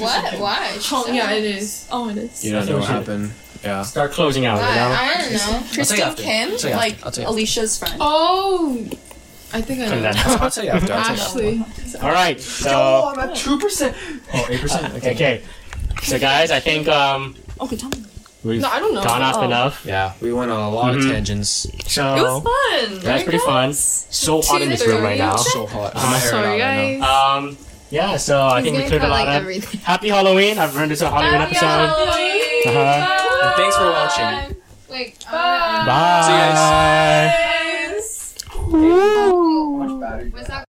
F: What? Why?
C: Chong, yeah, it is. Oh, it is.
A: You
B: I
A: don't
B: know
A: know
B: what
A: what happened.
B: happened. Yeah.
A: Start closing out,
F: Why?
A: you know?
F: I don't know.
E: Christine
B: after.
E: Kim,
B: I'll tell you
E: like
B: after. I'll tell you.
E: Alicia's friend.
C: Oh, I think I
A: Turn
C: know.
A: that
B: I'll tell you after. I'll tell you after.
C: Ashley.
A: All right, so
G: I'm at two percent.
B: Oh, eight percent.
A: okay, okay. so guys, I think um
H: Okay, tell me.
A: we've
C: No, I don't know.
A: gone off
H: Oh.
A: enough.
B: Yeah, we went on a lot
A: Mhm.
B: of tangents.
A: So
C: It was fun.
A: that's pretty fun. So hot in this room right now.
B: So hot.
A: I'm
B: I'm
C: Sorry, guys.
A: Um, yeah, so I
F: He's
A: think we
F: gonna
A: cleared a
F: cut,
A: lot
F: like,
A: up.
F: everything.
A: Happy Halloween! I've earned this a Halloween episode.
C: Bye.
A: Uh-huh.
B: Thanks for watching.
C: uh,
F: Wait. Bye.
A: Bye.
B: See you guys.
A: Woo.